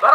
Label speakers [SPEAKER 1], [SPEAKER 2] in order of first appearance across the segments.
[SPEAKER 1] Better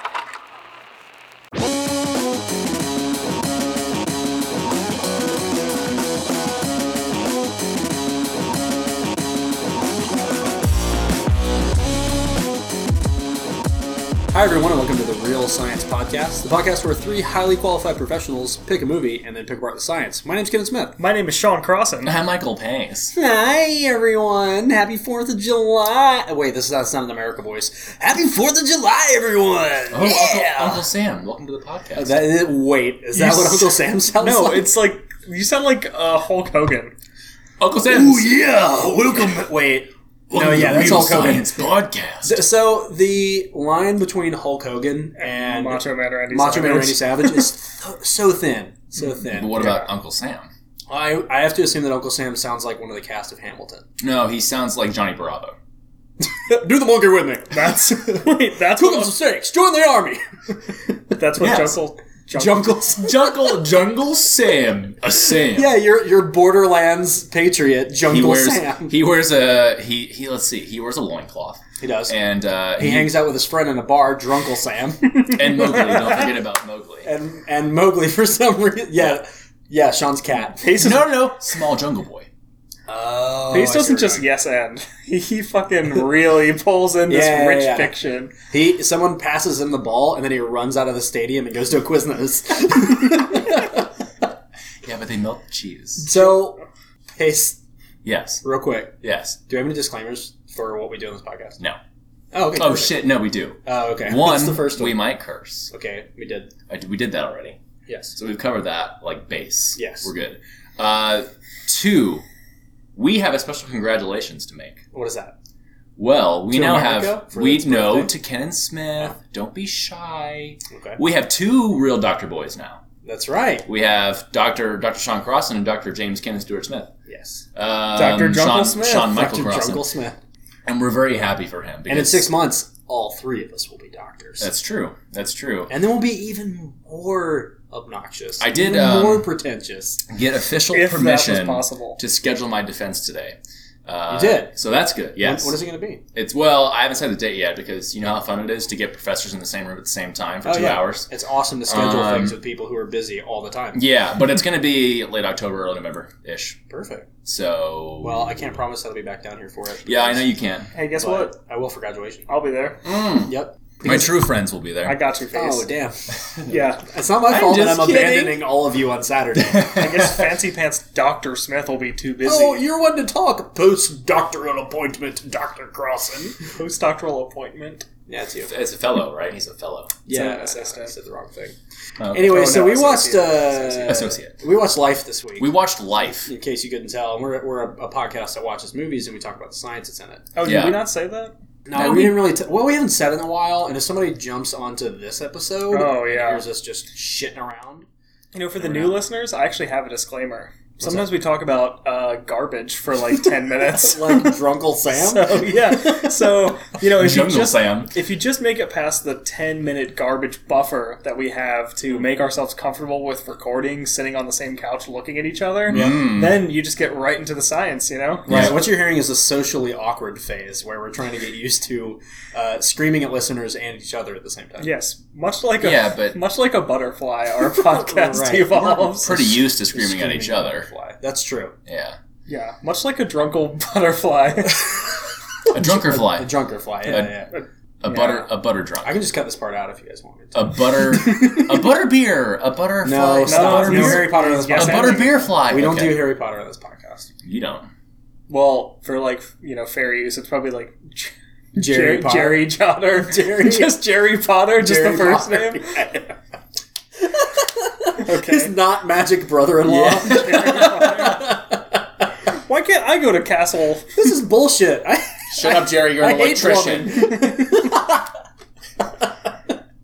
[SPEAKER 2] Hi, everyone, and welcome to the Real Science Podcast, the podcast where three highly qualified professionals pick a movie and then pick apart the science. My name's Kevin Smith.
[SPEAKER 3] My name is Sean Crossan.
[SPEAKER 4] Hi, Michael Pace.
[SPEAKER 2] Hi, everyone. Happy 4th of July. Oh, Wait, this is that's not an America voice. Happy 4th of July, everyone.
[SPEAKER 4] Oh,
[SPEAKER 2] yeah.
[SPEAKER 4] Uncle, Uncle Sam, welcome to the podcast.
[SPEAKER 2] That is- wait, is that
[SPEAKER 3] You
[SPEAKER 2] what Uncle
[SPEAKER 3] s-
[SPEAKER 2] Sam sounds
[SPEAKER 3] No,
[SPEAKER 2] like?
[SPEAKER 3] it's like you sound like uh, Hulk Hogan.
[SPEAKER 4] Uncle Sam.
[SPEAKER 2] Oh, yeah. Welcome. Wait. no, yeah, that's Hulk Hogan.
[SPEAKER 4] Science podcast.
[SPEAKER 2] So, the line between Hulk Hogan and
[SPEAKER 3] Macho Man Randy
[SPEAKER 2] Macho Man
[SPEAKER 3] Savage.
[SPEAKER 2] Randy Savage is th- so thin. So
[SPEAKER 4] But
[SPEAKER 2] thin.
[SPEAKER 4] what about Uncle Sam?
[SPEAKER 2] I, I have to assume that Uncle Sam sounds like one of the cast of Hamilton.
[SPEAKER 4] No, he sounds like Johnny Bravo.
[SPEAKER 2] Do the monkey with me.
[SPEAKER 3] That's wait. That's
[SPEAKER 2] Cook up
[SPEAKER 3] what,
[SPEAKER 2] some steaks. Join the army.
[SPEAKER 3] that's what
[SPEAKER 4] Yes.
[SPEAKER 3] Jungle. Jungle.
[SPEAKER 2] Junkles.
[SPEAKER 4] Jungle Jungle Sam, a Sam.
[SPEAKER 2] Yeah, your your borderlands patriot, Junkle
[SPEAKER 4] He wears
[SPEAKER 2] Sam.
[SPEAKER 4] he wears a he he let's see he wears a loincloth
[SPEAKER 2] He does.
[SPEAKER 4] and uh,
[SPEAKER 2] he hangs out with his friend in a bar, Drunkle Sam,
[SPEAKER 4] and Mowgli don't forget about Mowgli
[SPEAKER 2] and and Mowgli for some reason. Yeah, yeah, Sean's cat.
[SPEAKER 3] Pace, is,
[SPEAKER 4] no no no small jungle boy
[SPEAKER 2] Oh,
[SPEAKER 3] Pace
[SPEAKER 2] I see
[SPEAKER 3] doesn't
[SPEAKER 2] where you're
[SPEAKER 3] just
[SPEAKER 2] going.
[SPEAKER 3] yes and. He, he fucking really pulls in this
[SPEAKER 2] Yeah, yeah,
[SPEAKER 3] rich
[SPEAKER 2] yeah.
[SPEAKER 3] fiction.
[SPEAKER 2] He someone passes him the ball, and then he runs out of the stadium and goes to a Quiznos.
[SPEAKER 4] yeah but they melt cheese
[SPEAKER 2] so, Pace,
[SPEAKER 4] yes
[SPEAKER 2] real quick,
[SPEAKER 4] yes
[SPEAKER 2] do we have any disclaimers for what we do on this podcast?
[SPEAKER 4] no
[SPEAKER 2] Oh, okay.
[SPEAKER 4] oh
[SPEAKER 2] perfect.
[SPEAKER 4] shit no we do
[SPEAKER 2] Oh, okay.
[SPEAKER 4] one
[SPEAKER 2] That's the first one.
[SPEAKER 4] we might curse
[SPEAKER 2] Okay, we did.
[SPEAKER 4] I, we did that already
[SPEAKER 2] Yes.
[SPEAKER 4] So we've covered that, like base.
[SPEAKER 2] Yes.
[SPEAKER 4] We're good. Uh, two, we have a special congratulations to make.
[SPEAKER 2] What is that?
[SPEAKER 4] Well, we
[SPEAKER 2] To
[SPEAKER 4] now
[SPEAKER 2] America
[SPEAKER 4] have
[SPEAKER 2] for
[SPEAKER 4] we
[SPEAKER 2] its
[SPEAKER 4] know
[SPEAKER 2] birthday?
[SPEAKER 4] to Ken and Smith. Don't be shy.
[SPEAKER 2] Okay.
[SPEAKER 4] We have two real Doctor Boys now.
[SPEAKER 2] That's right.
[SPEAKER 4] We have Doctor Doctor Sean Crossan and Doctor James Ken and Stuart Smith.
[SPEAKER 2] Yes.
[SPEAKER 4] Um,
[SPEAKER 3] Dr. Jungle
[SPEAKER 4] Sean,
[SPEAKER 3] Smith.
[SPEAKER 4] Sean Michael
[SPEAKER 2] Dr.
[SPEAKER 4] Crossan,
[SPEAKER 2] Jungle Smith.
[SPEAKER 4] and we're very happy for him.
[SPEAKER 2] And in
[SPEAKER 4] because-
[SPEAKER 2] six months, all three of us will be doctors.
[SPEAKER 4] That's true. That's true.
[SPEAKER 2] and then we'll be even more obnoxious.
[SPEAKER 4] I did,
[SPEAKER 2] even
[SPEAKER 4] um,
[SPEAKER 2] more pretentious.
[SPEAKER 4] Get official
[SPEAKER 3] If that was
[SPEAKER 4] permission
[SPEAKER 3] possible.
[SPEAKER 4] to schedule my defense today. Uh,
[SPEAKER 2] You did?
[SPEAKER 4] So that's good. Yes.
[SPEAKER 2] What is it going to be?
[SPEAKER 4] It's well, I haven't said the date yet because you know how fun it is to get professors in the same room at the same time for
[SPEAKER 2] Oh,
[SPEAKER 4] two
[SPEAKER 2] yeah.
[SPEAKER 4] hours.
[SPEAKER 2] It's awesome to schedule
[SPEAKER 4] Um,
[SPEAKER 2] things with people who are busy all the time.
[SPEAKER 4] Yeah, but it's going to be late October, early November ish.
[SPEAKER 2] Perfect.
[SPEAKER 4] So
[SPEAKER 2] Well, I can't promise I'll be back down here for it.
[SPEAKER 4] yeah, I know you can.
[SPEAKER 3] Hey, guess
[SPEAKER 2] but
[SPEAKER 3] what?
[SPEAKER 2] I will for graduation.
[SPEAKER 3] I'll be there.
[SPEAKER 2] Yep.
[SPEAKER 4] My true friends will be there.
[SPEAKER 3] I got you, Pace.
[SPEAKER 2] Oh, damn.
[SPEAKER 3] yeah.
[SPEAKER 2] It's not my fault that
[SPEAKER 4] just
[SPEAKER 2] I'm
[SPEAKER 4] kidding.
[SPEAKER 2] abandoning all of you on Saturday.
[SPEAKER 3] I guess Fancy Pants Doctor Smith will be too busy.
[SPEAKER 2] oh, you're one to talk. Postdoctoral appointment, Dr. Crossan.
[SPEAKER 3] Postdoctoral appointment.
[SPEAKER 2] Yeah, it's you.
[SPEAKER 4] As a fellow, right? He's a fellow
[SPEAKER 2] Yeah,
[SPEAKER 3] an assistant.
[SPEAKER 2] I said the wrong thing.
[SPEAKER 4] Okay.
[SPEAKER 2] Anyway,
[SPEAKER 3] Oh,
[SPEAKER 2] so
[SPEAKER 3] no,
[SPEAKER 2] we watched
[SPEAKER 3] associate.
[SPEAKER 2] uh,
[SPEAKER 4] associate.
[SPEAKER 2] We watched Life this week.
[SPEAKER 4] We watched Life.
[SPEAKER 2] in case you couldn't tell, and we're, we're a, a podcast that watches movies and we talk about the science that's in it.
[SPEAKER 3] Oh, did
[SPEAKER 4] Yeah.
[SPEAKER 3] we not say that?
[SPEAKER 2] No,
[SPEAKER 4] No,
[SPEAKER 2] we,
[SPEAKER 4] we-
[SPEAKER 2] didn't really. T- well, we haven't said it in a while, and if somebody jumps onto this episode,
[SPEAKER 3] Oh,
[SPEAKER 2] and
[SPEAKER 3] yeah.
[SPEAKER 2] hears us just shitting around.
[SPEAKER 3] You know, for the new listeners, I actually have a disclaimer. Sometimes we talk about uh, garbage for like ten minutes.
[SPEAKER 2] like Drunkle Sam.
[SPEAKER 3] so yeah, so you know, if you
[SPEAKER 4] Jungle
[SPEAKER 3] just
[SPEAKER 4] Sam.
[SPEAKER 3] if you just make it past the ten minute garbage buffer that we have to
[SPEAKER 4] Mm.
[SPEAKER 3] make ourselves comfortable with recording, sitting on the same couch, looking at each other,
[SPEAKER 4] Mm.
[SPEAKER 3] then you just get right into the science. You know,
[SPEAKER 4] Yeah.
[SPEAKER 2] Right, what you're hearing is a socially awkward phase where we're trying to get used to uh, screaming at listeners and each other at the same time.
[SPEAKER 3] yes, much like a
[SPEAKER 4] Yeah, but-
[SPEAKER 3] much like a butterfly, our podcast
[SPEAKER 2] Right.
[SPEAKER 3] evolves.
[SPEAKER 4] Pretty used to screaming, at each other.
[SPEAKER 3] Butterfly.
[SPEAKER 2] That's true.
[SPEAKER 4] Yeah,
[SPEAKER 3] Yeah, much like a drunkle butterfly.
[SPEAKER 4] a drunker
[SPEAKER 2] A
[SPEAKER 4] fly,
[SPEAKER 2] drunker fly. Yeah, yeah. yeah.
[SPEAKER 4] a butter, a butter drunk,
[SPEAKER 2] I can just cut this part out if you guys want me to.
[SPEAKER 4] a butter, a butter beer, a butterfly,
[SPEAKER 2] no, stop.
[SPEAKER 3] no,
[SPEAKER 2] no
[SPEAKER 3] no.
[SPEAKER 2] Harry Potter on this
[SPEAKER 3] Yes,
[SPEAKER 4] a
[SPEAKER 2] podcast.
[SPEAKER 3] I
[SPEAKER 4] butter beer fly.
[SPEAKER 2] we don't
[SPEAKER 4] Okay.
[SPEAKER 2] do Harry Potter on this podcast.
[SPEAKER 4] You don't.
[SPEAKER 3] Well, for like you know fairies, it's probably like J-
[SPEAKER 2] Jerry Potter.
[SPEAKER 3] Jerry Potter,
[SPEAKER 2] Jerry-
[SPEAKER 3] just Jerry Potter, just
[SPEAKER 2] Jerry
[SPEAKER 3] the first
[SPEAKER 2] Potter.
[SPEAKER 3] name.
[SPEAKER 2] His
[SPEAKER 3] Okay.
[SPEAKER 2] not magic brother-in-law.
[SPEAKER 3] Why can't I go to Castle?
[SPEAKER 2] this is bullshit. I,
[SPEAKER 4] Shut up, Jerry. You're
[SPEAKER 2] I
[SPEAKER 4] an
[SPEAKER 2] hate
[SPEAKER 4] electrician.
[SPEAKER 2] plumbing.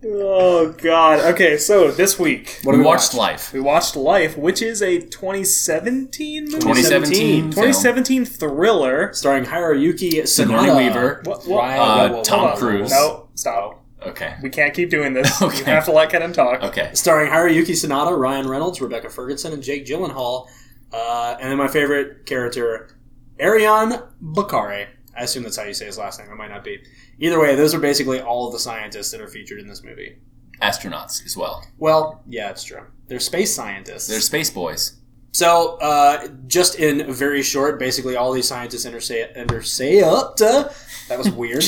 [SPEAKER 3] Oh God. Okay, so this week
[SPEAKER 2] What
[SPEAKER 4] we
[SPEAKER 2] do
[SPEAKER 4] watched
[SPEAKER 2] watch?
[SPEAKER 4] Life.
[SPEAKER 3] we watched Life, which is a 2017 movie,
[SPEAKER 4] 2017.
[SPEAKER 3] 2017 thriller.
[SPEAKER 2] starring Hirayuki
[SPEAKER 4] Sigourney
[SPEAKER 2] Sanada.
[SPEAKER 4] Weaver,
[SPEAKER 3] What?
[SPEAKER 2] Ryan-
[SPEAKER 4] uh,
[SPEAKER 2] whoa, whoa, whoa,
[SPEAKER 4] Tom
[SPEAKER 2] whoa, whoa.
[SPEAKER 4] Cruise.
[SPEAKER 3] No, Stop.
[SPEAKER 4] Okay.
[SPEAKER 3] We can't keep doing this. You
[SPEAKER 4] Okay.
[SPEAKER 3] have to let Kenan talk.
[SPEAKER 4] Okay.
[SPEAKER 2] starring Hiroyuki Sanada, Ryan Reynolds, Rebecca Ferguson, and Jake Gyllenhaal. Uh, and then my favorite character, Arion Bakare. I assume that's how you say his last name. It might not be. Either way, those are basically all of the scientists that are featured in this movie.
[SPEAKER 4] Astronauts as well.
[SPEAKER 2] Well, yeah, it's true. They're space scientists.
[SPEAKER 4] They're space boys.
[SPEAKER 2] so, uh, just in very short, basically all these scientists intercept. intercept uh, that was weird.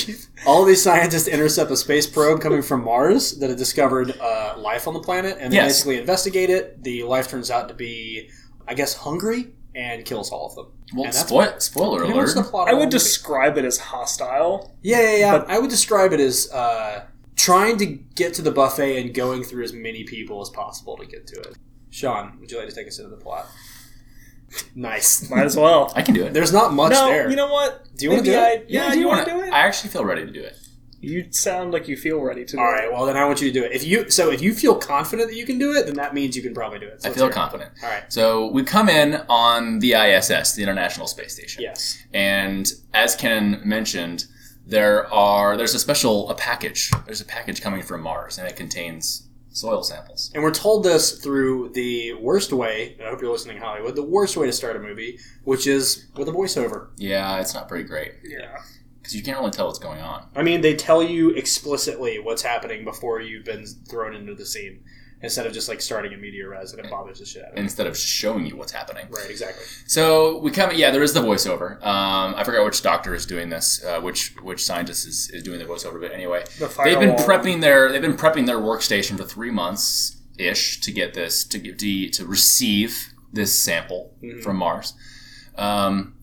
[SPEAKER 2] all these scientists intercept a space probe coming from Mars that had discovered uh, life on the planet, and they
[SPEAKER 4] Yes.
[SPEAKER 2] basically investigate it. The life turns out to be, I guess, hungry and kills all of them.
[SPEAKER 4] Well,
[SPEAKER 2] And that's
[SPEAKER 4] spoil- spoiler
[SPEAKER 2] pretty much the
[SPEAKER 4] alert.
[SPEAKER 2] plot.
[SPEAKER 3] I
[SPEAKER 2] of the
[SPEAKER 3] would
[SPEAKER 2] movie.
[SPEAKER 3] describe it as hostile.
[SPEAKER 2] Yeah, yeah, yeah.
[SPEAKER 3] But-
[SPEAKER 2] I would describe it as uh, trying to get to the buffet and going through as many people as possible to get to it. Sean, would you like to take us into the plot? Nice.
[SPEAKER 3] Might as well.
[SPEAKER 4] I can do it.
[SPEAKER 2] There's not much
[SPEAKER 3] no,
[SPEAKER 2] there.
[SPEAKER 3] you know what?
[SPEAKER 2] Do you wanna
[SPEAKER 3] Maybe
[SPEAKER 2] do
[SPEAKER 3] I-
[SPEAKER 2] it?
[SPEAKER 3] Yeah,
[SPEAKER 4] I
[SPEAKER 3] you want to
[SPEAKER 4] wanna-
[SPEAKER 3] do it?
[SPEAKER 4] I actually feel ready to do it.
[SPEAKER 3] you sound like you feel ready to do
[SPEAKER 2] All
[SPEAKER 3] it.
[SPEAKER 2] right. Well, then I want you to do it. If you so, if you feel confident that you can do it, then that means you can probably do it. So
[SPEAKER 4] I
[SPEAKER 2] let's
[SPEAKER 4] feel
[SPEAKER 2] hear it.
[SPEAKER 4] confident.
[SPEAKER 2] All right.
[SPEAKER 4] So we come in on the ISS, the International Space Station.
[SPEAKER 2] Yes.
[SPEAKER 4] And as Ken mentioned, there are there's a special a package. There's a package coming from Mars, and it contains soil samples.
[SPEAKER 2] And we're told this through the worst way. I hope you're listening, Hollywood. The worst way to start a movie, which is with a voiceover.
[SPEAKER 4] Yeah, it's not pretty great
[SPEAKER 3] Yeah.
[SPEAKER 4] because you can't really tell what's going on.
[SPEAKER 2] I mean, they tell you explicitly what's happening before you've been thrown into the scene, instead of just like starting a meteor res and it bothers the shit out of you.
[SPEAKER 4] Instead of showing you what's happening.
[SPEAKER 2] Right. Exactly.
[SPEAKER 4] So we come. Yeah, there is the voiceover. Um, I forgot which doctor is doing this, uh, which which scientist is, is doing the voiceover. But anyway,
[SPEAKER 3] The
[SPEAKER 4] they've
[SPEAKER 3] firewall.
[SPEAKER 4] been prepping their they've been prepping their workstation for three months ish to get this to get to, to receive this sample from Mars. Um,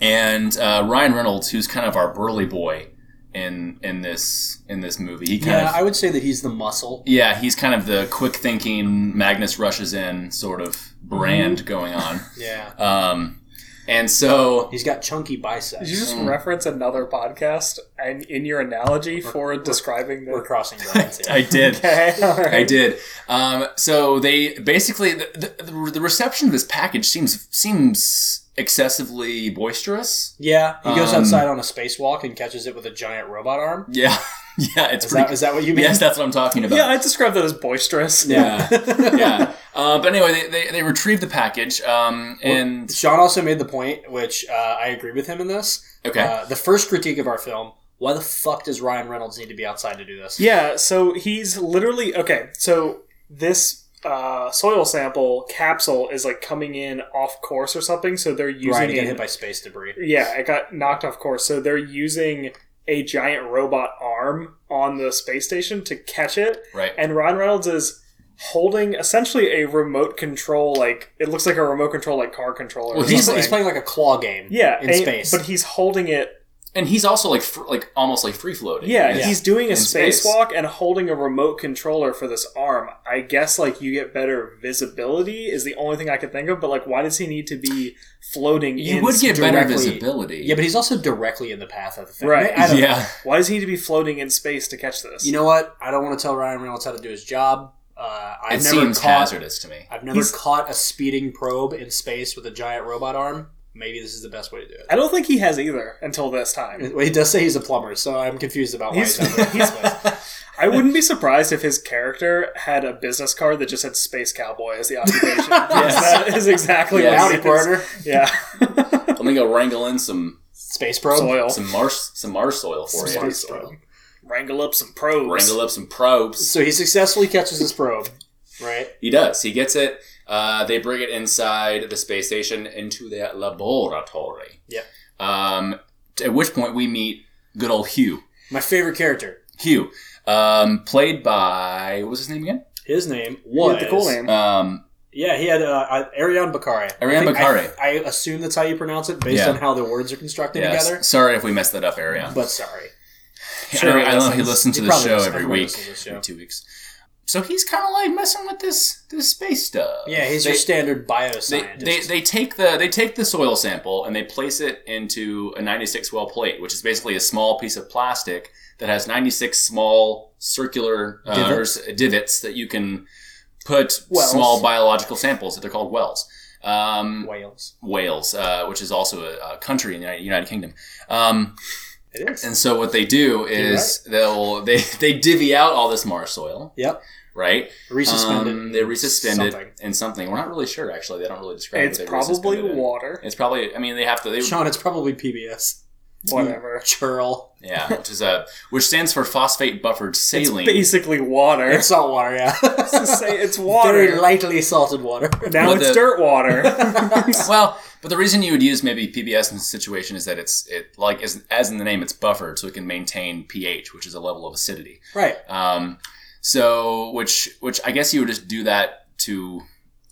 [SPEAKER 4] and uh, Ryan Reynolds, who's kind of our burly boy in in this in this movie, he kind
[SPEAKER 2] Yeah,
[SPEAKER 4] of
[SPEAKER 2] I would say that he's the muscle.
[SPEAKER 4] yeah, he's kind of the quick thinking Magnus rushes in sort of brand going on.
[SPEAKER 2] Yeah.
[SPEAKER 4] Um, and so
[SPEAKER 2] He's got chunky biceps.
[SPEAKER 3] Did you just reference another podcast and in your analogy for describing
[SPEAKER 2] We're
[SPEAKER 3] the?
[SPEAKER 2] crossing lines. here.
[SPEAKER 4] I did.
[SPEAKER 3] Okay, all right.
[SPEAKER 4] I did. Um, so they basically the, the, the reception of this package seems seems excessively boisterous.
[SPEAKER 2] Yeah, he goes
[SPEAKER 4] Um,
[SPEAKER 2] outside on a spacewalk and catches it with a giant robot arm.
[SPEAKER 4] Yeah, yeah, it's
[SPEAKER 2] Is
[SPEAKER 4] pretty.
[SPEAKER 2] that, is that what you mean?
[SPEAKER 4] yes, that's what I'm talking about.
[SPEAKER 3] Yeah, I describe that as boisterous.
[SPEAKER 4] yeah, yeah. Uh, but anyway, they, they, they retrieve the package, um, and
[SPEAKER 2] Sean also made the point, which uh, I agree with him in this.
[SPEAKER 4] Okay.
[SPEAKER 2] Uh, the first critique of our film: Why the fuck does Ryan Reynolds need to be outside to do this?
[SPEAKER 3] Yeah, so he's literally okay. So this uh, soil sample capsule is like coming in off course or something. So they're using
[SPEAKER 2] Ryan
[SPEAKER 3] a-
[SPEAKER 2] got hit by space debris.
[SPEAKER 3] yeah, it got knocked off course. So they're using a giant robot arm on the space station to catch it,
[SPEAKER 4] right.
[SPEAKER 3] and Ryan Reynolds is holding essentially a remote control. Like it looks like a remote control, like car controller. or
[SPEAKER 4] Well,
[SPEAKER 2] He's,
[SPEAKER 3] something.
[SPEAKER 2] he's playing like a claw game.
[SPEAKER 3] yeah
[SPEAKER 2] in
[SPEAKER 3] and-
[SPEAKER 2] space.
[SPEAKER 3] but he's holding it
[SPEAKER 4] And he's also like fr- like almost like free floating.
[SPEAKER 3] Yeah,
[SPEAKER 4] It's-
[SPEAKER 3] he's doing a
[SPEAKER 4] in space.
[SPEAKER 3] spacewalk and holding a remote controller for this arm. I guess like you get better visibility is the only thing I could think of. But like, why does he need to be floating?
[SPEAKER 4] you
[SPEAKER 3] in
[SPEAKER 4] would get better
[SPEAKER 2] directly-
[SPEAKER 4] visibility.
[SPEAKER 2] yeah, but he's also directly in the path of the thing.
[SPEAKER 3] Right.
[SPEAKER 2] I don't-
[SPEAKER 4] yeah.
[SPEAKER 3] Why does he need to be floating in space to catch this?
[SPEAKER 2] You know what? I don't want to tell Ryan Reynolds how to do his job. Uh, I've
[SPEAKER 4] It
[SPEAKER 2] never
[SPEAKER 4] seems
[SPEAKER 2] caught.
[SPEAKER 4] hazardous to me.
[SPEAKER 2] I've never
[SPEAKER 3] He's-
[SPEAKER 2] caught a speeding probe in space with a giant robot arm. Maybe this is the best way to do it.
[SPEAKER 3] I don't think he has either until this time.
[SPEAKER 2] Well, he does say he's a plumber, so I'm confused about why he's,
[SPEAKER 3] He's-
[SPEAKER 2] out there.
[SPEAKER 3] I wouldn't be surprised if his character had a business card that just said "Space Cowboy" as the occupation. That is exactly
[SPEAKER 4] Yes.
[SPEAKER 3] what
[SPEAKER 2] Howdy,
[SPEAKER 3] it is.
[SPEAKER 2] partner.
[SPEAKER 3] Yeah,
[SPEAKER 4] Let me go wrangle in some
[SPEAKER 2] Space probe.
[SPEAKER 3] soil.
[SPEAKER 4] some Mars some Mars soil for you.
[SPEAKER 2] Space probe.
[SPEAKER 3] Wrangle up some probes.
[SPEAKER 4] Wrangle up some probes.
[SPEAKER 2] So he successfully catches this probe, right?
[SPEAKER 4] He does. He gets it. Uh, they bring it inside the space station into their laboratory.
[SPEAKER 2] Yeah.
[SPEAKER 4] Um, at which point we meet good old Hugh.
[SPEAKER 2] My favorite character.
[SPEAKER 4] Hugh, um, played by what was his name again?
[SPEAKER 2] His name
[SPEAKER 3] He
[SPEAKER 2] was
[SPEAKER 3] had the cool name.
[SPEAKER 4] Um,
[SPEAKER 2] Yeah, he had uh, uh, Arion Bakare.
[SPEAKER 4] Arion
[SPEAKER 2] I think-
[SPEAKER 4] Bakare.
[SPEAKER 2] I, I assume that's how you pronounce it based
[SPEAKER 4] Yeah.
[SPEAKER 2] on how the words are constructed
[SPEAKER 4] yes.
[SPEAKER 2] together.
[SPEAKER 4] Sorry if we messed that up, Ariane.
[SPEAKER 2] But sorry.
[SPEAKER 4] I
[SPEAKER 3] Sure,
[SPEAKER 4] know, I know he
[SPEAKER 3] listens.
[SPEAKER 4] listens to
[SPEAKER 2] He
[SPEAKER 4] the
[SPEAKER 2] probably
[SPEAKER 4] show
[SPEAKER 2] listens-
[SPEAKER 4] every
[SPEAKER 2] everyone
[SPEAKER 4] week,
[SPEAKER 2] listens to the show.
[SPEAKER 4] every two weeks. So he's kind of like messing with this this space stuff.
[SPEAKER 2] Yeah, he's
[SPEAKER 4] They-
[SPEAKER 2] your standard
[SPEAKER 4] they,
[SPEAKER 2] bioscientist.
[SPEAKER 4] they, they take the they take the soil sample and they place it into a 96 well plate, which is basically a small piece of plastic that has 96 small circular uh, or s- divots that you can put
[SPEAKER 3] Wells.
[SPEAKER 4] small biological samples that they're called wells. Um,
[SPEAKER 2] Whales.
[SPEAKER 4] Wales, uh, which is also a, a country in the United, United Kingdom. Um,
[SPEAKER 2] It is.
[SPEAKER 4] And so what they do is they'll they they divvy out all this marsh soil,
[SPEAKER 2] Yep.
[SPEAKER 4] right?
[SPEAKER 2] Resuspended.
[SPEAKER 4] Um, they resuspend
[SPEAKER 2] Something.
[SPEAKER 4] it in something. We're not really sure actually. They don't really describe
[SPEAKER 3] It's
[SPEAKER 4] what they
[SPEAKER 3] probably
[SPEAKER 4] resuspend it in.
[SPEAKER 3] water.
[SPEAKER 4] It's probably I mean they have to they
[SPEAKER 2] Sean, it's probably PBS.
[SPEAKER 3] Whatever.
[SPEAKER 2] Churl.
[SPEAKER 4] yeah, which is a which stands for phosphate buffered
[SPEAKER 3] It's
[SPEAKER 4] saline.
[SPEAKER 3] basically water.
[SPEAKER 2] It's salt water, yeah.
[SPEAKER 3] to say it's water.
[SPEAKER 2] Very lightly salted water.
[SPEAKER 3] now
[SPEAKER 4] Well,
[SPEAKER 3] it's
[SPEAKER 4] the-
[SPEAKER 3] dirt water.
[SPEAKER 4] well, but the reason you would use maybe PBS in this situation is that it's it like as, as in the name, it's buffered, so it can maintain pH, which is a level of acidity.
[SPEAKER 2] right.
[SPEAKER 4] Um, so which which I guess you would just do that to.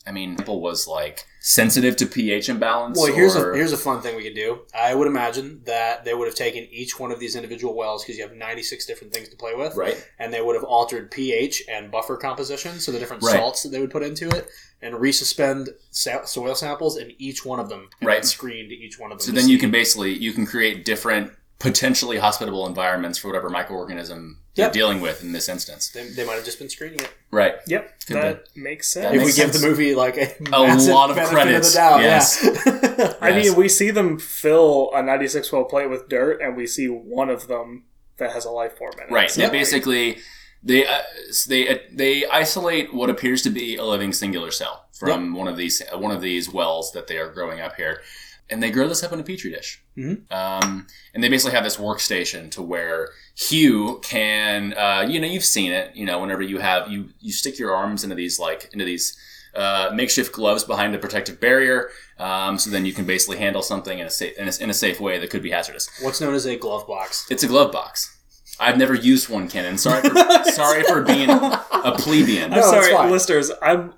[SPEAKER 4] I mean, Apple was like sensitive to pH imbalance.
[SPEAKER 2] Well, here's
[SPEAKER 4] or,
[SPEAKER 2] a here's a fun thing we could do. I would imagine that they would have taken each one of these individual wells because you have 96 different things to play with,
[SPEAKER 4] right.
[SPEAKER 2] and they would have altered pH and buffer composition, so the different
[SPEAKER 4] Right.
[SPEAKER 2] salts that they would put into it, and resuspend sa- soil samples in each one of them, and
[SPEAKER 4] Right.
[SPEAKER 2] then screen to each one of them.
[SPEAKER 4] So
[SPEAKER 2] to
[SPEAKER 4] then
[SPEAKER 2] see-
[SPEAKER 4] you can basically you can create different potentially hospitable environments for whatever microorganism you're
[SPEAKER 2] Yep.
[SPEAKER 4] dealing with in this instance.
[SPEAKER 2] they, they might have just been screening it.
[SPEAKER 4] Right.
[SPEAKER 3] yep,
[SPEAKER 4] Could
[SPEAKER 3] that makes sense.
[SPEAKER 4] That
[SPEAKER 2] if we
[SPEAKER 4] makes
[SPEAKER 2] give
[SPEAKER 4] sense.
[SPEAKER 2] the movie like a,
[SPEAKER 4] A
[SPEAKER 2] massive
[SPEAKER 4] lot of
[SPEAKER 2] benefit
[SPEAKER 4] credits.
[SPEAKER 2] the doubt,
[SPEAKER 4] yes.
[SPEAKER 2] yeah.
[SPEAKER 3] I
[SPEAKER 4] Yes.
[SPEAKER 3] mean, we see them fill a 96 well plate with dirt, and we see one of them that has a life form in it.
[SPEAKER 4] Right.
[SPEAKER 3] So,
[SPEAKER 4] They
[SPEAKER 3] like,
[SPEAKER 4] basically they uh, s- they uh, they isolate what appears to be a living singular cell from one of these uh, one of these wells that they are growing up here, and they grow this up in a petri dish.
[SPEAKER 2] Mhm.
[SPEAKER 4] Um, and they basically have this workstation to where Hugh can uh, you know you've seen it you know whenever you have you you stick your arms into these like into these. Uh, makeshift gloves behind a protective barrier, um, so then you can basically handle something in a, safe, in, a, in a safe way that could be hazardous.
[SPEAKER 2] What's known as a glove box.
[SPEAKER 4] It's a glove box. I've never used one, Kenan. Sorry for, sorry for being a plebeian.
[SPEAKER 3] I'm
[SPEAKER 2] No, it's
[SPEAKER 3] sorry,
[SPEAKER 2] fine.
[SPEAKER 3] listeners. I'm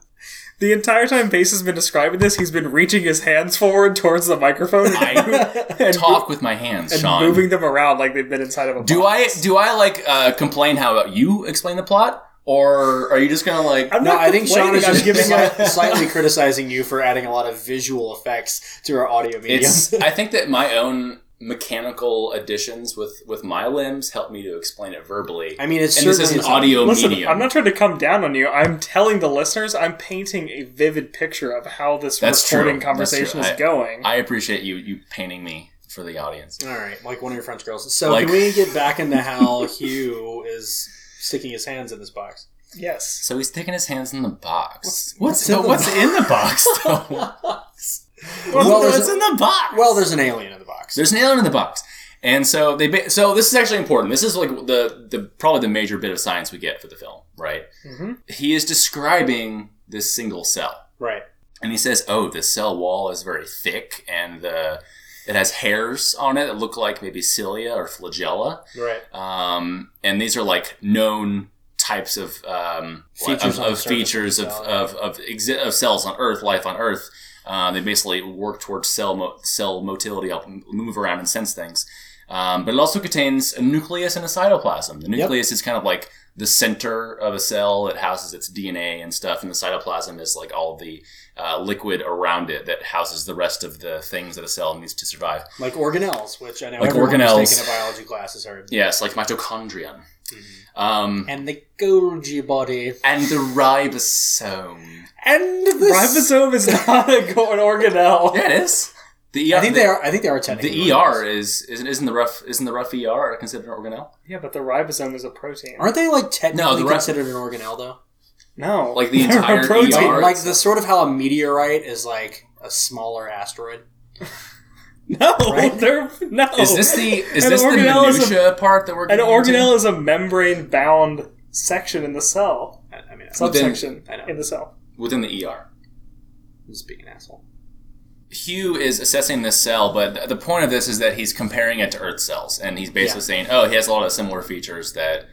[SPEAKER 3] the entire time Bass has been describing this, he's been reaching his hands forward towards the microphone
[SPEAKER 4] I
[SPEAKER 3] and,
[SPEAKER 4] talk with my hands,
[SPEAKER 3] and
[SPEAKER 4] Sean.
[SPEAKER 3] moving them around like they've been inside of a.
[SPEAKER 4] do I
[SPEAKER 3] box.
[SPEAKER 4] do I like uh, complain how about you explain the plot, or are you just gonna like?
[SPEAKER 3] I'm
[SPEAKER 2] No,
[SPEAKER 3] not
[SPEAKER 2] I think Sean
[SPEAKER 3] complaining,
[SPEAKER 2] is
[SPEAKER 3] I'm
[SPEAKER 2] just
[SPEAKER 3] giving
[SPEAKER 2] slight-
[SPEAKER 3] a-
[SPEAKER 2] slightly criticizing you for adding a lot of visual effects to our audio medium.
[SPEAKER 4] It's. I think that my own mechanical additions with with my limbs help me to explain it verbally.
[SPEAKER 2] I mean, it's
[SPEAKER 4] and this is
[SPEAKER 2] certainly
[SPEAKER 4] an audio
[SPEAKER 3] Listen,
[SPEAKER 4] medium.
[SPEAKER 3] I'm not trying to come down on you. I'm telling the listeners I'm painting a vivid picture of how this
[SPEAKER 4] That's true.
[SPEAKER 3] recording
[SPEAKER 4] That's
[SPEAKER 3] conversation
[SPEAKER 4] true.
[SPEAKER 3] is
[SPEAKER 4] I-
[SPEAKER 3] going.
[SPEAKER 4] I appreciate you you painting me for the audience.
[SPEAKER 2] All right, like one of your French girls. So
[SPEAKER 4] Like-
[SPEAKER 2] can we get back into how Hugh is sticking his hands in this box?
[SPEAKER 3] yes.
[SPEAKER 4] So he's sticking his hands in the box.
[SPEAKER 2] what's
[SPEAKER 4] What's
[SPEAKER 2] in the
[SPEAKER 4] but what's in the box though?
[SPEAKER 2] Well, there's
[SPEAKER 4] in the box?
[SPEAKER 2] Well, there's an alien in the box.
[SPEAKER 4] There's an alien in the box, and so they. Ba- so this is actually important. This is like the the probably the major bit of science we get for the film, right?
[SPEAKER 3] Mhm.
[SPEAKER 4] He is describing this single cell,
[SPEAKER 2] Right.
[SPEAKER 4] and he says, "Oh, the cell wall is very thick, and the." It has hairs on it that look like maybe cilia or flagella,
[SPEAKER 2] Right.
[SPEAKER 4] um, and these are like known types of um,
[SPEAKER 2] Features
[SPEAKER 4] of,
[SPEAKER 2] on the
[SPEAKER 4] of
[SPEAKER 2] surface
[SPEAKER 4] features
[SPEAKER 2] of
[SPEAKER 4] of
[SPEAKER 2] the cell,
[SPEAKER 4] of of, exi- of cells on Earth, life on Earth. Uh, they basically work towards cell mo- cell motility, help m- move around and sense things. Um, but it also contains a nucleus and a cytoplasm. The nucleus is kind of like the center of a cell. It houses its DNA and stuff, and the cytoplasm is like all the uh, liquid around it that houses the rest of the things that a cell needs to survive.
[SPEAKER 2] Like organelles, which I know
[SPEAKER 4] Like
[SPEAKER 2] everyone
[SPEAKER 4] organelles.
[SPEAKER 2] who's taking a biology classes are.
[SPEAKER 4] Yes, like mitochondrion.
[SPEAKER 2] Mm-hmm.
[SPEAKER 4] Um,
[SPEAKER 2] And the Golgi body.
[SPEAKER 4] and the ribosome.
[SPEAKER 2] And the
[SPEAKER 3] Ribosome is not a, go- an organelle.
[SPEAKER 4] Yeah, it is. The ER,
[SPEAKER 2] I think they are. I think they are technically.
[SPEAKER 4] The ER is isn't isn't the rough isn't the rough ER considered an organelle?
[SPEAKER 3] Yeah, but the ribosome is a protein.
[SPEAKER 2] Aren't they like technically
[SPEAKER 4] No, the re-
[SPEAKER 2] considered an organelle though?
[SPEAKER 3] No,
[SPEAKER 4] Like the
[SPEAKER 3] They're a
[SPEAKER 4] entire
[SPEAKER 3] protein.
[SPEAKER 4] ER?
[SPEAKER 2] Like,
[SPEAKER 4] Or
[SPEAKER 2] like
[SPEAKER 4] it's-
[SPEAKER 2] the sort of how a meteorite is like a smaller asteroid.
[SPEAKER 3] No,
[SPEAKER 2] Right?
[SPEAKER 3] they're no.
[SPEAKER 4] Is this the is
[SPEAKER 3] Oh. An
[SPEAKER 4] this the
[SPEAKER 3] organelle is a-
[SPEAKER 4] minutia part that we're
[SPEAKER 3] an
[SPEAKER 4] getting
[SPEAKER 3] organelle is a membrane bound section in the cell,
[SPEAKER 2] I, I mean, I'm
[SPEAKER 4] Within-
[SPEAKER 3] subsection
[SPEAKER 2] I know.
[SPEAKER 3] in the cell.
[SPEAKER 4] into? within the ER?
[SPEAKER 2] just being an asshole.
[SPEAKER 4] Hugh is assessing this cell, but th- the point of this is that he's comparing it to Earth cells, and he's basically saying, "Oh, he has a lot of similar features that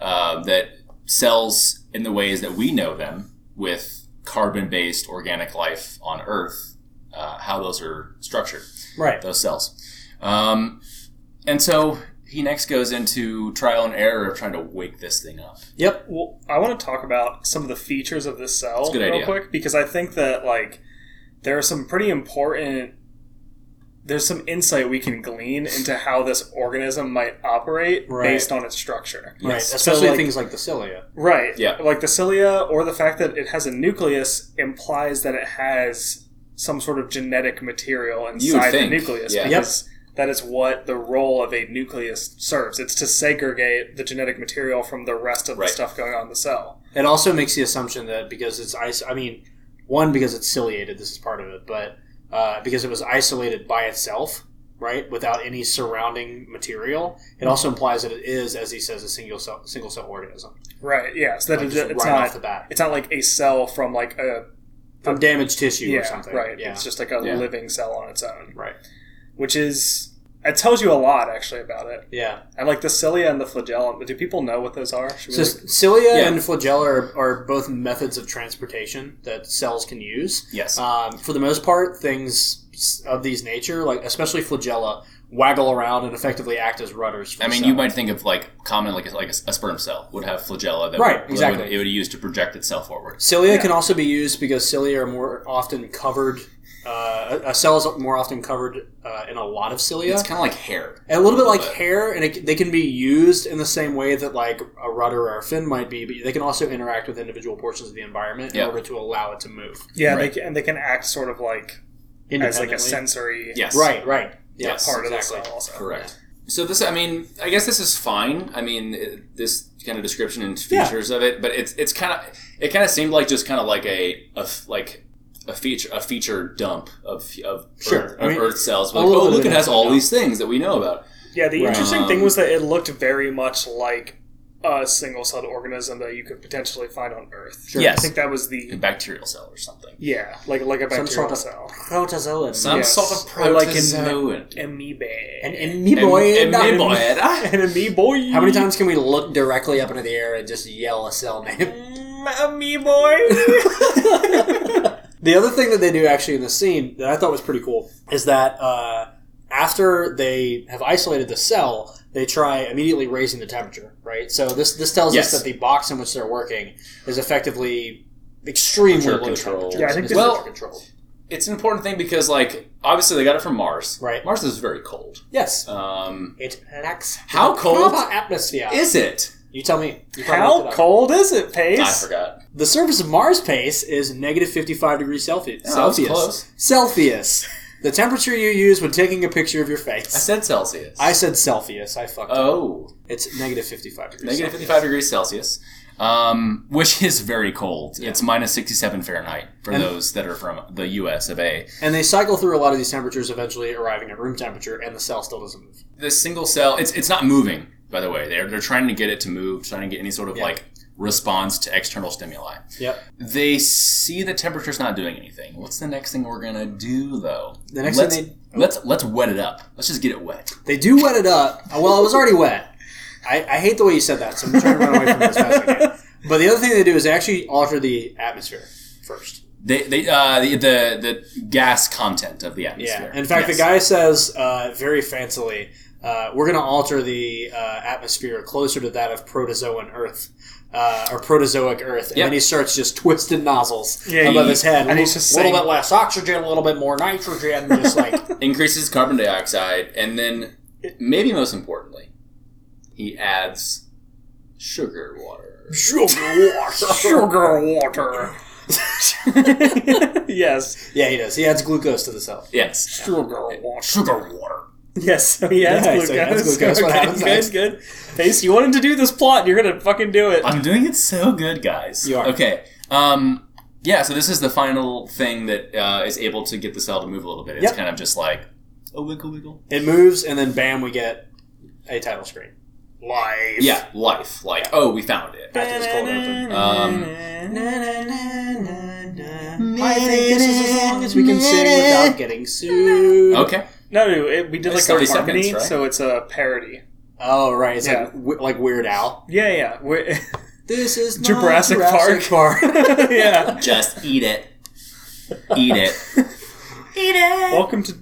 [SPEAKER 4] uh, that cells in the ways that we know them with carbon-based organic life on Earth, uh, how those are structured."
[SPEAKER 2] Right.
[SPEAKER 4] those cells. Um, and so he next goes into trial and error of trying to wake this thing up.
[SPEAKER 2] Yep.
[SPEAKER 3] Well, I want to talk about some of the features of this cell
[SPEAKER 4] a good
[SPEAKER 3] real
[SPEAKER 4] idea.
[SPEAKER 3] quick because I think that like there are some pretty important. There's some insight we can glean into how this organism might operate
[SPEAKER 2] Right.
[SPEAKER 3] based on its structure.
[SPEAKER 2] Right.
[SPEAKER 4] Yes.
[SPEAKER 2] Especially
[SPEAKER 3] So, like-
[SPEAKER 2] things like the cilia.
[SPEAKER 3] Right.
[SPEAKER 4] Yeah.
[SPEAKER 3] Like the cilia or the fact that it has a nucleus implies that it has some sort of genetic material
[SPEAKER 4] You would
[SPEAKER 3] inside the
[SPEAKER 4] think,
[SPEAKER 3] nucleus
[SPEAKER 4] yeah.
[SPEAKER 3] because That is what the role of a nucleus serves. It's to segregate the genetic material from the rest of
[SPEAKER 4] Right.
[SPEAKER 3] the stuff going on in the cell.
[SPEAKER 2] It also makes the assumption that because it's is- I mean, one because it's ciliated, this is part of it, but uh, because it was isolated by itself, right, without any surrounding material, it
[SPEAKER 3] Mm-hmm.
[SPEAKER 2] also implies that it is, as he says, a single cell single cell organism.
[SPEAKER 3] Right. Yeah. So that
[SPEAKER 2] Like,
[SPEAKER 3] is-
[SPEAKER 2] just
[SPEAKER 3] it's
[SPEAKER 2] right
[SPEAKER 3] not
[SPEAKER 2] off the bat.
[SPEAKER 3] it's not like a cell from like a
[SPEAKER 2] From damaged tissue
[SPEAKER 3] yeah,
[SPEAKER 2] or something,
[SPEAKER 3] right.
[SPEAKER 2] Yeah,
[SPEAKER 3] It's just like a
[SPEAKER 4] Yeah.
[SPEAKER 3] living cell on its own,
[SPEAKER 2] right.
[SPEAKER 3] which is it tells you a lot actually about it.
[SPEAKER 2] Yeah.
[SPEAKER 3] And like the cilia and the flagellum. Do people know what those are? Should we
[SPEAKER 2] So
[SPEAKER 3] look-
[SPEAKER 2] cilia
[SPEAKER 4] Yeah.
[SPEAKER 2] and flagella are, are both methods of transportation that cells can use.
[SPEAKER 4] Yes.
[SPEAKER 2] Um, for the most part, things of these nature, like especially flagella, waggle around and effectively act as rudders. For
[SPEAKER 4] I
[SPEAKER 2] the
[SPEAKER 4] mean,
[SPEAKER 2] cell.
[SPEAKER 4] you might think of like common like a, like a, s- a sperm cell would have flagella that
[SPEAKER 2] Right,
[SPEAKER 4] would,
[SPEAKER 2] exactly.
[SPEAKER 4] it would, it would use to project itself forward.
[SPEAKER 2] Cilia can also be used because cilia are more often covered. Uh, a a cell is more often covered uh, in a lot of cilia.
[SPEAKER 4] It's kind of like hair.
[SPEAKER 2] a little bit like
[SPEAKER 4] but-
[SPEAKER 2] hair, and it, they can be used in the same way that like a rudder or a fin might be, but they can also interact with individual portions of the environment
[SPEAKER 4] Yeah.
[SPEAKER 2] in order to allow it to move.
[SPEAKER 3] yeah,
[SPEAKER 4] right.
[SPEAKER 3] they can, and they can act sort of like as like
[SPEAKER 2] independently.
[SPEAKER 3] a sensory
[SPEAKER 4] Yes.
[SPEAKER 2] Right, right. Yeah,
[SPEAKER 4] Yes.
[SPEAKER 3] part of the
[SPEAKER 2] exactly.
[SPEAKER 3] cell. Also.
[SPEAKER 4] Correct. So this, I mean, I guess this is fine. I mean, it, this kind of description and features of it, but it's it's kind of it kind of seemed like just kind of like a, a f- like a feature a feature dump of of
[SPEAKER 2] Sure.
[SPEAKER 4] Earth,
[SPEAKER 2] I mean,
[SPEAKER 4] of Earth cells.
[SPEAKER 2] a
[SPEAKER 4] Like,
[SPEAKER 2] little
[SPEAKER 4] oh,
[SPEAKER 2] bit
[SPEAKER 4] look,
[SPEAKER 2] of
[SPEAKER 4] it has
[SPEAKER 2] it,
[SPEAKER 4] all
[SPEAKER 2] yeah.
[SPEAKER 4] these things that we know about.
[SPEAKER 3] Yeah, the
[SPEAKER 2] Right.
[SPEAKER 3] interesting
[SPEAKER 4] Um,
[SPEAKER 3] thing was that it looked very much like a single celled organism that you could potentially find on Earth.
[SPEAKER 2] Sure.
[SPEAKER 4] Yes.
[SPEAKER 3] I think that was
[SPEAKER 4] A
[SPEAKER 3] the
[SPEAKER 4] bacterial cell or something.
[SPEAKER 3] yeah, like like a
[SPEAKER 2] Some
[SPEAKER 3] bacterial
[SPEAKER 2] sort of-
[SPEAKER 3] cell,
[SPEAKER 2] Protozoan.
[SPEAKER 4] Some
[SPEAKER 3] Yes.
[SPEAKER 4] sort of
[SPEAKER 3] Or like in-
[SPEAKER 4] protozoan.
[SPEAKER 3] amoeba,
[SPEAKER 2] an
[SPEAKER 4] Am-
[SPEAKER 2] amoeboid.
[SPEAKER 4] amoeboid. Ah.
[SPEAKER 3] an amoeboid.
[SPEAKER 2] How many times can we look directly up into the air and just yell a cell name?
[SPEAKER 3] Mm, amoeboid?
[SPEAKER 2] the other thing that they do actually in the scene that I thought was pretty cool is that uh, after they have isolated the cell, they try immediately raising the temperature. Right. So this this tells
[SPEAKER 4] Yes.
[SPEAKER 2] us that the box in which they're working is effectively extremely
[SPEAKER 4] Temperature
[SPEAKER 2] low
[SPEAKER 4] controlled.
[SPEAKER 2] temperatures.
[SPEAKER 3] Yeah, I think
[SPEAKER 2] It's
[SPEAKER 3] this-
[SPEAKER 2] temperature
[SPEAKER 4] Well-
[SPEAKER 2] controlled.
[SPEAKER 4] It's an important thing because, like, obviously they got it from Mars.
[SPEAKER 2] Right.
[SPEAKER 4] Mars is very cold.
[SPEAKER 2] Yes.
[SPEAKER 4] Um,
[SPEAKER 2] It lacks
[SPEAKER 4] How
[SPEAKER 2] the
[SPEAKER 4] cold
[SPEAKER 2] proper atmosphere?
[SPEAKER 4] is it?
[SPEAKER 2] you tell me. You probably looked
[SPEAKER 3] How
[SPEAKER 2] it up.
[SPEAKER 3] cold is it,
[SPEAKER 4] I
[SPEAKER 3] Pace?
[SPEAKER 4] forgot.
[SPEAKER 2] The surface of Mars, Pace, is negative 55 degrees Celsius.
[SPEAKER 4] Yeah, that was
[SPEAKER 2] Celsius.
[SPEAKER 4] close.
[SPEAKER 2] Celsius. The temperature you use when taking a picture of your face.
[SPEAKER 4] I said Celsius.
[SPEAKER 2] I said Celsius. I fucked up.
[SPEAKER 4] oh,
[SPEAKER 2] It's negative 55 degrees.
[SPEAKER 4] negative
[SPEAKER 2] Celsius.
[SPEAKER 4] 55 degrees Celsius, um, which is very cold. It's minus 67 Fahrenheit for
[SPEAKER 2] And-
[SPEAKER 4] those that are from the US of A.
[SPEAKER 2] And they cycle through a lot of these temperatures, eventually arriving at room temperature, and the cell still doesn't move.
[SPEAKER 4] The single cell, it's, it's not moving, by the way. They're, they're trying to get it to move, trying to get any sort of
[SPEAKER 2] Yeah.
[SPEAKER 4] like response to external stimuli.
[SPEAKER 2] Yep.
[SPEAKER 4] They see the temperature's not doing anything. What's the next thing we're gonna do though?
[SPEAKER 2] The next
[SPEAKER 4] let's,
[SPEAKER 2] thing Oh.
[SPEAKER 4] let's let's wet it up. Let's just get it wet.
[SPEAKER 2] They do wet it up. Uh, Well, it was already wet. I, I hate the way you said that, so I'm trying to run away from this fast as I can. But the other thing they do is they actually alter the atmosphere first.
[SPEAKER 4] They, they uh, the, the the gas content of the
[SPEAKER 2] Yeah.
[SPEAKER 4] atmosphere.
[SPEAKER 2] In fact,
[SPEAKER 4] Yes.
[SPEAKER 2] the guy says uh, very fancily, uh, "We're going to alter the uh, atmosphere closer to that of protozoan Earth." Uh, or protozoic Earth, and
[SPEAKER 4] Yep.
[SPEAKER 2] then he starts just twisted nozzles
[SPEAKER 3] Yeah,
[SPEAKER 2] above
[SPEAKER 3] he-
[SPEAKER 2] his head,
[SPEAKER 3] and
[SPEAKER 2] a
[SPEAKER 3] he's just
[SPEAKER 2] little
[SPEAKER 3] saying-
[SPEAKER 2] bit less oxygen, a little bit more nitrogen, just like
[SPEAKER 4] increases carbon dioxide, and then maybe most importantly, he adds sugar water.
[SPEAKER 2] sugar water.
[SPEAKER 3] Sugar water. yes,
[SPEAKER 2] yeah, he does. He adds glucose to the cell.
[SPEAKER 4] Yes,
[SPEAKER 3] sugar water.
[SPEAKER 4] sugar water.
[SPEAKER 3] Yes, so he has
[SPEAKER 2] Yeah,
[SPEAKER 3] glucose.
[SPEAKER 2] so he has glucose. What
[SPEAKER 3] Okay,
[SPEAKER 2] happens
[SPEAKER 3] good,
[SPEAKER 2] next?
[SPEAKER 3] good. Pace, you wanted to do this plot. You're gonna fucking do it.
[SPEAKER 4] I'm doing it so good, guys.
[SPEAKER 2] You are.
[SPEAKER 4] Okay. Um, yeah, so this is the final thing that uh, is able to get the cell to move a little bit. It's
[SPEAKER 2] Yep.
[SPEAKER 4] kind of just like a wiggle wiggle.
[SPEAKER 2] It moves, and then bam, we get a title screen. Live.
[SPEAKER 4] Yeah, life. Like, oh, we found it.
[SPEAKER 2] After this cold open.
[SPEAKER 4] Um,
[SPEAKER 2] I think this is as long as we can sing without getting sued.
[SPEAKER 4] okay.
[SPEAKER 3] No, no, it, we did
[SPEAKER 4] It's
[SPEAKER 3] like a
[SPEAKER 4] 30 seconds,
[SPEAKER 3] harmony,
[SPEAKER 4] right?
[SPEAKER 3] so it's a parody.
[SPEAKER 2] Oh right, it's
[SPEAKER 3] Yeah.
[SPEAKER 2] like like like Weird Al.
[SPEAKER 3] Yeah, yeah, we're-
[SPEAKER 2] This is not
[SPEAKER 3] Jurassic
[SPEAKER 2] Park.
[SPEAKER 3] yeah.
[SPEAKER 4] Just eat it. Eat it.
[SPEAKER 3] Welcome to.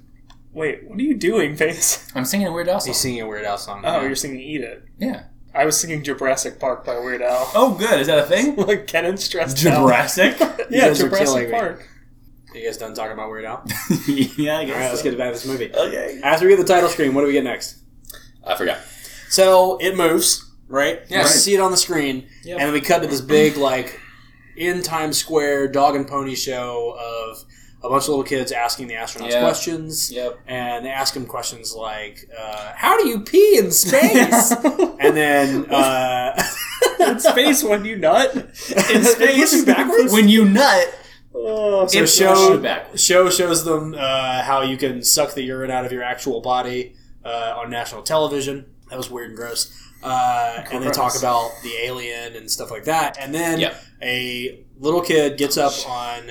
[SPEAKER 3] Wait, what are you doing, Pace?
[SPEAKER 4] I'm singing a Weird Al song.
[SPEAKER 2] He's singing a Weird Al song.
[SPEAKER 3] Oh,
[SPEAKER 2] yeah.
[SPEAKER 3] you're singing "Eat It."
[SPEAKER 4] Yeah.
[SPEAKER 3] I was singing "Jurassic Park" by Weird Al.
[SPEAKER 4] Oh, good. Is that a thing?
[SPEAKER 3] like Kennan's stressed out.
[SPEAKER 4] Jurassic?
[SPEAKER 3] Yeah,
[SPEAKER 2] guys are
[SPEAKER 3] Jurassic
[SPEAKER 2] killing me.
[SPEAKER 3] Park.
[SPEAKER 2] you guys done talking about Weird Al? All
[SPEAKER 4] yeah, I guess.
[SPEAKER 2] right, let's get back to this movie.
[SPEAKER 4] Okay.
[SPEAKER 2] After we get the title screen, what do we get next?
[SPEAKER 4] I forgot.
[SPEAKER 2] So it moves, right? You
[SPEAKER 4] Right.
[SPEAKER 2] see it on the screen, and then we cut to this big like in Times Square dog and pony show of a bunch of little kids asking the astronauts
[SPEAKER 4] Yeah.
[SPEAKER 2] questions.
[SPEAKER 4] Yep.
[SPEAKER 2] And they ask them questions like, uh, "How do you pee in space?" and then uh,
[SPEAKER 3] in space when you nut in
[SPEAKER 2] Pushing
[SPEAKER 3] space
[SPEAKER 2] backwards?
[SPEAKER 4] When you nut,
[SPEAKER 3] Oh,
[SPEAKER 2] so
[SPEAKER 4] it
[SPEAKER 2] show
[SPEAKER 4] shows backwards.
[SPEAKER 2] show shows them uh, how you can suck the urine out of your actual body uh, on national television. That was weird and gross. Uh, and they talk
[SPEAKER 3] Gross.
[SPEAKER 2] about the alien and stuff like that. And then
[SPEAKER 4] Yeah.
[SPEAKER 2] a little kid gets up on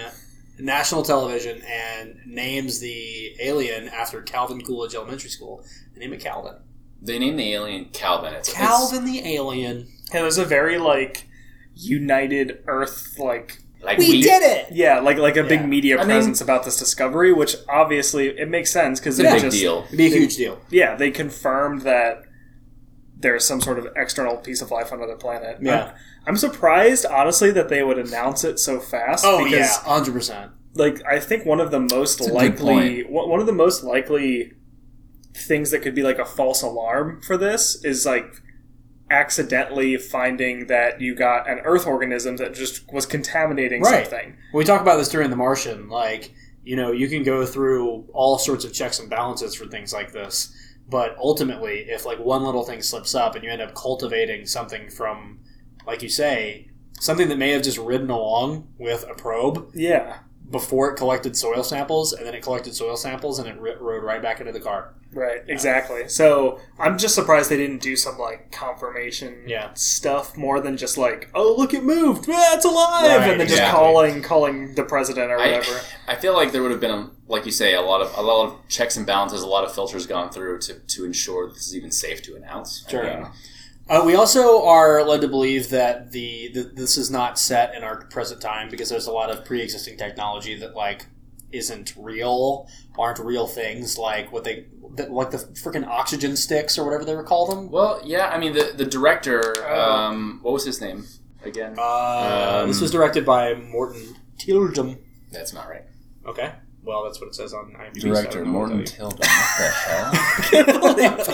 [SPEAKER 2] national television and names the alien after Calvin Coolidge Elementary School. They name it Calvin.
[SPEAKER 4] They named the alien Calvin. It's, it's-
[SPEAKER 2] Calvin the alien.
[SPEAKER 3] Yeah, there's a very like united Earth like
[SPEAKER 4] like
[SPEAKER 2] We did it.
[SPEAKER 3] yeah, like like a
[SPEAKER 2] Yeah.
[SPEAKER 3] big media
[SPEAKER 4] I mean-
[SPEAKER 3] presence about this discovery, which obviously it makes sense because
[SPEAKER 4] It's a
[SPEAKER 3] they
[SPEAKER 4] big
[SPEAKER 3] just
[SPEAKER 4] deal.
[SPEAKER 2] It'd be a huge deal.
[SPEAKER 3] yeah they confirmed that there's some sort of external piece of life on another planet.
[SPEAKER 2] Yeah.
[SPEAKER 3] I'm, I'm surprised honestly that they would announce it so fast.
[SPEAKER 2] Oh,
[SPEAKER 3] because
[SPEAKER 2] hundred percent.
[SPEAKER 3] like I think one of the most
[SPEAKER 4] It's a good
[SPEAKER 3] likely one one of the most likely things that could be like a false alarm for this is like accidentally finding that you got an earth organism that just was contaminating
[SPEAKER 2] Right.
[SPEAKER 3] something.
[SPEAKER 2] We talk about this during The Martian. Like, you know, you can go through all sorts of checks and balances for things like this, but ultimately, if like one little thing slips up and you end up cultivating something from, like you say, something that may have just ridden along with a probe
[SPEAKER 3] Yeah.
[SPEAKER 2] before it collected soil samples, and then it collected soil samples and it ri rode right back into the car.
[SPEAKER 3] Right, exactly. So I'm just surprised they didn't do some like confirmation
[SPEAKER 2] Yeah.
[SPEAKER 3] stuff more than just like, oh look, it moved, ah, it's alive,
[SPEAKER 2] Right,
[SPEAKER 3] and then just
[SPEAKER 4] exactly.
[SPEAKER 3] calling calling the president or
[SPEAKER 4] I,
[SPEAKER 3] whatever.
[SPEAKER 4] I feel like there would have been, um, like you say, a lot of a lot of checks and balances, a lot of filters gone through to, to ensure that this is even safe to announce.
[SPEAKER 2] Sure.
[SPEAKER 4] Yeah.
[SPEAKER 2] Uh, we also are led to believe that the, the this is not set in our present time because there's a lot of pre-existing technology that like isn't real, aren't real things like what they that, like the freaking oxygen sticks or whatever they were called them.
[SPEAKER 4] Well, yeah. I mean, the the director, um, what was his name again?
[SPEAKER 2] Uh,
[SPEAKER 4] Um,
[SPEAKER 2] this was directed by Morton Tildum.
[SPEAKER 4] That's not right.
[SPEAKER 2] Okay, well that's what it says on IMDb. so I
[SPEAKER 4] Director
[SPEAKER 2] don't know what
[SPEAKER 4] Morton
[SPEAKER 2] to
[SPEAKER 4] Tilden. What the hell?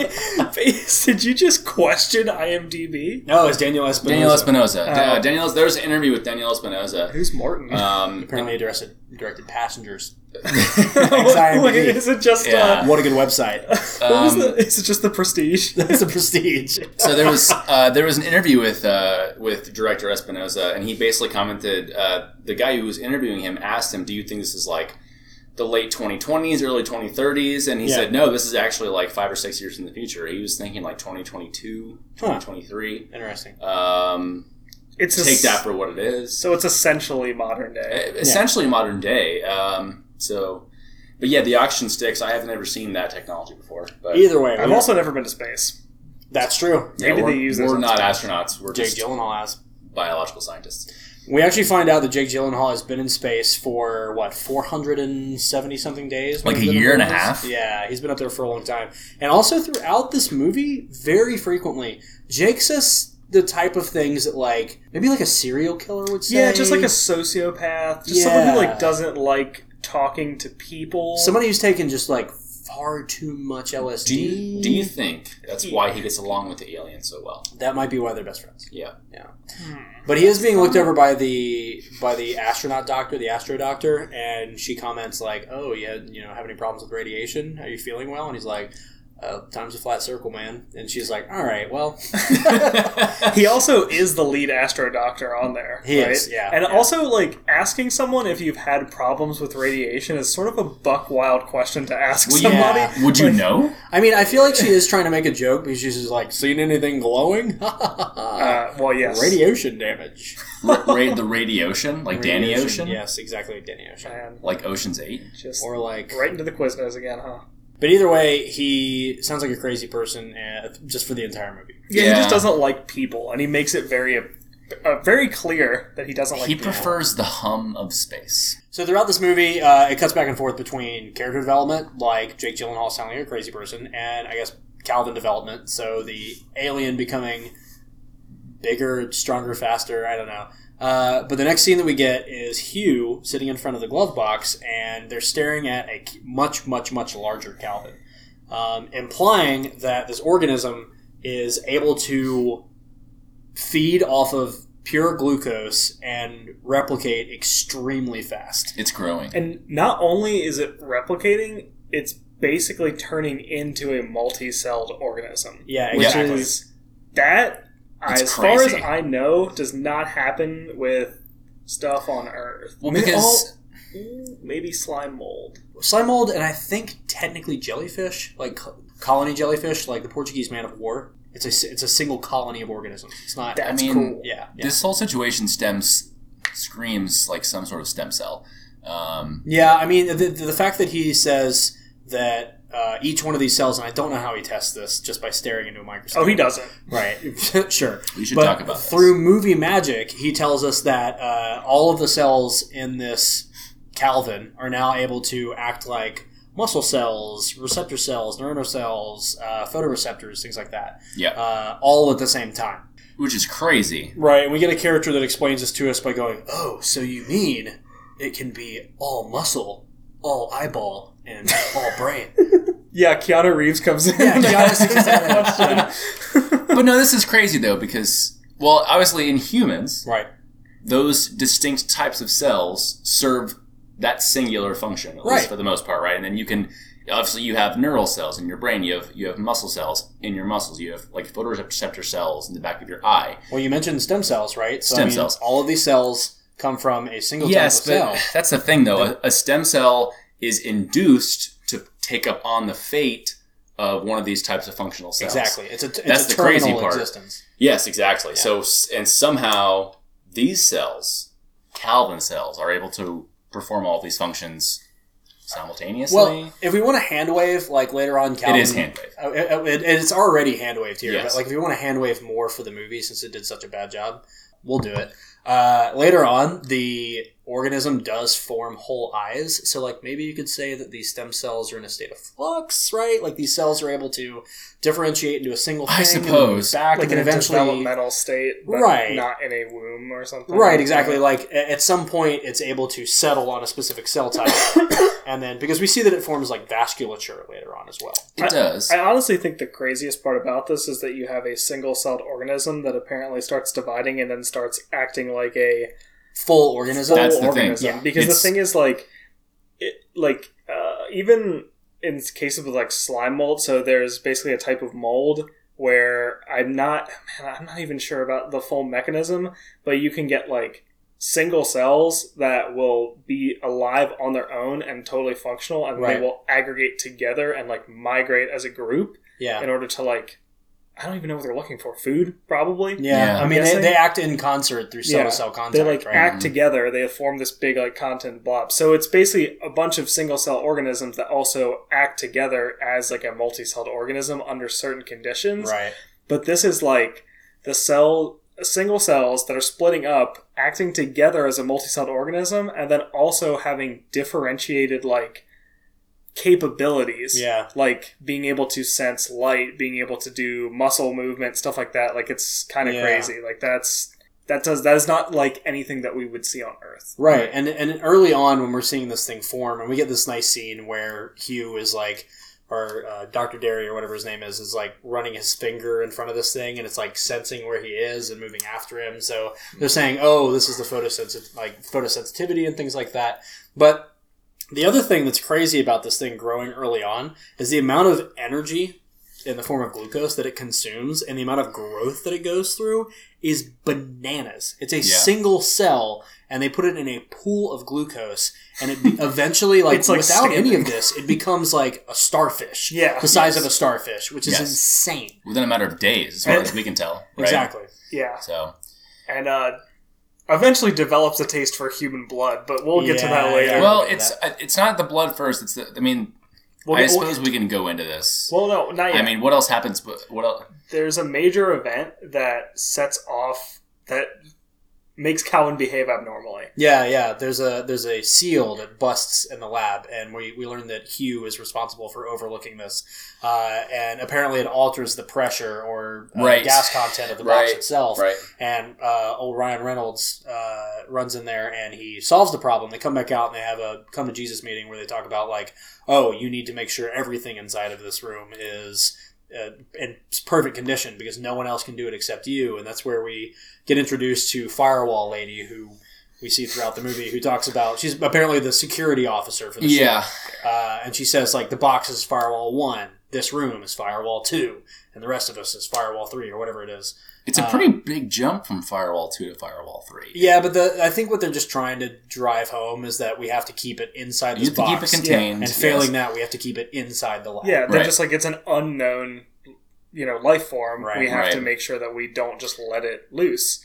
[SPEAKER 3] Face, Did you just question IMDb?
[SPEAKER 2] tell you. No, it's Daniel Espinosa.
[SPEAKER 4] Daniel Espinosa.
[SPEAKER 3] Oh.
[SPEAKER 4] Uh, Daniel. There's an interview with Daniel Espinosa.
[SPEAKER 3] Who's Morton?
[SPEAKER 4] Um,
[SPEAKER 2] Apparently, directed directed Passengers.
[SPEAKER 4] um,
[SPEAKER 3] Wait,
[SPEAKER 2] IMDb.
[SPEAKER 3] is it just
[SPEAKER 4] Yeah.
[SPEAKER 3] uh,
[SPEAKER 2] What a good website.
[SPEAKER 3] what
[SPEAKER 4] um,
[SPEAKER 3] was the, is it just the prestige?
[SPEAKER 2] That's a prestige.
[SPEAKER 4] so there was uh, there was an interview with uh, with director Espinosa, and he basically commented uh, the guy who was interviewing him asked him, "Do you think this is like the late 2020s, early 2030s?" And he
[SPEAKER 2] Yeah.
[SPEAKER 4] said, "No, this is actually like five or six years in the future." He was thinking like 2022,
[SPEAKER 2] Huh.
[SPEAKER 4] 2023.
[SPEAKER 2] Interesting.
[SPEAKER 4] Um,
[SPEAKER 3] It's a
[SPEAKER 4] take that
[SPEAKER 3] s-
[SPEAKER 4] for what it is. e,
[SPEAKER 3] so it's essentially modern day.
[SPEAKER 4] essentially modern day. Um, so, but yeah, the auction sticks. I have never seen that technology before. But
[SPEAKER 2] Either way,
[SPEAKER 3] I've
[SPEAKER 2] we-
[SPEAKER 3] also never been to space.
[SPEAKER 2] that's true.
[SPEAKER 4] yeah,
[SPEAKER 3] maybe
[SPEAKER 4] we're,
[SPEAKER 3] they use those on
[SPEAKER 4] we're not astronauts. We're
[SPEAKER 2] Jake
[SPEAKER 4] just
[SPEAKER 2] Gyllenhaal has.
[SPEAKER 4] biological scientists.
[SPEAKER 2] We actually find out that Jake Gyllenhaal has been in space for what 470 something days,
[SPEAKER 4] Like
[SPEAKER 2] whatever
[SPEAKER 4] a
[SPEAKER 2] the
[SPEAKER 4] year and a
[SPEAKER 2] number is.
[SPEAKER 4] half?
[SPEAKER 2] Yeah, he's been up there for a long time, and also throughout this movie, very frequently, Jake says the type of things that like maybe like a serial killer would say.
[SPEAKER 3] Yeah, just like a sociopath, just someone who
[SPEAKER 2] Yeah.
[SPEAKER 3] like doesn't like talking to people.
[SPEAKER 2] somebody who's taken just like far too much LSD.
[SPEAKER 4] Do you, do you think that's why he gets along with the alien so well?
[SPEAKER 2] that might be why they're best friends?
[SPEAKER 4] Yeah. Hmm.
[SPEAKER 2] But he is being looked over by the by the astronaut doctor, the astro doctor, and she comments like, "Oh, you had you know have any problems with radiation? Are you feeling well?" And he's like, uh, "Time's a flat circle, man." And she's like, "All right, well,
[SPEAKER 3] he also is the lead astro doctor on there.
[SPEAKER 2] He
[SPEAKER 3] right?
[SPEAKER 2] is, yeah,
[SPEAKER 3] And
[SPEAKER 2] yeah.
[SPEAKER 3] also, like asking someone if you've had problems with radiation is sort of a buck wild question to ask
[SPEAKER 4] Well,
[SPEAKER 3] somebody.
[SPEAKER 2] yeah.
[SPEAKER 4] Would you
[SPEAKER 3] Like-
[SPEAKER 4] know?
[SPEAKER 2] I mean, I feel like she is trying to make a joke because she's just like, seen anything glowing?
[SPEAKER 3] Uh, well, yes,
[SPEAKER 2] Radiation damage.
[SPEAKER 4] Ra- ra- the radio ocean, like Danny
[SPEAKER 2] Radiation,
[SPEAKER 4] Ocean,
[SPEAKER 2] Yes, exactly, Danny Ocean.
[SPEAKER 3] And
[SPEAKER 4] like Ocean's Eight.
[SPEAKER 3] just
[SPEAKER 2] Or like
[SPEAKER 3] right into the Quiznos again, huh?
[SPEAKER 2] But either way, he sounds like a crazy person uh, just for the entire movie.
[SPEAKER 3] Yeah,
[SPEAKER 4] Yeah.
[SPEAKER 3] he just doesn't like people, and he makes it very, uh, very clear that he doesn't like.
[SPEAKER 4] he
[SPEAKER 3] people.
[SPEAKER 4] prefers the hum of space.
[SPEAKER 2] So throughout this movie, uh, it cuts back and forth between character development, like Jake Gyllenhaal sounding like a crazy person, and I guess Calvin development. So the alien becoming bigger, stronger, faster. I don't know. Uh, but the next scene that we get is Hugh sitting in front of the glove box, and they're staring at a much, much, much larger Calvin, um, implying that this organism is able to feed off of pure glucose and replicate extremely fast.
[SPEAKER 4] It's growing.
[SPEAKER 3] And not only is it replicating, it's basically turning into a multi-celled organism.
[SPEAKER 2] Yeah,
[SPEAKER 3] Which
[SPEAKER 2] exactly.
[SPEAKER 3] is that
[SPEAKER 4] It's
[SPEAKER 3] as far as
[SPEAKER 4] crazy.
[SPEAKER 3] I know does not happen with stuff on Earth.
[SPEAKER 4] Well,
[SPEAKER 3] Maybe-
[SPEAKER 4] because-
[SPEAKER 3] oh, ooh, maybe slime mold.
[SPEAKER 2] Slime mold, and I think technically jellyfish, like co- colony jellyfish, like the Portuguese man of war. It's a s- it's a single colony of organisms. It's not.
[SPEAKER 3] That's
[SPEAKER 4] mean,
[SPEAKER 3] cool.
[SPEAKER 2] yeah, yeah.
[SPEAKER 4] This whole situation stems screams like some sort of stem cell. Um,
[SPEAKER 2] Yeah, I mean, the, the fact that he says that uh, each one of these cells, and I don't know how he tests this just by staring into a microscope.
[SPEAKER 3] Oh, he doesn't.
[SPEAKER 2] Right, sure.
[SPEAKER 4] We should
[SPEAKER 2] But
[SPEAKER 4] talk about this.
[SPEAKER 2] Through movie magic, he tells us that uh, all of the cells in this Calvin are now able to act like muscle cells, receptor cells, neuronal cells, uh, photoreceptors, things like that,
[SPEAKER 4] yeah,
[SPEAKER 2] uh, all at the same time.
[SPEAKER 4] which is crazy.
[SPEAKER 2] Right, and we get a character that explains this to us by going, "Oh, so you mean it can be all muscle, all eyeball, and all brain?"
[SPEAKER 3] Yeah, Keanu Reeves comes in.
[SPEAKER 2] Yeah, Keanu Reeves is in it.
[SPEAKER 4] But no, this is crazy though because well, obviously in humans,
[SPEAKER 2] right.
[SPEAKER 4] those distinct types of cells serve that singular function, at
[SPEAKER 2] Right.
[SPEAKER 4] least for the most part, right? And then you can obviously you have neural cells in your brain, you have you have muscle cells in your muscles, you have like photoreceptor cells in the back of your eye.
[SPEAKER 2] Well, you mentioned stem cells, right? So,
[SPEAKER 4] Stem cells.
[SPEAKER 2] All of these cells come from a single
[SPEAKER 4] yes,
[SPEAKER 2] type of
[SPEAKER 4] but
[SPEAKER 2] cell.
[SPEAKER 4] that's the thing though. A, a stem cell is induced to take up on the fate of one of these types of functional cells.
[SPEAKER 2] Exactly. It's a it's
[SPEAKER 4] That's
[SPEAKER 2] a
[SPEAKER 4] the
[SPEAKER 2] terminal
[SPEAKER 4] crazy part.
[SPEAKER 2] existence.
[SPEAKER 4] Yes, exactly. So s- and somehow these cells, Calvin cells, are able to perform all these functions simultaneously.
[SPEAKER 2] Well, if we want to hand wave, like later on, Calvin,
[SPEAKER 4] is hand wave.
[SPEAKER 2] Uh, uh, it- it's already hand waved here,
[SPEAKER 4] Yes.
[SPEAKER 2] but like if we want to hand wave more for the movie, since it did such a bad job, we'll do it. Uh, later on, the organism does form whole eyes, so like maybe you could say that these stem cells are in a state of flux, right? Like these cells are able to differentiate into a single thing,
[SPEAKER 4] I
[SPEAKER 2] and
[SPEAKER 4] suppose.
[SPEAKER 2] back
[SPEAKER 3] like
[SPEAKER 2] and
[SPEAKER 3] in
[SPEAKER 2] eventually
[SPEAKER 3] a developmental state, but
[SPEAKER 2] Right.
[SPEAKER 3] not in a womb or something.
[SPEAKER 2] Right, exactly. Like a- at some point, it's able to settle on a specific cell type, and then because we see that it forms like vasculature later on as well.
[SPEAKER 4] it does.
[SPEAKER 3] I honestly think the craziest part about this is that you have a single-celled organism that apparently starts dividing and then starts acting like a
[SPEAKER 2] Full organism.
[SPEAKER 3] full
[SPEAKER 4] That's the thing.
[SPEAKER 3] organism.
[SPEAKER 2] Yeah.
[SPEAKER 3] Because
[SPEAKER 4] It's-
[SPEAKER 3] the thing is, like, it, like uh, even in cases with like slime mold, so there's basically a type of mold where I'm not, man, I'm not even sure about the full mechanism, but you can get like single cells that will be alive on their own and totally functional, and
[SPEAKER 2] Right.
[SPEAKER 3] they will aggregate together and like migrate as a group
[SPEAKER 2] yeah.
[SPEAKER 3] in order to like, I don't even know what they're looking for, food probably.
[SPEAKER 2] yeah,
[SPEAKER 4] Yeah.
[SPEAKER 2] I mean they,
[SPEAKER 3] Guessing?
[SPEAKER 2] they act in concert through cell
[SPEAKER 3] Yeah.
[SPEAKER 2] to cell contact.
[SPEAKER 3] they like
[SPEAKER 2] right? Mm-hmm.
[SPEAKER 3] act together they form this big like content blob so it's basically a bunch of single cell organisms that also act together as like a multi-celled organism under certain conditions
[SPEAKER 2] right.
[SPEAKER 3] but this is like the cell single cells that are splitting up acting together as a multi-celled organism and then also having differentiated like capabilities
[SPEAKER 2] Yeah.
[SPEAKER 3] like being able to sense light being able to do muscle movement stuff like that like it's kind of
[SPEAKER 2] Yeah.
[SPEAKER 3] crazy like that's that does that is not like anything that we would see on earth
[SPEAKER 2] Right. And and early on when we're seeing this thing form and we get this nice scene where Hugh is like or uh, Dr. Derry or whatever his name is is like running his finger in front of this thing and it's like sensing where he is and moving after him. So they're saying, "Oh, this is the photosensitive like photosensitivity and things like that." But the other thing that's crazy about this thing growing early on is the amount of energy in the form of glucose that it consumes and the amount of growth that it goes through is bananas. It's a single cell, and they put it in a pool of glucose, and it be- eventually, like,
[SPEAKER 3] It's like
[SPEAKER 2] without any of
[SPEAKER 3] standing.
[SPEAKER 2] this, it becomes like a starfish.
[SPEAKER 3] Yeah.
[SPEAKER 2] the size of a starfish, which is
[SPEAKER 4] Yes.
[SPEAKER 2] insane.
[SPEAKER 4] Within a matter of days, as far as we can tell. Right?
[SPEAKER 2] Exactly.
[SPEAKER 3] yeah
[SPEAKER 4] So
[SPEAKER 3] and uh eventually develops a taste for human blood but we'll get to
[SPEAKER 2] Yeah,
[SPEAKER 3] that later
[SPEAKER 2] yeah.
[SPEAKER 4] well,
[SPEAKER 2] remember
[SPEAKER 4] it's uh, it's not the blood first. It's the I mean,
[SPEAKER 3] We'll
[SPEAKER 4] I
[SPEAKER 3] get- we'll-
[SPEAKER 4] suppose we can go into this.
[SPEAKER 3] well no not yet
[SPEAKER 4] I mean, what else happens? But what else?
[SPEAKER 3] there's a major event that sets off that makes Calvin behave abnormally.
[SPEAKER 2] Yeah, yeah. There's a there's a seal that busts in the lab, and we we learn that Hugh is responsible for overlooking this, uh, and apparently it alters the pressure or uh,
[SPEAKER 4] Right.
[SPEAKER 2] gas content of the box
[SPEAKER 4] Right.
[SPEAKER 2] itself. and uh, old Ryan Reynolds uh, runs in there and he solves the problem. They come back out and they have a come to Jesus meeting where they talk about like, oh, you need to make sure everything inside of this room is uh, in perfect condition because no one else can do it except you. And that's where we get introduced to Firewall Lady, who we see throughout the movie, who talks about she's apparently the security officer for the ship.
[SPEAKER 4] Yeah,
[SPEAKER 2] Uh, and she says, like, the box is Firewall 1, this room is Firewall 2, and the rest of us is Firewall 3, or whatever it is.
[SPEAKER 4] it's a pretty big jump from Firewall Two to Firewall Three.
[SPEAKER 2] Uh, Yeah, but the, I think what they're just trying to drive home is that we have to keep it inside
[SPEAKER 4] You
[SPEAKER 2] this
[SPEAKER 4] have to
[SPEAKER 2] box.
[SPEAKER 4] keep it contained.
[SPEAKER 2] and
[SPEAKER 4] yes.
[SPEAKER 2] failing that, we have to keep it inside the lab.
[SPEAKER 3] Yeah, they're
[SPEAKER 4] Right.
[SPEAKER 3] just like it's an unknown, you know, life form.
[SPEAKER 2] Right,
[SPEAKER 3] we have to
[SPEAKER 4] right.
[SPEAKER 3] make sure that we don't just let it loose,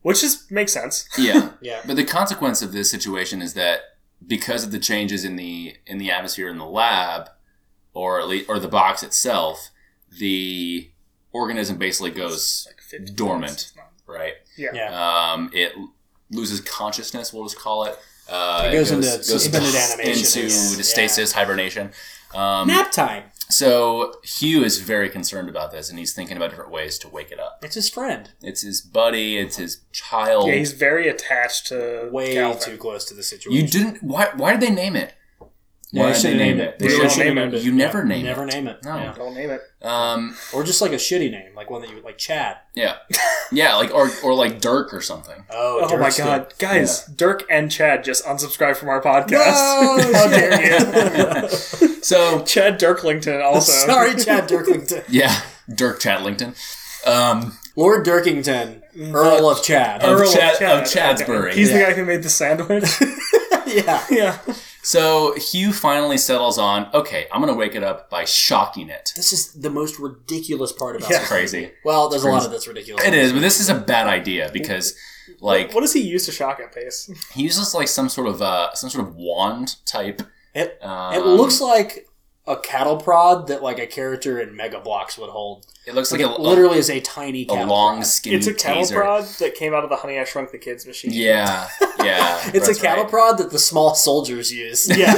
[SPEAKER 3] which is makes sense.
[SPEAKER 4] yeah.
[SPEAKER 2] Yeah.
[SPEAKER 4] But the consequence of this situation is that because of the changes in the in the atmosphere in the lab, or at least or the box itself, the organism basically goes
[SPEAKER 3] Like 50
[SPEAKER 4] Dormant.
[SPEAKER 3] minutes, it's not-
[SPEAKER 4] right.
[SPEAKER 3] Yeah.
[SPEAKER 2] Yeah.
[SPEAKER 4] Um, it loses consciousness. We'll just call it. Uh,
[SPEAKER 2] It goes into suspended animation,
[SPEAKER 4] Into
[SPEAKER 2] I guess.
[SPEAKER 4] the stasis hibernation. Um,
[SPEAKER 2] Nap time.
[SPEAKER 4] so Hugh is very concerned about this, and he's thinking about different ways to wake it up.
[SPEAKER 2] It's his friend.
[SPEAKER 4] It's his buddy. It's his child.
[SPEAKER 3] Yeah, he's very attached to
[SPEAKER 2] Way
[SPEAKER 3] Calvin.
[SPEAKER 2] too close to the situation.
[SPEAKER 4] You didn't. Why? Why did they name it?
[SPEAKER 2] Yeah,
[SPEAKER 4] Why
[SPEAKER 2] they
[SPEAKER 4] did
[SPEAKER 2] should
[SPEAKER 4] they
[SPEAKER 2] have
[SPEAKER 4] name
[SPEAKER 2] named
[SPEAKER 4] it?
[SPEAKER 2] it.
[SPEAKER 4] They
[SPEAKER 3] They
[SPEAKER 4] should-
[SPEAKER 3] should've named it.
[SPEAKER 4] You never
[SPEAKER 2] Yeah.
[SPEAKER 4] name
[SPEAKER 2] Never
[SPEAKER 4] it.
[SPEAKER 2] name it.
[SPEAKER 4] No.
[SPEAKER 2] Yeah.
[SPEAKER 3] Don't name it.
[SPEAKER 4] Um.
[SPEAKER 2] Or just like a shitty name, like one that you like Chad.
[SPEAKER 4] Yeah. Yeah. Like or or like Dirk or something.
[SPEAKER 2] Oh,
[SPEAKER 3] Oh
[SPEAKER 2] Dirk's
[SPEAKER 3] my
[SPEAKER 2] good.
[SPEAKER 3] god, guys! Dirk and Chad just unsubscribed from our podcast.
[SPEAKER 2] No,
[SPEAKER 3] How
[SPEAKER 2] shit.
[SPEAKER 3] dare you?
[SPEAKER 4] So
[SPEAKER 3] Chad Dirklington also.
[SPEAKER 2] Sorry, Chad Dirkington.
[SPEAKER 4] yeah, Dirk Chadlington. Um.
[SPEAKER 2] Lord Dirkington,
[SPEAKER 3] Mm-hmm.
[SPEAKER 2] Earl of Chad.
[SPEAKER 4] Earl-
[SPEAKER 3] Earl
[SPEAKER 4] Chad- of
[SPEAKER 3] Chad.
[SPEAKER 4] Chadsbury.
[SPEAKER 3] He's the
[SPEAKER 2] Yeah.
[SPEAKER 3] guy who made the sandwich.
[SPEAKER 2] yeah.
[SPEAKER 3] yeah.
[SPEAKER 4] So Hugh finally settles on. Okay, I'm gonna wake it up by shocking it.
[SPEAKER 2] This is the most ridiculous part about
[SPEAKER 3] Yeah.
[SPEAKER 2] this.
[SPEAKER 4] Crazy.
[SPEAKER 2] Well, there's a lot of that's ridiculous.
[SPEAKER 4] It is, but this is a bad idea because, like,
[SPEAKER 3] What does he use to shock at pace?
[SPEAKER 4] he uses like some sort of uh some sort of wand type.
[SPEAKER 2] It,
[SPEAKER 4] Um,
[SPEAKER 2] it looks like a cattle prod that like a character in Mega Blocks would hold.
[SPEAKER 4] It looks like,
[SPEAKER 2] Like it
[SPEAKER 4] a,
[SPEAKER 2] literally is a tiny
[SPEAKER 4] a
[SPEAKER 2] cattle
[SPEAKER 4] long
[SPEAKER 2] prod.
[SPEAKER 4] skinny.
[SPEAKER 3] It's a cattle
[SPEAKER 4] taser.
[SPEAKER 3] prod that came out of the Honey I Shrunk the Kids machine.
[SPEAKER 4] Yeah, yeah.
[SPEAKER 2] It's
[SPEAKER 4] that's
[SPEAKER 2] a cattle
[SPEAKER 4] right.
[SPEAKER 2] prod that the small soldiers use.
[SPEAKER 3] Yeah.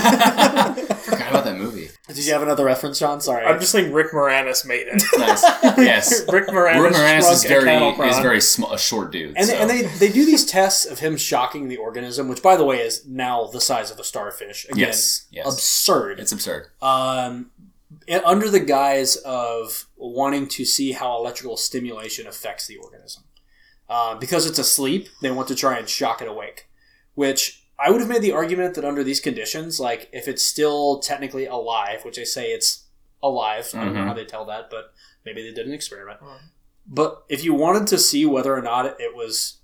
[SPEAKER 4] Forgot about that movie.
[SPEAKER 2] Did you have another reference, John? Sorry.
[SPEAKER 3] I'm just saying Rick Moranis made it.
[SPEAKER 4] Nice. Yes.
[SPEAKER 3] Rick Moranis,
[SPEAKER 4] Rick Moranis
[SPEAKER 3] shrunk
[SPEAKER 4] is
[SPEAKER 3] a
[SPEAKER 4] very
[SPEAKER 3] cattle prod.
[SPEAKER 4] is very small, a short dude.
[SPEAKER 2] And,
[SPEAKER 4] so.
[SPEAKER 2] they, and they, they do these tests of him shocking the organism, which, by the way, is now the size of a starfish. Again,
[SPEAKER 4] yes, yes,
[SPEAKER 2] absurd.
[SPEAKER 4] it's absurd.
[SPEAKER 2] um, and under the guise of wanting to see how electrical stimulation affects the organism. Uh, because it's asleep, they want to try and shock it awake, which I would have made the argument that under these conditions, like if it's still technically alive, which they say it's alive, I don't know
[SPEAKER 4] Mhm.
[SPEAKER 2] how they tell that, but maybe they did an experiment. But if you wanted to see whether or not it was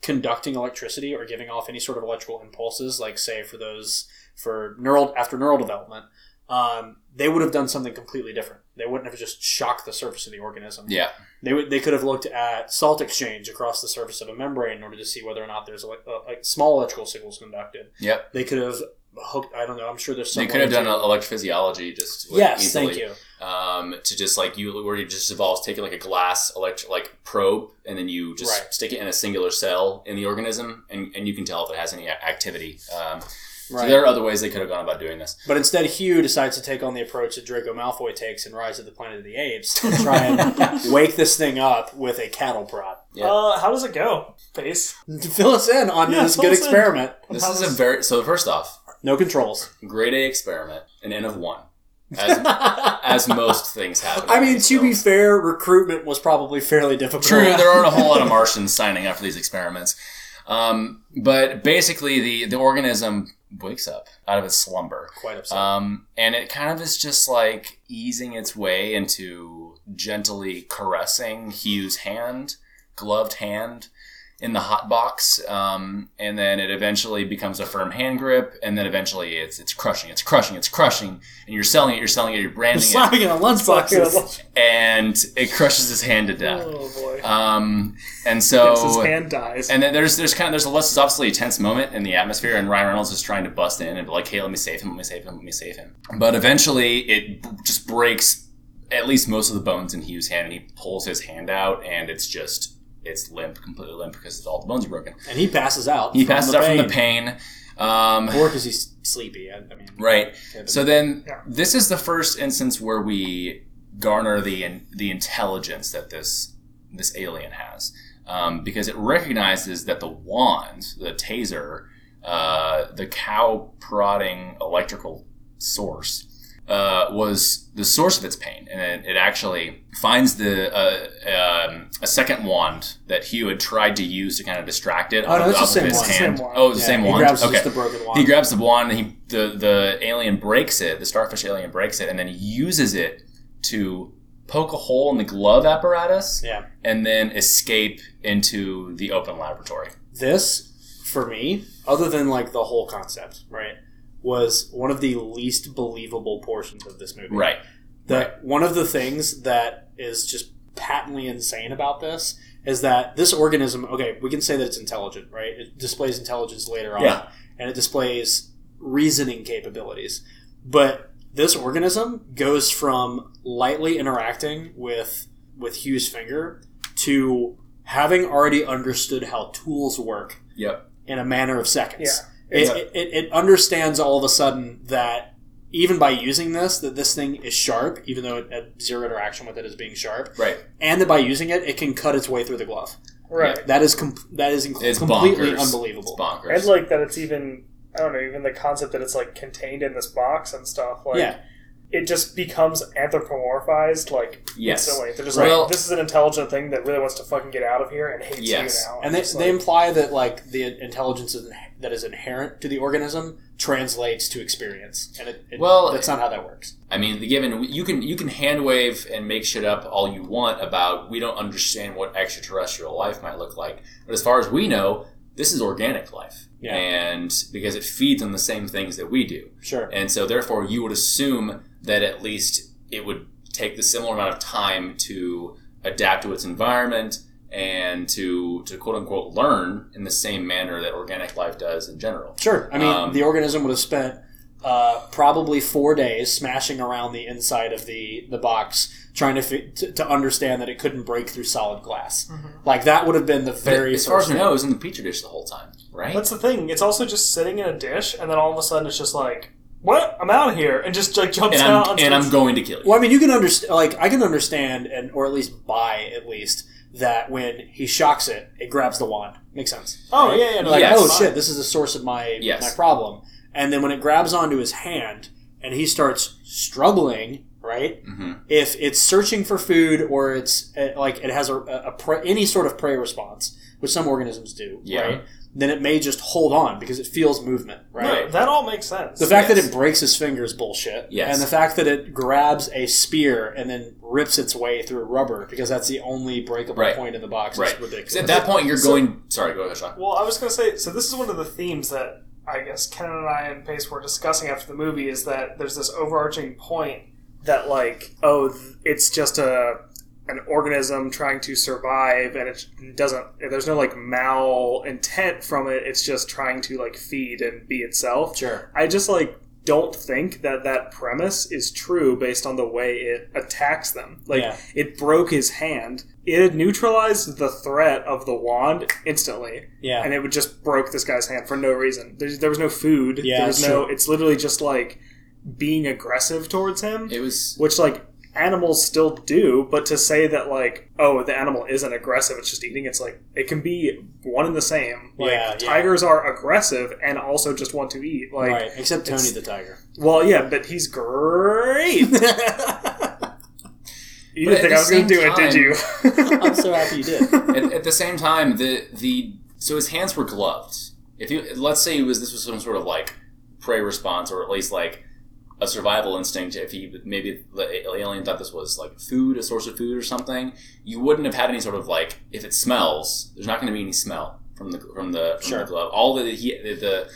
[SPEAKER 2] conducting electricity or giving off any sort of electrical impulses, like say for those for neural after neural development, um, they would have done something completely different. They wouldn't have just shocked the surface of the organism.
[SPEAKER 4] Yeah,
[SPEAKER 2] They would they could have looked at salt exchange across the surface of a membrane in order to see whether or not there's elec- uh, like small electrical signals conducted.
[SPEAKER 4] yep.
[SPEAKER 2] They could have hooked. I don't know. I'm sure there's. Some
[SPEAKER 4] they could have
[SPEAKER 2] way
[SPEAKER 4] done
[SPEAKER 2] to-
[SPEAKER 4] electrophysiology just like,
[SPEAKER 2] Yes,
[SPEAKER 4] easily.
[SPEAKER 2] thank you.
[SPEAKER 4] Um, to just like you where it just involves taking like a glass electric like probe and then you just
[SPEAKER 2] Right.
[SPEAKER 4] stick it in a singular cell in the organism and, and you can tell if it has any a- activity. Um,
[SPEAKER 2] Right.
[SPEAKER 4] So there are other ways they could have gone about doing this.
[SPEAKER 2] But instead, Hugh decides to take on the approach that Draco Malfoy takes in Rise of the Planet of the Apes to try and wake this thing up with a cattle prod.
[SPEAKER 4] Yeah.
[SPEAKER 3] Uh, how does it go? Pace.
[SPEAKER 2] Fill us in on
[SPEAKER 3] Yeah,
[SPEAKER 2] this
[SPEAKER 3] fill
[SPEAKER 2] good
[SPEAKER 3] us in.
[SPEAKER 2] experiment.
[SPEAKER 4] This
[SPEAKER 3] How
[SPEAKER 4] is a
[SPEAKER 3] does-
[SPEAKER 4] very so first off,
[SPEAKER 2] No controls.
[SPEAKER 4] grade A experiment, an N of one, as,
[SPEAKER 2] I
[SPEAKER 4] as most things happen.
[SPEAKER 2] mean, to be fair, recruitment was probably fairly difficult.
[SPEAKER 4] true, there aren't a whole lot of Martians signing up for these experiments. Um, but basically, the the organism wakes up out of its slumber,
[SPEAKER 2] Quite upset.
[SPEAKER 4] um, and it kind of is just like easing its way into gently caressing Hugh's hand, gloved hand. In the hot box, um, and then it eventually becomes a firm hand grip, and then eventually it's it's crushing, it's crushing, it's crushing, and you're selling it, you're selling it, you're
[SPEAKER 2] They're
[SPEAKER 4] branding it,
[SPEAKER 2] slapping it on lunchboxes.
[SPEAKER 4] and it crushes his hand to death.
[SPEAKER 3] Oh boy.
[SPEAKER 4] Um, and
[SPEAKER 3] Yes, his
[SPEAKER 4] so,
[SPEAKER 3] hand dies.
[SPEAKER 4] and then there's there's kind of there's a less obviously a tense moment in the atmosphere, and Ryan Reynolds is trying to bust in and be like, "Hey, let me save him, let me save him, let me save him." But eventually, it b- just breaks at least most of the bones in Hugh's hand, and he pulls his hand out, and it's just it's limp, completely limp because all the bones are broken.
[SPEAKER 2] and he passes out.
[SPEAKER 4] He passes out from the pain. Um,
[SPEAKER 2] Or because he's sleepy. I, I mean,
[SPEAKER 4] Right.
[SPEAKER 2] Yeah,
[SPEAKER 4] So then,
[SPEAKER 3] Yeah.
[SPEAKER 4] this is the first instance where we garner the in, the intelligence that this this alien has, um, because it recognizes that the wand, the taser, uh, the cow prodding electrical source uh, was the source of its pain, and it, it actually finds the uh, um, a second wand that Hugh had tried to use to kind of distract it.
[SPEAKER 2] Oh, no,
[SPEAKER 4] off
[SPEAKER 2] it's the
[SPEAKER 4] off
[SPEAKER 2] same
[SPEAKER 4] his
[SPEAKER 2] wand.
[SPEAKER 4] hand.
[SPEAKER 3] Same wand.
[SPEAKER 4] Oh, it's the
[SPEAKER 2] Yeah,
[SPEAKER 4] same
[SPEAKER 2] he
[SPEAKER 4] wand.
[SPEAKER 2] grabs
[SPEAKER 4] okay.
[SPEAKER 2] just the broken wand.
[SPEAKER 4] He grabs the wand. And he the the alien breaks it. The starfish alien breaks it, and then he uses it to poke a hole in the glove apparatus,
[SPEAKER 2] Yeah.
[SPEAKER 4] and then escape into the open laboratory.
[SPEAKER 2] this for me other than like the whole concept right was one of the least believable portions of this movie
[SPEAKER 4] Right.
[SPEAKER 2] that one of the things that is just patently insane about this is that this organism okay we can say that it's intelligent right it displays intelligence later on
[SPEAKER 4] Yeah.
[SPEAKER 2] and it displays reasoning capabilities but this organism goes from lightly interacting with with Hugh's finger to having already understood how tools work
[SPEAKER 4] Yep.
[SPEAKER 2] in a matter of seconds.
[SPEAKER 3] Yeah.
[SPEAKER 2] It,
[SPEAKER 3] Yeah.
[SPEAKER 2] it, it, it understands all of a sudden that even by using this, that this thing is sharp, even though it had zero interaction with it as being sharp,
[SPEAKER 4] Right.
[SPEAKER 2] and that by using it, it can cut its way through the glove.
[SPEAKER 3] Right.
[SPEAKER 2] That is com- that is inc-
[SPEAKER 4] It's
[SPEAKER 2] completely
[SPEAKER 4] bonkers.
[SPEAKER 2] unbelievable.
[SPEAKER 4] It's bonkers.
[SPEAKER 3] I'd like that it's even I don't know, even the concept that it's like contained in this box and stuff, like
[SPEAKER 2] Yeah.
[SPEAKER 3] it just becomes anthropomorphized like
[SPEAKER 4] Yes.
[SPEAKER 3] instantly. They're just
[SPEAKER 4] Well-
[SPEAKER 3] like this is an intelligent thing that really wants to fucking get out of here and hates
[SPEAKER 4] Yes.
[SPEAKER 3] you now.
[SPEAKER 2] And they,
[SPEAKER 3] It's
[SPEAKER 2] they
[SPEAKER 3] like,
[SPEAKER 2] imply that like the intelligence is inhe- that is inherent to the organism translates to experience, and it, it-
[SPEAKER 4] Well,
[SPEAKER 2] that's not how that works.
[SPEAKER 4] I mean, the given you can you can hand wave and make shit up all you want about we don't understand what extraterrestrial life might look like, but as far as we know, this is organic life,
[SPEAKER 2] Yeah.
[SPEAKER 4] and because it feeds on the same things that we do,
[SPEAKER 2] Sure.
[SPEAKER 4] and so therefore you would assume that at least it would take the similar amount of time to adapt to its environment and to to quote unquote learn in the same manner that organic life does in general.
[SPEAKER 2] Sure. I mean,
[SPEAKER 4] Um,
[SPEAKER 2] the organism would have spent uh, probably four days smashing around the inside of the, the box, trying to, fi- to to understand that it couldn't break through solid glass. Like that would have been the
[SPEAKER 4] But
[SPEAKER 2] very
[SPEAKER 4] as far as
[SPEAKER 2] first.
[SPEAKER 4] we
[SPEAKER 2] thing.
[SPEAKER 4] know, it was in the petri dish the whole time, right?
[SPEAKER 3] That's the thing. It's also just sitting in a dish and then all of a sudden it's just like, What? I'm out of here and just like jumps
[SPEAKER 4] and
[SPEAKER 3] out
[SPEAKER 4] I'm,
[SPEAKER 3] onto
[SPEAKER 4] and
[SPEAKER 3] the-
[SPEAKER 4] I'm going to kill you.
[SPEAKER 2] Well, I mean, you can understand. Like I can understand, and or at least buy at least that when he shocks it, it grabs the wand. Makes sense.
[SPEAKER 3] Oh yeah, yeah, no,
[SPEAKER 2] Like
[SPEAKER 4] Yes.
[SPEAKER 2] oh shit, this is the source of my
[SPEAKER 4] Yes.
[SPEAKER 2] my problem. And then when it grabs onto his hand and he starts struggling, right?
[SPEAKER 4] hmm
[SPEAKER 2] if it's searching for food or it's uh, like it has a, a, pre- any sort of prey response, which some organisms do,
[SPEAKER 4] Yeah.
[SPEAKER 2] right? Then it may just hold on because it feels movement, right?
[SPEAKER 4] Right.
[SPEAKER 3] That all makes sense.
[SPEAKER 2] The fact
[SPEAKER 4] Yes.
[SPEAKER 2] that it breaks his fingers, bullshit.
[SPEAKER 4] Yes.
[SPEAKER 2] And the fact that it grabs a spear and then rips its way through rubber because that's the only breakable
[SPEAKER 4] Right.
[SPEAKER 2] point in the box
[SPEAKER 4] Right.
[SPEAKER 2] is ridiculous.
[SPEAKER 4] 'Cause at that point, you're
[SPEAKER 3] So-
[SPEAKER 4] going. Sorry, go ahead, Sean.
[SPEAKER 3] Well, I was going to say, so this is one of the themes that I guess Ken and I and Pace were discussing after the movie is that there's this overarching point that like, oh, th- it's just a an organism trying to survive, and it doesn't. There's no like mal intent from it. It's just trying to like feed and be itself.
[SPEAKER 2] sure.
[SPEAKER 3] I just like don't think that that premise is true based on the way it attacks them. Like
[SPEAKER 2] Yeah.
[SPEAKER 3] it broke his hand. It had neutralized the threat of the wand instantly,
[SPEAKER 2] Yeah.
[SPEAKER 3] and it would just broke this guy's hand for no reason. There, there was no food.
[SPEAKER 2] Yeah,
[SPEAKER 3] there was
[SPEAKER 2] that's
[SPEAKER 3] no. It's literally just like being aggressive towards him,
[SPEAKER 4] It was
[SPEAKER 3] which like animals still do. But to say that like oh the animal isn't aggressive, it's just eating. It's like it can be one and the same. Like
[SPEAKER 2] Yeah, yeah.
[SPEAKER 3] tigers are aggressive and also just want to eat. Like
[SPEAKER 2] right. Except Tony
[SPEAKER 3] it's-
[SPEAKER 2] the tiger.
[SPEAKER 3] well, yeah, but he's great. You
[SPEAKER 4] But at
[SPEAKER 3] didn't think
[SPEAKER 4] the
[SPEAKER 3] I was going
[SPEAKER 4] same
[SPEAKER 3] to do it, did
[SPEAKER 4] time-
[SPEAKER 3] you?
[SPEAKER 2] I'm so happy you did.
[SPEAKER 4] at, at the same time the the so his hands were gloved. If you let's say it was this was some sort of like prey response or at least like a survival instinct. If he maybe the alien thought this was like food, a source of food or something, you wouldn't have had any sort of like if it smells, there's not going to be any smell from the from the from
[SPEAKER 2] Sure.
[SPEAKER 4] the glove. All that he the, the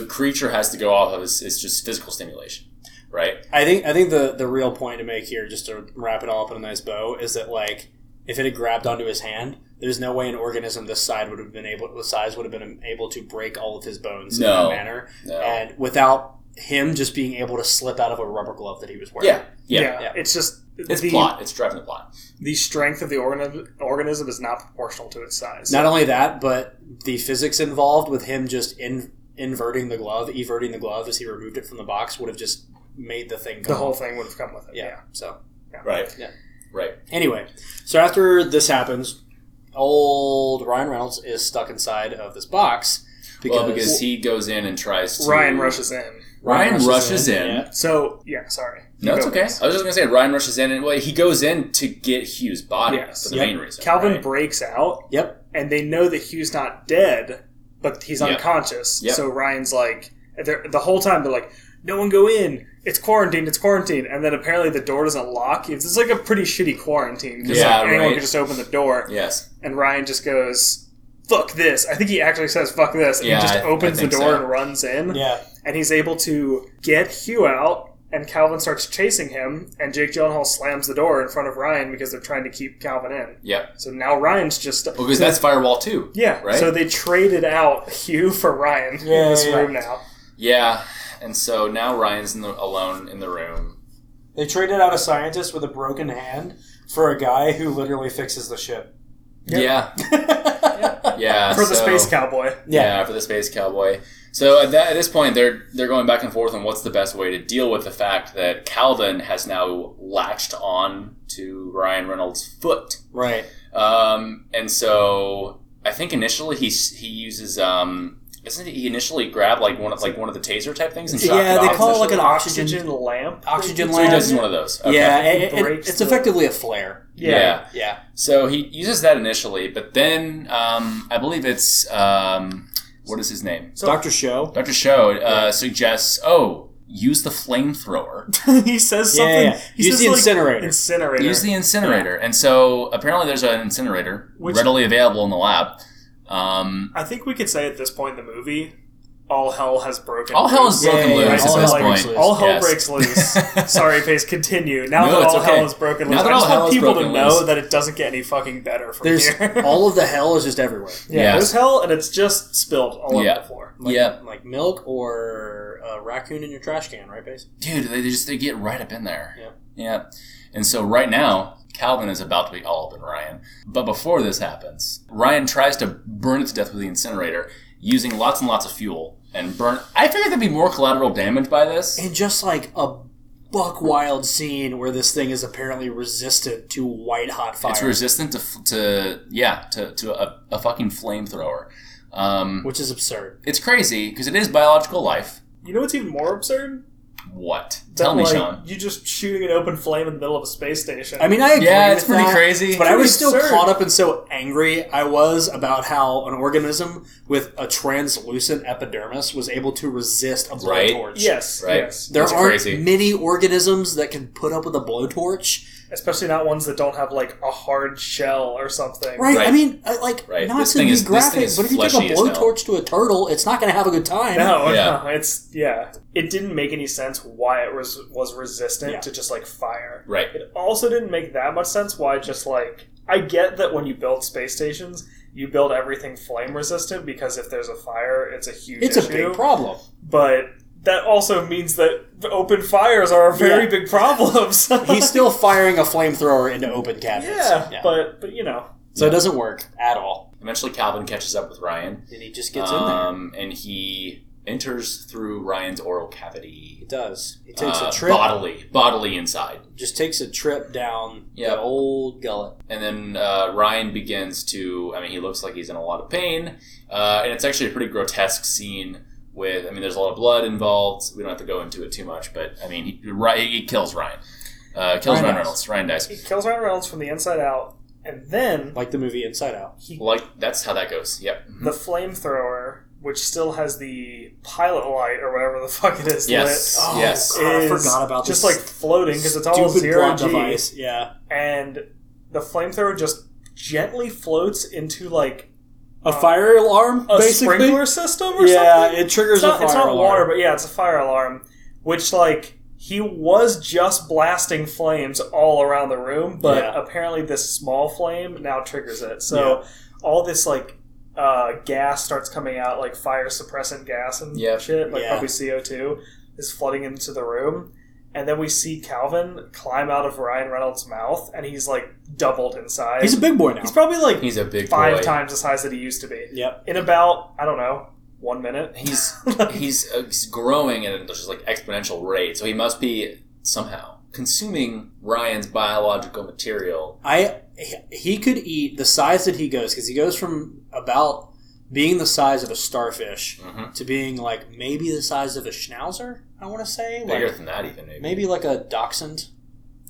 [SPEAKER 4] the creature has to go off of is, is just physical stimulation, right?
[SPEAKER 2] I think I think the the real point to make here, just to wrap it all up in a nice bow, is that like if it had grabbed onto his hand, there's no way an organism this side would have been able the size would have been able to break all of his bones
[SPEAKER 4] No.
[SPEAKER 2] in that manner,
[SPEAKER 4] No.
[SPEAKER 2] and without him just being able to slip out of a rubber glove that he was wearing.
[SPEAKER 4] yeah, yeah.
[SPEAKER 2] Yeah.
[SPEAKER 3] It's just
[SPEAKER 4] It's
[SPEAKER 3] the
[SPEAKER 4] plot. It's driving the plot.
[SPEAKER 3] the strength of the organism organism is not proportional to its size.
[SPEAKER 2] Not only that, but the physics involved with him just in, inverting the glove, everting the glove as he removed it from the box would have just made the thing come
[SPEAKER 3] the whole
[SPEAKER 2] off.
[SPEAKER 3] thing would have come with it.
[SPEAKER 2] Yeah.
[SPEAKER 3] Yeah.
[SPEAKER 2] So
[SPEAKER 4] Right.
[SPEAKER 2] Yeah.
[SPEAKER 4] Right.
[SPEAKER 2] Anyway, so after this happens, old Ryan Reynolds is stuck inside of this box because,
[SPEAKER 4] well, because he goes in and tries to
[SPEAKER 3] Ryan rushes in.
[SPEAKER 4] Ryan, rushes in.
[SPEAKER 2] yeah.
[SPEAKER 3] So yeah, sorry.
[SPEAKER 4] No,
[SPEAKER 3] You
[SPEAKER 4] it's
[SPEAKER 3] go
[SPEAKER 4] okay. I was
[SPEAKER 3] first.
[SPEAKER 4] just gonna say Ryan rushes in, and well, he goes in to get Hugh's body.
[SPEAKER 3] Yes.
[SPEAKER 4] That's the
[SPEAKER 2] Yep.
[SPEAKER 4] main reason.
[SPEAKER 3] Calvin
[SPEAKER 4] right?
[SPEAKER 3] breaks out,
[SPEAKER 2] Yep.
[SPEAKER 3] and they know that Hugh's not dead, but he's
[SPEAKER 4] Yep.
[SPEAKER 3] unconscious.
[SPEAKER 4] Yep.
[SPEAKER 3] So Ryan's like, they're- the whole time they're like, "No one go in. It's quarantine. It's quarantine." And then apparently the door doesn't lock. It's, it's like a pretty shitty quarantine because
[SPEAKER 4] Yeah,
[SPEAKER 3] like, anyone
[SPEAKER 4] right.
[SPEAKER 3] could just open the door.
[SPEAKER 4] yes.
[SPEAKER 3] And Ryan just goes, "Fuck this!" I think he actually says, "Fuck this," and
[SPEAKER 4] Yeah,
[SPEAKER 3] he just
[SPEAKER 4] I- I
[SPEAKER 3] opens the
[SPEAKER 4] think
[SPEAKER 3] door
[SPEAKER 4] so.
[SPEAKER 3] and runs in.
[SPEAKER 2] Yeah.
[SPEAKER 3] and he's able to get Hugh out, and Calvin starts chasing him, and Jake Gyllenhaal slams the door in front of Ryan because they're trying to keep Calvin in.
[SPEAKER 4] Yep.
[SPEAKER 3] So now Ryan's just
[SPEAKER 4] Well, because that's Firewall too.
[SPEAKER 3] yeah.
[SPEAKER 4] Right.
[SPEAKER 3] So they traded out Hugh for Ryan
[SPEAKER 2] Yeah,
[SPEAKER 3] in this
[SPEAKER 2] yeah,
[SPEAKER 3] room now.
[SPEAKER 4] Yeah. And so now Ryan's in the, alone in the room.
[SPEAKER 2] They traded out a scientist with a broken hand for a guy who literally fixes the ship.
[SPEAKER 4] Yeah.
[SPEAKER 2] yeah.
[SPEAKER 4] Yeah.
[SPEAKER 3] For the
[SPEAKER 4] so-
[SPEAKER 3] space cowboy.
[SPEAKER 4] Yeah. for the space cowboy. So at, that, at this point, they're they're going back and forth on what's the best way to deal with the fact that Calvin has now latched on to Ryan Reynolds' foot,
[SPEAKER 2] Right.
[SPEAKER 4] um, and so I think initially he s- he uses um, isn't he initially grabbed like one of like one of the taser type things and shot
[SPEAKER 2] Yeah,
[SPEAKER 4] it
[SPEAKER 2] they
[SPEAKER 4] off
[SPEAKER 2] call it
[SPEAKER 4] initially?
[SPEAKER 2] like an oxygen
[SPEAKER 3] Oxygen lamp.
[SPEAKER 2] oxygen
[SPEAKER 4] so he
[SPEAKER 2] lamp.
[SPEAKER 4] does one of those okay.
[SPEAKER 2] Yeah, it- it-
[SPEAKER 3] breaks
[SPEAKER 2] it's
[SPEAKER 3] the-
[SPEAKER 2] effectively a flare.
[SPEAKER 4] yeah
[SPEAKER 2] Yeah.
[SPEAKER 4] So he uses that initially, but then um, I believe it's um, what is his name?
[SPEAKER 2] Doctor Show.
[SPEAKER 4] Doctor Show uh, suggests, oh, use the flamethrower,
[SPEAKER 3] he
[SPEAKER 2] Yeah,
[SPEAKER 3] says something.
[SPEAKER 2] yeah, yeah.
[SPEAKER 3] He
[SPEAKER 2] Use
[SPEAKER 3] says,
[SPEAKER 2] the
[SPEAKER 3] like,
[SPEAKER 2] incinerator.
[SPEAKER 3] incinerator.
[SPEAKER 4] use the incinerator. And so apparently there's an incinerator
[SPEAKER 3] Which-
[SPEAKER 4] readily available in the lab. Um,
[SPEAKER 3] I think we could say at this point in the movie, all hell has broken.
[SPEAKER 4] all hell
[SPEAKER 3] loose.
[SPEAKER 4] is
[SPEAKER 2] Yeah,
[SPEAKER 4] broken
[SPEAKER 2] yeah, yeah.
[SPEAKER 4] loose
[SPEAKER 3] All
[SPEAKER 4] at this
[SPEAKER 3] hell
[SPEAKER 2] breaks
[SPEAKER 4] point.
[SPEAKER 2] loose.
[SPEAKER 3] All hell
[SPEAKER 4] Yes.
[SPEAKER 3] breaks loose. Sorry, Pace, continue. Now
[SPEAKER 4] No,
[SPEAKER 3] that
[SPEAKER 4] it's
[SPEAKER 3] all
[SPEAKER 4] okay.
[SPEAKER 3] hell is broken
[SPEAKER 4] Now
[SPEAKER 3] loose,
[SPEAKER 4] that
[SPEAKER 3] I just
[SPEAKER 4] all hell
[SPEAKER 3] want
[SPEAKER 4] is
[SPEAKER 3] people to
[SPEAKER 4] broken
[SPEAKER 3] know
[SPEAKER 4] loose.
[SPEAKER 3] that it doesn't get any fucking better from
[SPEAKER 2] There's
[SPEAKER 3] here.
[SPEAKER 2] all of the hell is just everywhere.
[SPEAKER 3] yeah,
[SPEAKER 4] Yeah.
[SPEAKER 3] there's hell, and it's just spilled all
[SPEAKER 4] Yeah.
[SPEAKER 3] over the floor.
[SPEAKER 2] Like,
[SPEAKER 4] Yeah.
[SPEAKER 2] Like milk or a raccoon in your trash can, right, base?
[SPEAKER 4] Dude, they just they get right up in there.
[SPEAKER 2] Yeah.
[SPEAKER 4] Yeah. And so right now, Calvin is about to be all up in Ryan. But before this happens, Ryan tries to burn it to death with the incinerator using lots and lots of fuel and burn. I figured there'd be more collateral damage by this.
[SPEAKER 2] And just like a buck wild scene where this thing is apparently resistant to white hot fire,
[SPEAKER 4] It's resistant to, f- to yeah, to, to a, a fucking flamethrower. Um,
[SPEAKER 2] which is absurd.
[SPEAKER 4] it's crazy because it is biological life.
[SPEAKER 3] You know what's even more absurd?
[SPEAKER 4] What?
[SPEAKER 3] That,
[SPEAKER 4] Tell me,
[SPEAKER 3] like,
[SPEAKER 4] Sean.
[SPEAKER 3] You just shooting an open flame in the middle of a space station.
[SPEAKER 2] I mean, I agree
[SPEAKER 4] Yeah, it's
[SPEAKER 2] with
[SPEAKER 4] pretty
[SPEAKER 2] that,
[SPEAKER 4] crazy.
[SPEAKER 2] But I was still
[SPEAKER 3] Absurd.
[SPEAKER 2] caught up and so angry I was about how an organism with a translucent epidermis was able to resist a
[SPEAKER 4] Right.
[SPEAKER 2] blowtorch.
[SPEAKER 3] yes,
[SPEAKER 4] Right.
[SPEAKER 3] yes.
[SPEAKER 2] There
[SPEAKER 4] That's
[SPEAKER 2] aren't
[SPEAKER 4] crazy.
[SPEAKER 2] many organisms that can put up with a blowtorch.
[SPEAKER 3] Especially not ones that don't have like a hard shell or something.
[SPEAKER 2] Right, I
[SPEAKER 4] Right.
[SPEAKER 2] mean, I- like,
[SPEAKER 4] Right.
[SPEAKER 2] not
[SPEAKER 4] This
[SPEAKER 2] to
[SPEAKER 4] thing
[SPEAKER 2] be
[SPEAKER 4] is- this thing
[SPEAKER 2] graphic,
[SPEAKER 4] is
[SPEAKER 2] but if you take
[SPEAKER 4] fleshy
[SPEAKER 2] a
[SPEAKER 4] as hell.
[SPEAKER 2] blowtorch to a turtle, it's not going to have a good time.
[SPEAKER 3] No,
[SPEAKER 4] Yeah.
[SPEAKER 3] no, it's yeah. It didn't make any sense why it was was resistant
[SPEAKER 2] Yeah.
[SPEAKER 3] to just like fire.
[SPEAKER 4] Right.
[SPEAKER 3] It also didn't make that much sense why just like I get that when you build space stations, you build everything flame resistant because if there's a fire, it's a huge
[SPEAKER 2] It's a
[SPEAKER 3] issue.
[SPEAKER 2] big problem.
[SPEAKER 3] But that also means that open fires are a very
[SPEAKER 2] Yeah.
[SPEAKER 3] big problem. So.
[SPEAKER 2] He's still firing a flamethrower into open cabinets.
[SPEAKER 3] yeah, but but you know,
[SPEAKER 2] so it doesn't work at all.
[SPEAKER 4] Eventually, Calvin catches up with Ryan.
[SPEAKER 2] And he just gets in there.
[SPEAKER 4] um, and he enters through Ryan's oral cavity.
[SPEAKER 2] It does. He takes
[SPEAKER 4] uh,
[SPEAKER 2] a trip.
[SPEAKER 4] bodily, bodily inside,
[SPEAKER 2] Just takes a trip down
[SPEAKER 4] Yep.
[SPEAKER 2] the old gullet.
[SPEAKER 4] and then uh, Ryan begins to. I mean, he looks like he's in a lot of pain, uh, and it's actually a pretty grotesque scene. With, I mean, there's a lot of blood involved. We don't have to go into it too much, but I mean, he, Ry- he kills Ryan. Uh,
[SPEAKER 2] Ryan
[SPEAKER 4] kills Ryan,
[SPEAKER 2] dies.
[SPEAKER 4] Reynolds. Ryan
[SPEAKER 3] he
[SPEAKER 4] dies.
[SPEAKER 3] kills Ryan Reynolds from the inside out, and then
[SPEAKER 2] Like the movie Inside Out.
[SPEAKER 4] Like that's how that goes. Yep.
[SPEAKER 3] the
[SPEAKER 2] Hmm.
[SPEAKER 3] flamethrower, which still has the pilot light or whatever the fuck it is
[SPEAKER 4] Yes.
[SPEAKER 3] lit.
[SPEAKER 2] Oh,
[SPEAKER 4] yes.
[SPEAKER 2] God, I
[SPEAKER 3] is
[SPEAKER 2] forgot about
[SPEAKER 3] just
[SPEAKER 2] this
[SPEAKER 3] like floating because it's all
[SPEAKER 2] Stupid
[SPEAKER 3] zero
[SPEAKER 2] plot
[SPEAKER 3] g,
[SPEAKER 2] device. Yeah.
[SPEAKER 3] and the flamethrower just gently floats into like
[SPEAKER 2] A fire alarm,
[SPEAKER 3] a
[SPEAKER 2] basically.
[SPEAKER 3] sprinkler system or
[SPEAKER 2] yeah,
[SPEAKER 3] something.
[SPEAKER 2] it triggers
[SPEAKER 3] it's not,
[SPEAKER 2] a fire
[SPEAKER 3] it's not
[SPEAKER 2] alarm.
[SPEAKER 3] water, but yeah, it's a fire alarm, which like he was just blasting flames all around the room, but
[SPEAKER 2] Yeah.
[SPEAKER 3] apparently this small flame now triggers it. So all this like. Uh, gas starts coming out like fire suppressant gas and
[SPEAKER 4] Yep.
[SPEAKER 3] shit, like
[SPEAKER 2] Yeah.
[SPEAKER 3] probably CO two, is flooding into the room, and then we see Calvin climb out of Ryan Reynolds' mouth, and he's like doubled in size.
[SPEAKER 2] He's a big boy now.
[SPEAKER 3] He's probably like
[SPEAKER 4] He's a big
[SPEAKER 3] five
[SPEAKER 4] boy.
[SPEAKER 3] times the size that he used to be.
[SPEAKER 2] Yep.
[SPEAKER 3] In about I don't know one minute.
[SPEAKER 4] He's he's, uh, he's growing at a just like exponential rate, so he must be somehow consuming Ryan's biological material.
[SPEAKER 2] I he could eat the size that he goes because he goes from about being the size of a starfish
[SPEAKER 4] Mhm.
[SPEAKER 2] to being like maybe the size of a schnauzer. I want to say
[SPEAKER 4] Bigger
[SPEAKER 2] like
[SPEAKER 4] than that, even maybe.
[SPEAKER 2] maybe like a dachshund.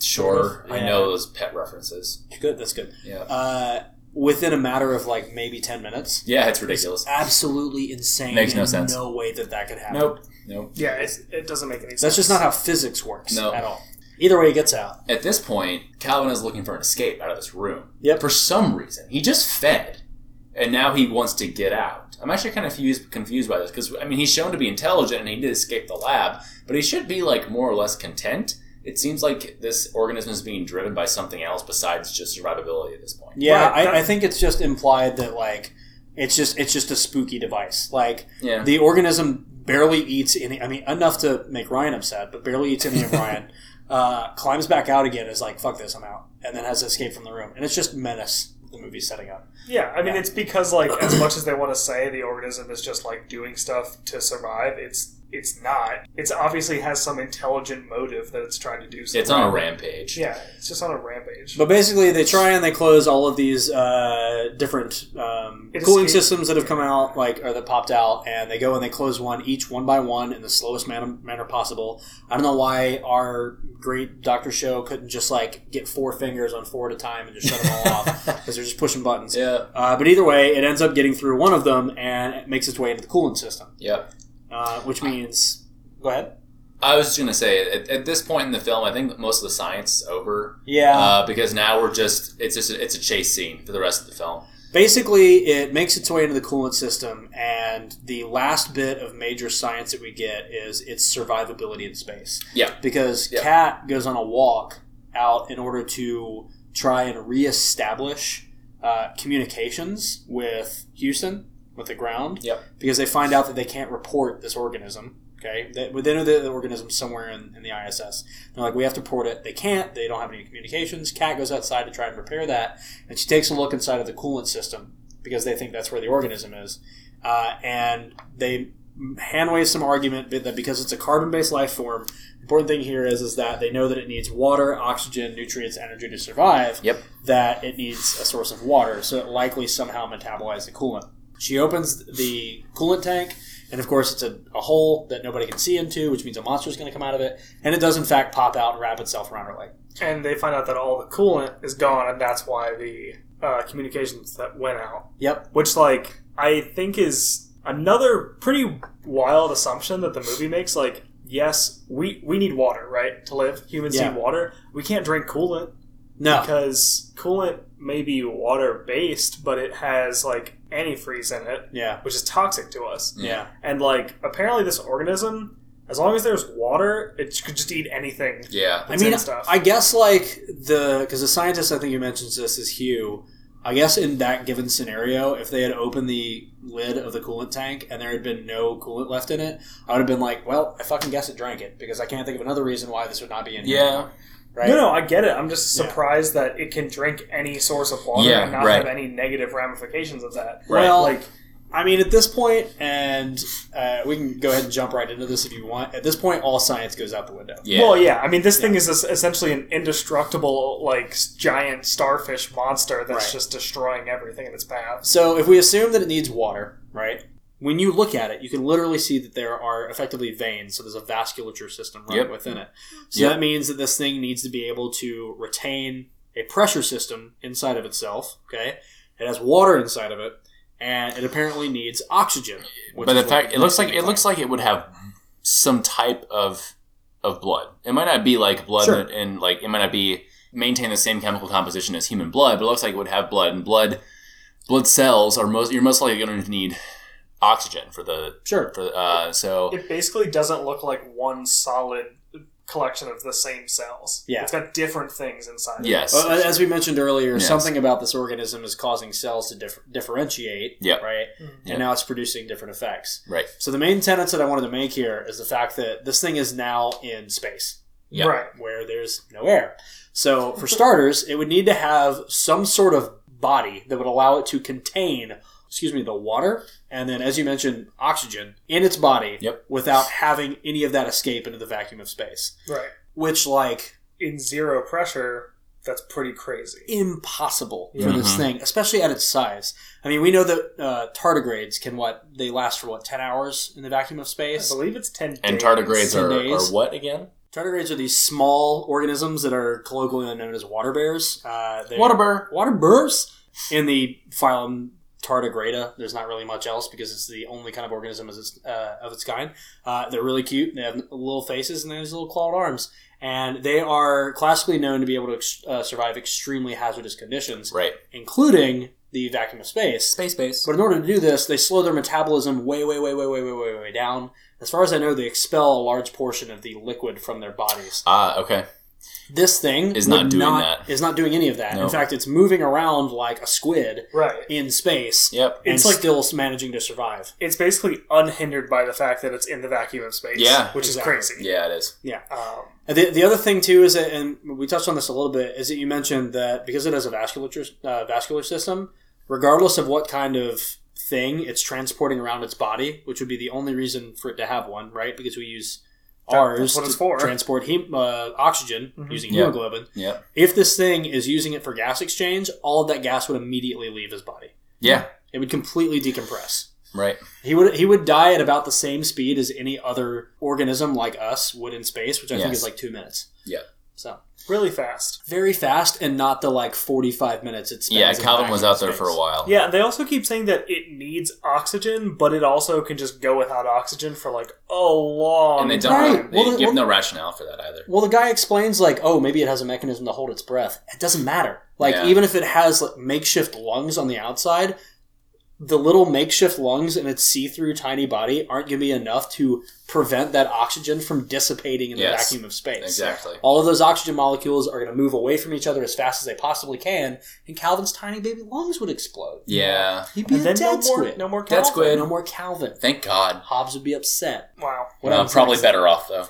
[SPEAKER 4] Sure, I
[SPEAKER 2] Yeah.
[SPEAKER 4] know those pet references.
[SPEAKER 2] Good, that's good.
[SPEAKER 4] Yeah,
[SPEAKER 2] Uh, within a matter of like maybe ten minutes,
[SPEAKER 4] yeah, it's ridiculous.
[SPEAKER 2] absolutely insane.
[SPEAKER 4] Makes no
[SPEAKER 2] and
[SPEAKER 4] sense.
[SPEAKER 2] No way that that could happen.
[SPEAKER 4] Nope, nope.
[SPEAKER 3] Yeah, it's, it doesn't make any sense.
[SPEAKER 2] That's just not how physics works
[SPEAKER 4] No.
[SPEAKER 2] at all. Either way, it gets out.
[SPEAKER 4] At this point, Calvin is looking for an escape out of this room.
[SPEAKER 2] Yep.
[SPEAKER 4] For some reason, he just fed, and now he wants to get out. I'm actually kind of confused, confused by this because I mean he's shown to be intelligent and he did escape the lab, but he should be like more or less content. It seems like this organism is being driven by something else besides just survivability at this point.
[SPEAKER 2] Yeah,
[SPEAKER 3] Right, that-
[SPEAKER 2] I, I think it's just implied that like it's just it's just a spooky device. Like
[SPEAKER 4] Yeah.
[SPEAKER 2] the organism barely eats any. I mean, enough to make Ryan upset, but barely eats any of Ryan. Uh, climbs back out again, is like "fuck this, I'm out," and then has to escape from the room. And it's just menace. The movie's setting up.
[SPEAKER 3] Yeah, I mean,
[SPEAKER 2] Yeah.
[SPEAKER 3] it's because like as much as they want to say the organism is just like doing stuff to survive, it's it's not. It's obviously has some intelligent motive that it's trying to do. Something.
[SPEAKER 4] It's on a rampage.
[SPEAKER 3] Yeah, it's just on a rampage.
[SPEAKER 2] But basically, they try and they close all of these uh, different um,
[SPEAKER 3] It
[SPEAKER 2] cooling
[SPEAKER 3] escaped.
[SPEAKER 2] systems that have come out, like or that popped out, and they go and they close one each one by one in the slowest manner, manner possible. I don't know why our great Doctor Show couldn't just like get four fingers on four at a time and just shut them all off because they're just pushing buttons.
[SPEAKER 4] Yeah.
[SPEAKER 2] Uh, but either way, it ends up getting through one of them and it makes its way into the cooling system,
[SPEAKER 4] Yep.
[SPEAKER 2] uh, which means go ahead.
[SPEAKER 4] I was just gonna say at, at this point in the film, I think most of the science is over
[SPEAKER 2] Yeah.
[SPEAKER 4] uh, because now we're just it's just a, it's a chase scene for the rest of the film.
[SPEAKER 2] Basically, it makes its way into the coolant system, and the last bit of major science that we get is its survivability in space.
[SPEAKER 4] Yeah.
[SPEAKER 2] Because
[SPEAKER 4] Yeah.
[SPEAKER 2] Cat goes on a walk out in order to try and reestablish uh, communications with Houston, with the ground.
[SPEAKER 4] Yep.
[SPEAKER 2] Because they find out that they can't report this organism. Okay. They, well, they know the, the organism's somewhere in, in the ISS. They're like, we have to report it. They can't. They don't have any communications. Cat goes outside to try and repair that, and she takes a look inside of the coolant system because they think that's where the organism is. Uh, and they hand wave some argument that because it's a carbon-based life form, the important thing here is is that they know that it needs water, oxygen, nutrients, energy to survive.
[SPEAKER 4] Yep.
[SPEAKER 2] That it needs a source of water, so it likely somehow metabolized the coolant. She opens the coolant tank, and of course, it's a, a hole that nobody can see into, which means a monster is going to come out of it, and it does in fact pop out and wrap itself around her leg.
[SPEAKER 3] and they find out that all the coolant is gone, and that's why the uh, communications that went out.
[SPEAKER 2] Yep.
[SPEAKER 3] Which, like, I think is another pretty wild assumption that the movie makes. Like, yes, we we need water, right, to live. Humans
[SPEAKER 2] Yeah.
[SPEAKER 3] need water. We can't drink coolant.
[SPEAKER 2] No.
[SPEAKER 3] because coolant may be water based, but it has like antifreeze in it,
[SPEAKER 2] Yeah.
[SPEAKER 3] which is toxic to us.
[SPEAKER 2] Yeah.
[SPEAKER 3] And like apparently, this organism, as long as there's water, it could just eat anything.
[SPEAKER 4] Yeah.
[SPEAKER 2] I
[SPEAKER 3] It's in
[SPEAKER 2] mean,
[SPEAKER 3] stuff.
[SPEAKER 2] I guess like the because the scientist I think who mentions this is Hugh. I guess in that given scenario, if they had opened the lid of the coolant tank and there had been no coolant left in it, I would have been like, "Well, I fucking guess it drank it," because I can't think of another reason why this would not be in. here,
[SPEAKER 4] Yeah.
[SPEAKER 2] right.
[SPEAKER 3] No, no, I get it. I'm just
[SPEAKER 2] Yeah.
[SPEAKER 3] surprised that it can drink any source of water
[SPEAKER 4] Yeah,
[SPEAKER 3] and not
[SPEAKER 4] right.
[SPEAKER 3] have any negative ramifications of that.
[SPEAKER 4] Right.
[SPEAKER 2] Well,
[SPEAKER 3] Like,
[SPEAKER 2] I mean, at this point, and uh, we can go ahead and jump right into this if you want. At this point, all science goes out the window.
[SPEAKER 4] Yeah.
[SPEAKER 3] well, yeah. I mean, this thing is es- essentially an indestructible, like s- giant starfish monster that's
[SPEAKER 2] Right.
[SPEAKER 3] just destroying everything in its path.
[SPEAKER 2] So if we assume that it needs water, right? When you look at it, you can literally see that there are effectively veins, so there's a vasculature system running
[SPEAKER 4] Yep.
[SPEAKER 2] within it. So
[SPEAKER 4] Yep.
[SPEAKER 2] that means that this thing needs to be able to retain a pressure system inside of itself, okay? It has water inside of it, and it apparently needs oxygen. which
[SPEAKER 4] but
[SPEAKER 2] is
[SPEAKER 4] the
[SPEAKER 2] what
[SPEAKER 4] fact it looks like it
[SPEAKER 2] thing
[SPEAKER 4] looks like it would have some type of of blood. It might not be like blood
[SPEAKER 2] Sure.
[SPEAKER 4] and, and, like it might not be maintain the same chemical composition as human blood, but it looks like it would have blood and blood blood cells are most you're most likely going to need oxygen for the
[SPEAKER 2] Sure.
[SPEAKER 4] for uh so
[SPEAKER 3] It basically doesn't look like one solid collection of the same cells.
[SPEAKER 2] Yeah.
[SPEAKER 3] It's got different things inside.
[SPEAKER 4] yes.
[SPEAKER 2] Well, as we mentioned earlier,
[SPEAKER 4] Yes.
[SPEAKER 2] something about this organism is causing cells to differ- differentiate,
[SPEAKER 4] Yep.
[SPEAKER 2] right?
[SPEAKER 3] Mhm.
[SPEAKER 2] And
[SPEAKER 4] Yep.
[SPEAKER 2] now it's producing different effects.
[SPEAKER 4] right.
[SPEAKER 2] So the main tenets that I wanted to make here is the fact that this thing is now in space
[SPEAKER 3] Of it.
[SPEAKER 4] Yeah.
[SPEAKER 3] Right.
[SPEAKER 2] where there's no air. So for starters, it would need to have some sort of body that would allow it to contain, excuse me, the water and then as you mentioned, oxygen in its body
[SPEAKER 4] Yep.
[SPEAKER 2] without having any of that escape into the vacuum of space.
[SPEAKER 3] Right.
[SPEAKER 2] Which like
[SPEAKER 3] In zero pressure, that's pretty crazy.
[SPEAKER 2] impossible for
[SPEAKER 4] Uh-huh.
[SPEAKER 2] this thing, especially at its size. I mean, we know that uh, tardigrades can what they last for what ten hours in the vacuum of
[SPEAKER 3] I
[SPEAKER 2] space.
[SPEAKER 3] believe it's ten.
[SPEAKER 4] And
[SPEAKER 3] days.
[SPEAKER 4] tardigrades
[SPEAKER 2] Ten
[SPEAKER 4] are,
[SPEAKER 2] days.
[SPEAKER 4] are what again?
[SPEAKER 2] Tardigrades are these small organisms that are colloquially known as water bears. Uh, they're-
[SPEAKER 4] Water burr.
[SPEAKER 2] water bears in the phylum Tardigrada. There's not really much else because it's the only kind of organism as its, uh, of its kind. Uh, they're really cute. They have little faces and they have these little clawed arms. And they are classically known to be able to ex- uh, survive extremely hazardous conditions,
[SPEAKER 4] Right.
[SPEAKER 2] including the vacuum of space.
[SPEAKER 4] Space base.
[SPEAKER 2] But in order to do this, they slow their metabolism way, way, way, way, way, way, way, way down. As far as I know, they expel a large portion of the liquid from their bodies.
[SPEAKER 4] Ah, okay.
[SPEAKER 2] This thing
[SPEAKER 4] Is
[SPEAKER 2] would
[SPEAKER 4] not doing that.
[SPEAKER 2] Is not doing any of that.
[SPEAKER 4] No.
[SPEAKER 2] In fact, it's moving around like a squid
[SPEAKER 3] Right.
[SPEAKER 2] in space.
[SPEAKER 4] Yep.
[SPEAKER 2] And
[SPEAKER 3] It's like-
[SPEAKER 2] still managing to survive.
[SPEAKER 3] It's basically unhindered by the fact that it's in the vacuum of space.
[SPEAKER 4] Yeah.
[SPEAKER 3] Which
[SPEAKER 2] Exactly.
[SPEAKER 3] is crazy.
[SPEAKER 4] Yeah, it is.
[SPEAKER 3] Um,
[SPEAKER 2] And The, the other thing too is that, and we touched on this a little bit, is that you mentioned that because it has a vasculature uh, vascular system, regardless of what kind of thing it's transporting around its body, which would be the only reason for it to have one, right? Because we use
[SPEAKER 3] That-
[SPEAKER 2] ours
[SPEAKER 3] that's what it's
[SPEAKER 2] to
[SPEAKER 3] for. Mm-hmm.
[SPEAKER 2] transport hem- uh, oxygen using
[SPEAKER 4] Yeah.
[SPEAKER 2] hemoglobin.
[SPEAKER 4] Yep.
[SPEAKER 2] If this thing is using it for gas exchange, all of that gas would immediately leave his body.
[SPEAKER 4] Yeah.
[SPEAKER 2] It would completely decompress.
[SPEAKER 4] Right.
[SPEAKER 2] He would he would die at about the same speed as any other organism like us would in space, which I think
[SPEAKER 4] Yes.
[SPEAKER 2] is like two minutes.
[SPEAKER 4] Yeah.
[SPEAKER 2] So
[SPEAKER 3] really fast.
[SPEAKER 2] very fast and not the like forty five minutes it's
[SPEAKER 4] Yeah, Calvin was out there for a while.
[SPEAKER 3] Yeah, they also keep saying that it needs oxygen, but it also can just go without oxygen for like a long
[SPEAKER 4] And they don't
[SPEAKER 2] Right.
[SPEAKER 4] they
[SPEAKER 2] Well, the-
[SPEAKER 4] give
[SPEAKER 2] well-
[SPEAKER 4] no rationale for that either.
[SPEAKER 2] Well, the guy explains like, oh, maybe it has a mechanism to hold its breath. It doesn't matter. Like
[SPEAKER 4] Yeah.
[SPEAKER 2] even if it has like makeshift lungs on the outside, the little makeshift lungs in its see through tiny body aren't going to be enough to prevent that oxygen from dissipating in the
[SPEAKER 4] Yes.
[SPEAKER 2] vacuum of space.
[SPEAKER 4] Exactly.
[SPEAKER 2] All of those oxygen molecules are going to move away from each other as fast as they possibly can, and Calvin's tiny baby lungs would explode.
[SPEAKER 4] Yeah.
[SPEAKER 2] He'd be
[SPEAKER 3] And
[SPEAKER 2] a
[SPEAKER 3] then
[SPEAKER 2] dead
[SPEAKER 3] no more,
[SPEAKER 2] squid.
[SPEAKER 3] no more
[SPEAKER 4] Dead
[SPEAKER 3] Calvin.
[SPEAKER 4] squid.
[SPEAKER 2] No more Calvin.
[SPEAKER 4] Thank God.
[SPEAKER 2] Hobbs would be upset.
[SPEAKER 3] Wow.
[SPEAKER 2] What
[SPEAKER 4] Well,
[SPEAKER 2] happens
[SPEAKER 4] probably
[SPEAKER 2] next?
[SPEAKER 4] better off though.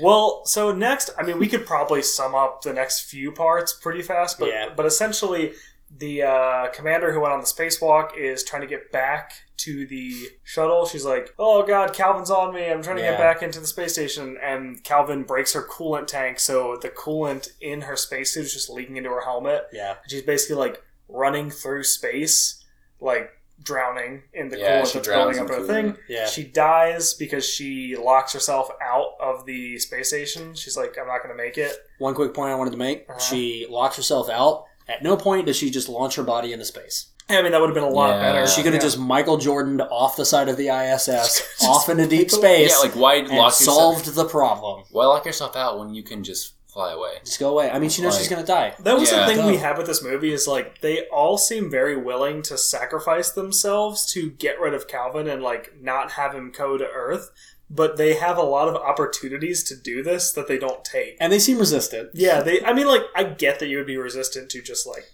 [SPEAKER 3] Well, so next, I mean, we could probably sum up the next few parts pretty fast, but
[SPEAKER 2] Yeah.
[SPEAKER 3] but essentially, the uh, commander who went on the spacewalk is trying to get back to the shuttle. She's like, "Oh God, Calvin's on me! I'm trying to
[SPEAKER 2] Yeah.
[SPEAKER 3] get back into the space station." And Calvin breaks her coolant tank, so the coolant in her spacesuit is just leaking into her helmet.
[SPEAKER 2] Yeah.
[SPEAKER 3] She's basically like running through space, like drowning in the
[SPEAKER 4] Yeah,
[SPEAKER 3] coolant
[SPEAKER 4] she
[SPEAKER 3] that's
[SPEAKER 4] drowns
[SPEAKER 3] building up
[SPEAKER 4] in
[SPEAKER 3] her thing.
[SPEAKER 4] coolant.
[SPEAKER 2] Yeah.
[SPEAKER 3] She dies because she locks herself out of the space station. She's like, I'm not going to make it.
[SPEAKER 2] One quick point I wanted to make:
[SPEAKER 3] Uh-huh.
[SPEAKER 2] she locks herself out. At no point does she just launch her body into space.
[SPEAKER 3] I mean, that would have been a lot
[SPEAKER 4] Yeah.
[SPEAKER 3] better.
[SPEAKER 2] She could have
[SPEAKER 3] Yeah.
[SPEAKER 2] just Michael Jordan off the side of the ISS, off into deep space,
[SPEAKER 4] yeah, like why
[SPEAKER 2] and
[SPEAKER 4] lock yourself?
[SPEAKER 2] solved the problem.
[SPEAKER 4] Why lock yourself out when you can just fly away?
[SPEAKER 2] Just go away. I mean, she knows
[SPEAKER 4] Like-
[SPEAKER 2] she's gonna die.
[SPEAKER 3] That was
[SPEAKER 4] Yeah.
[SPEAKER 3] the thing we had with this movie is like they all seem very willing to sacrifice themselves to get rid of Calvin and like not have him go to Earth, but they have a lot of opportunities to do this that they don't take.
[SPEAKER 2] And they seem resistant.
[SPEAKER 3] Yeah, they. I mean, like, I get that you would be resistant to just like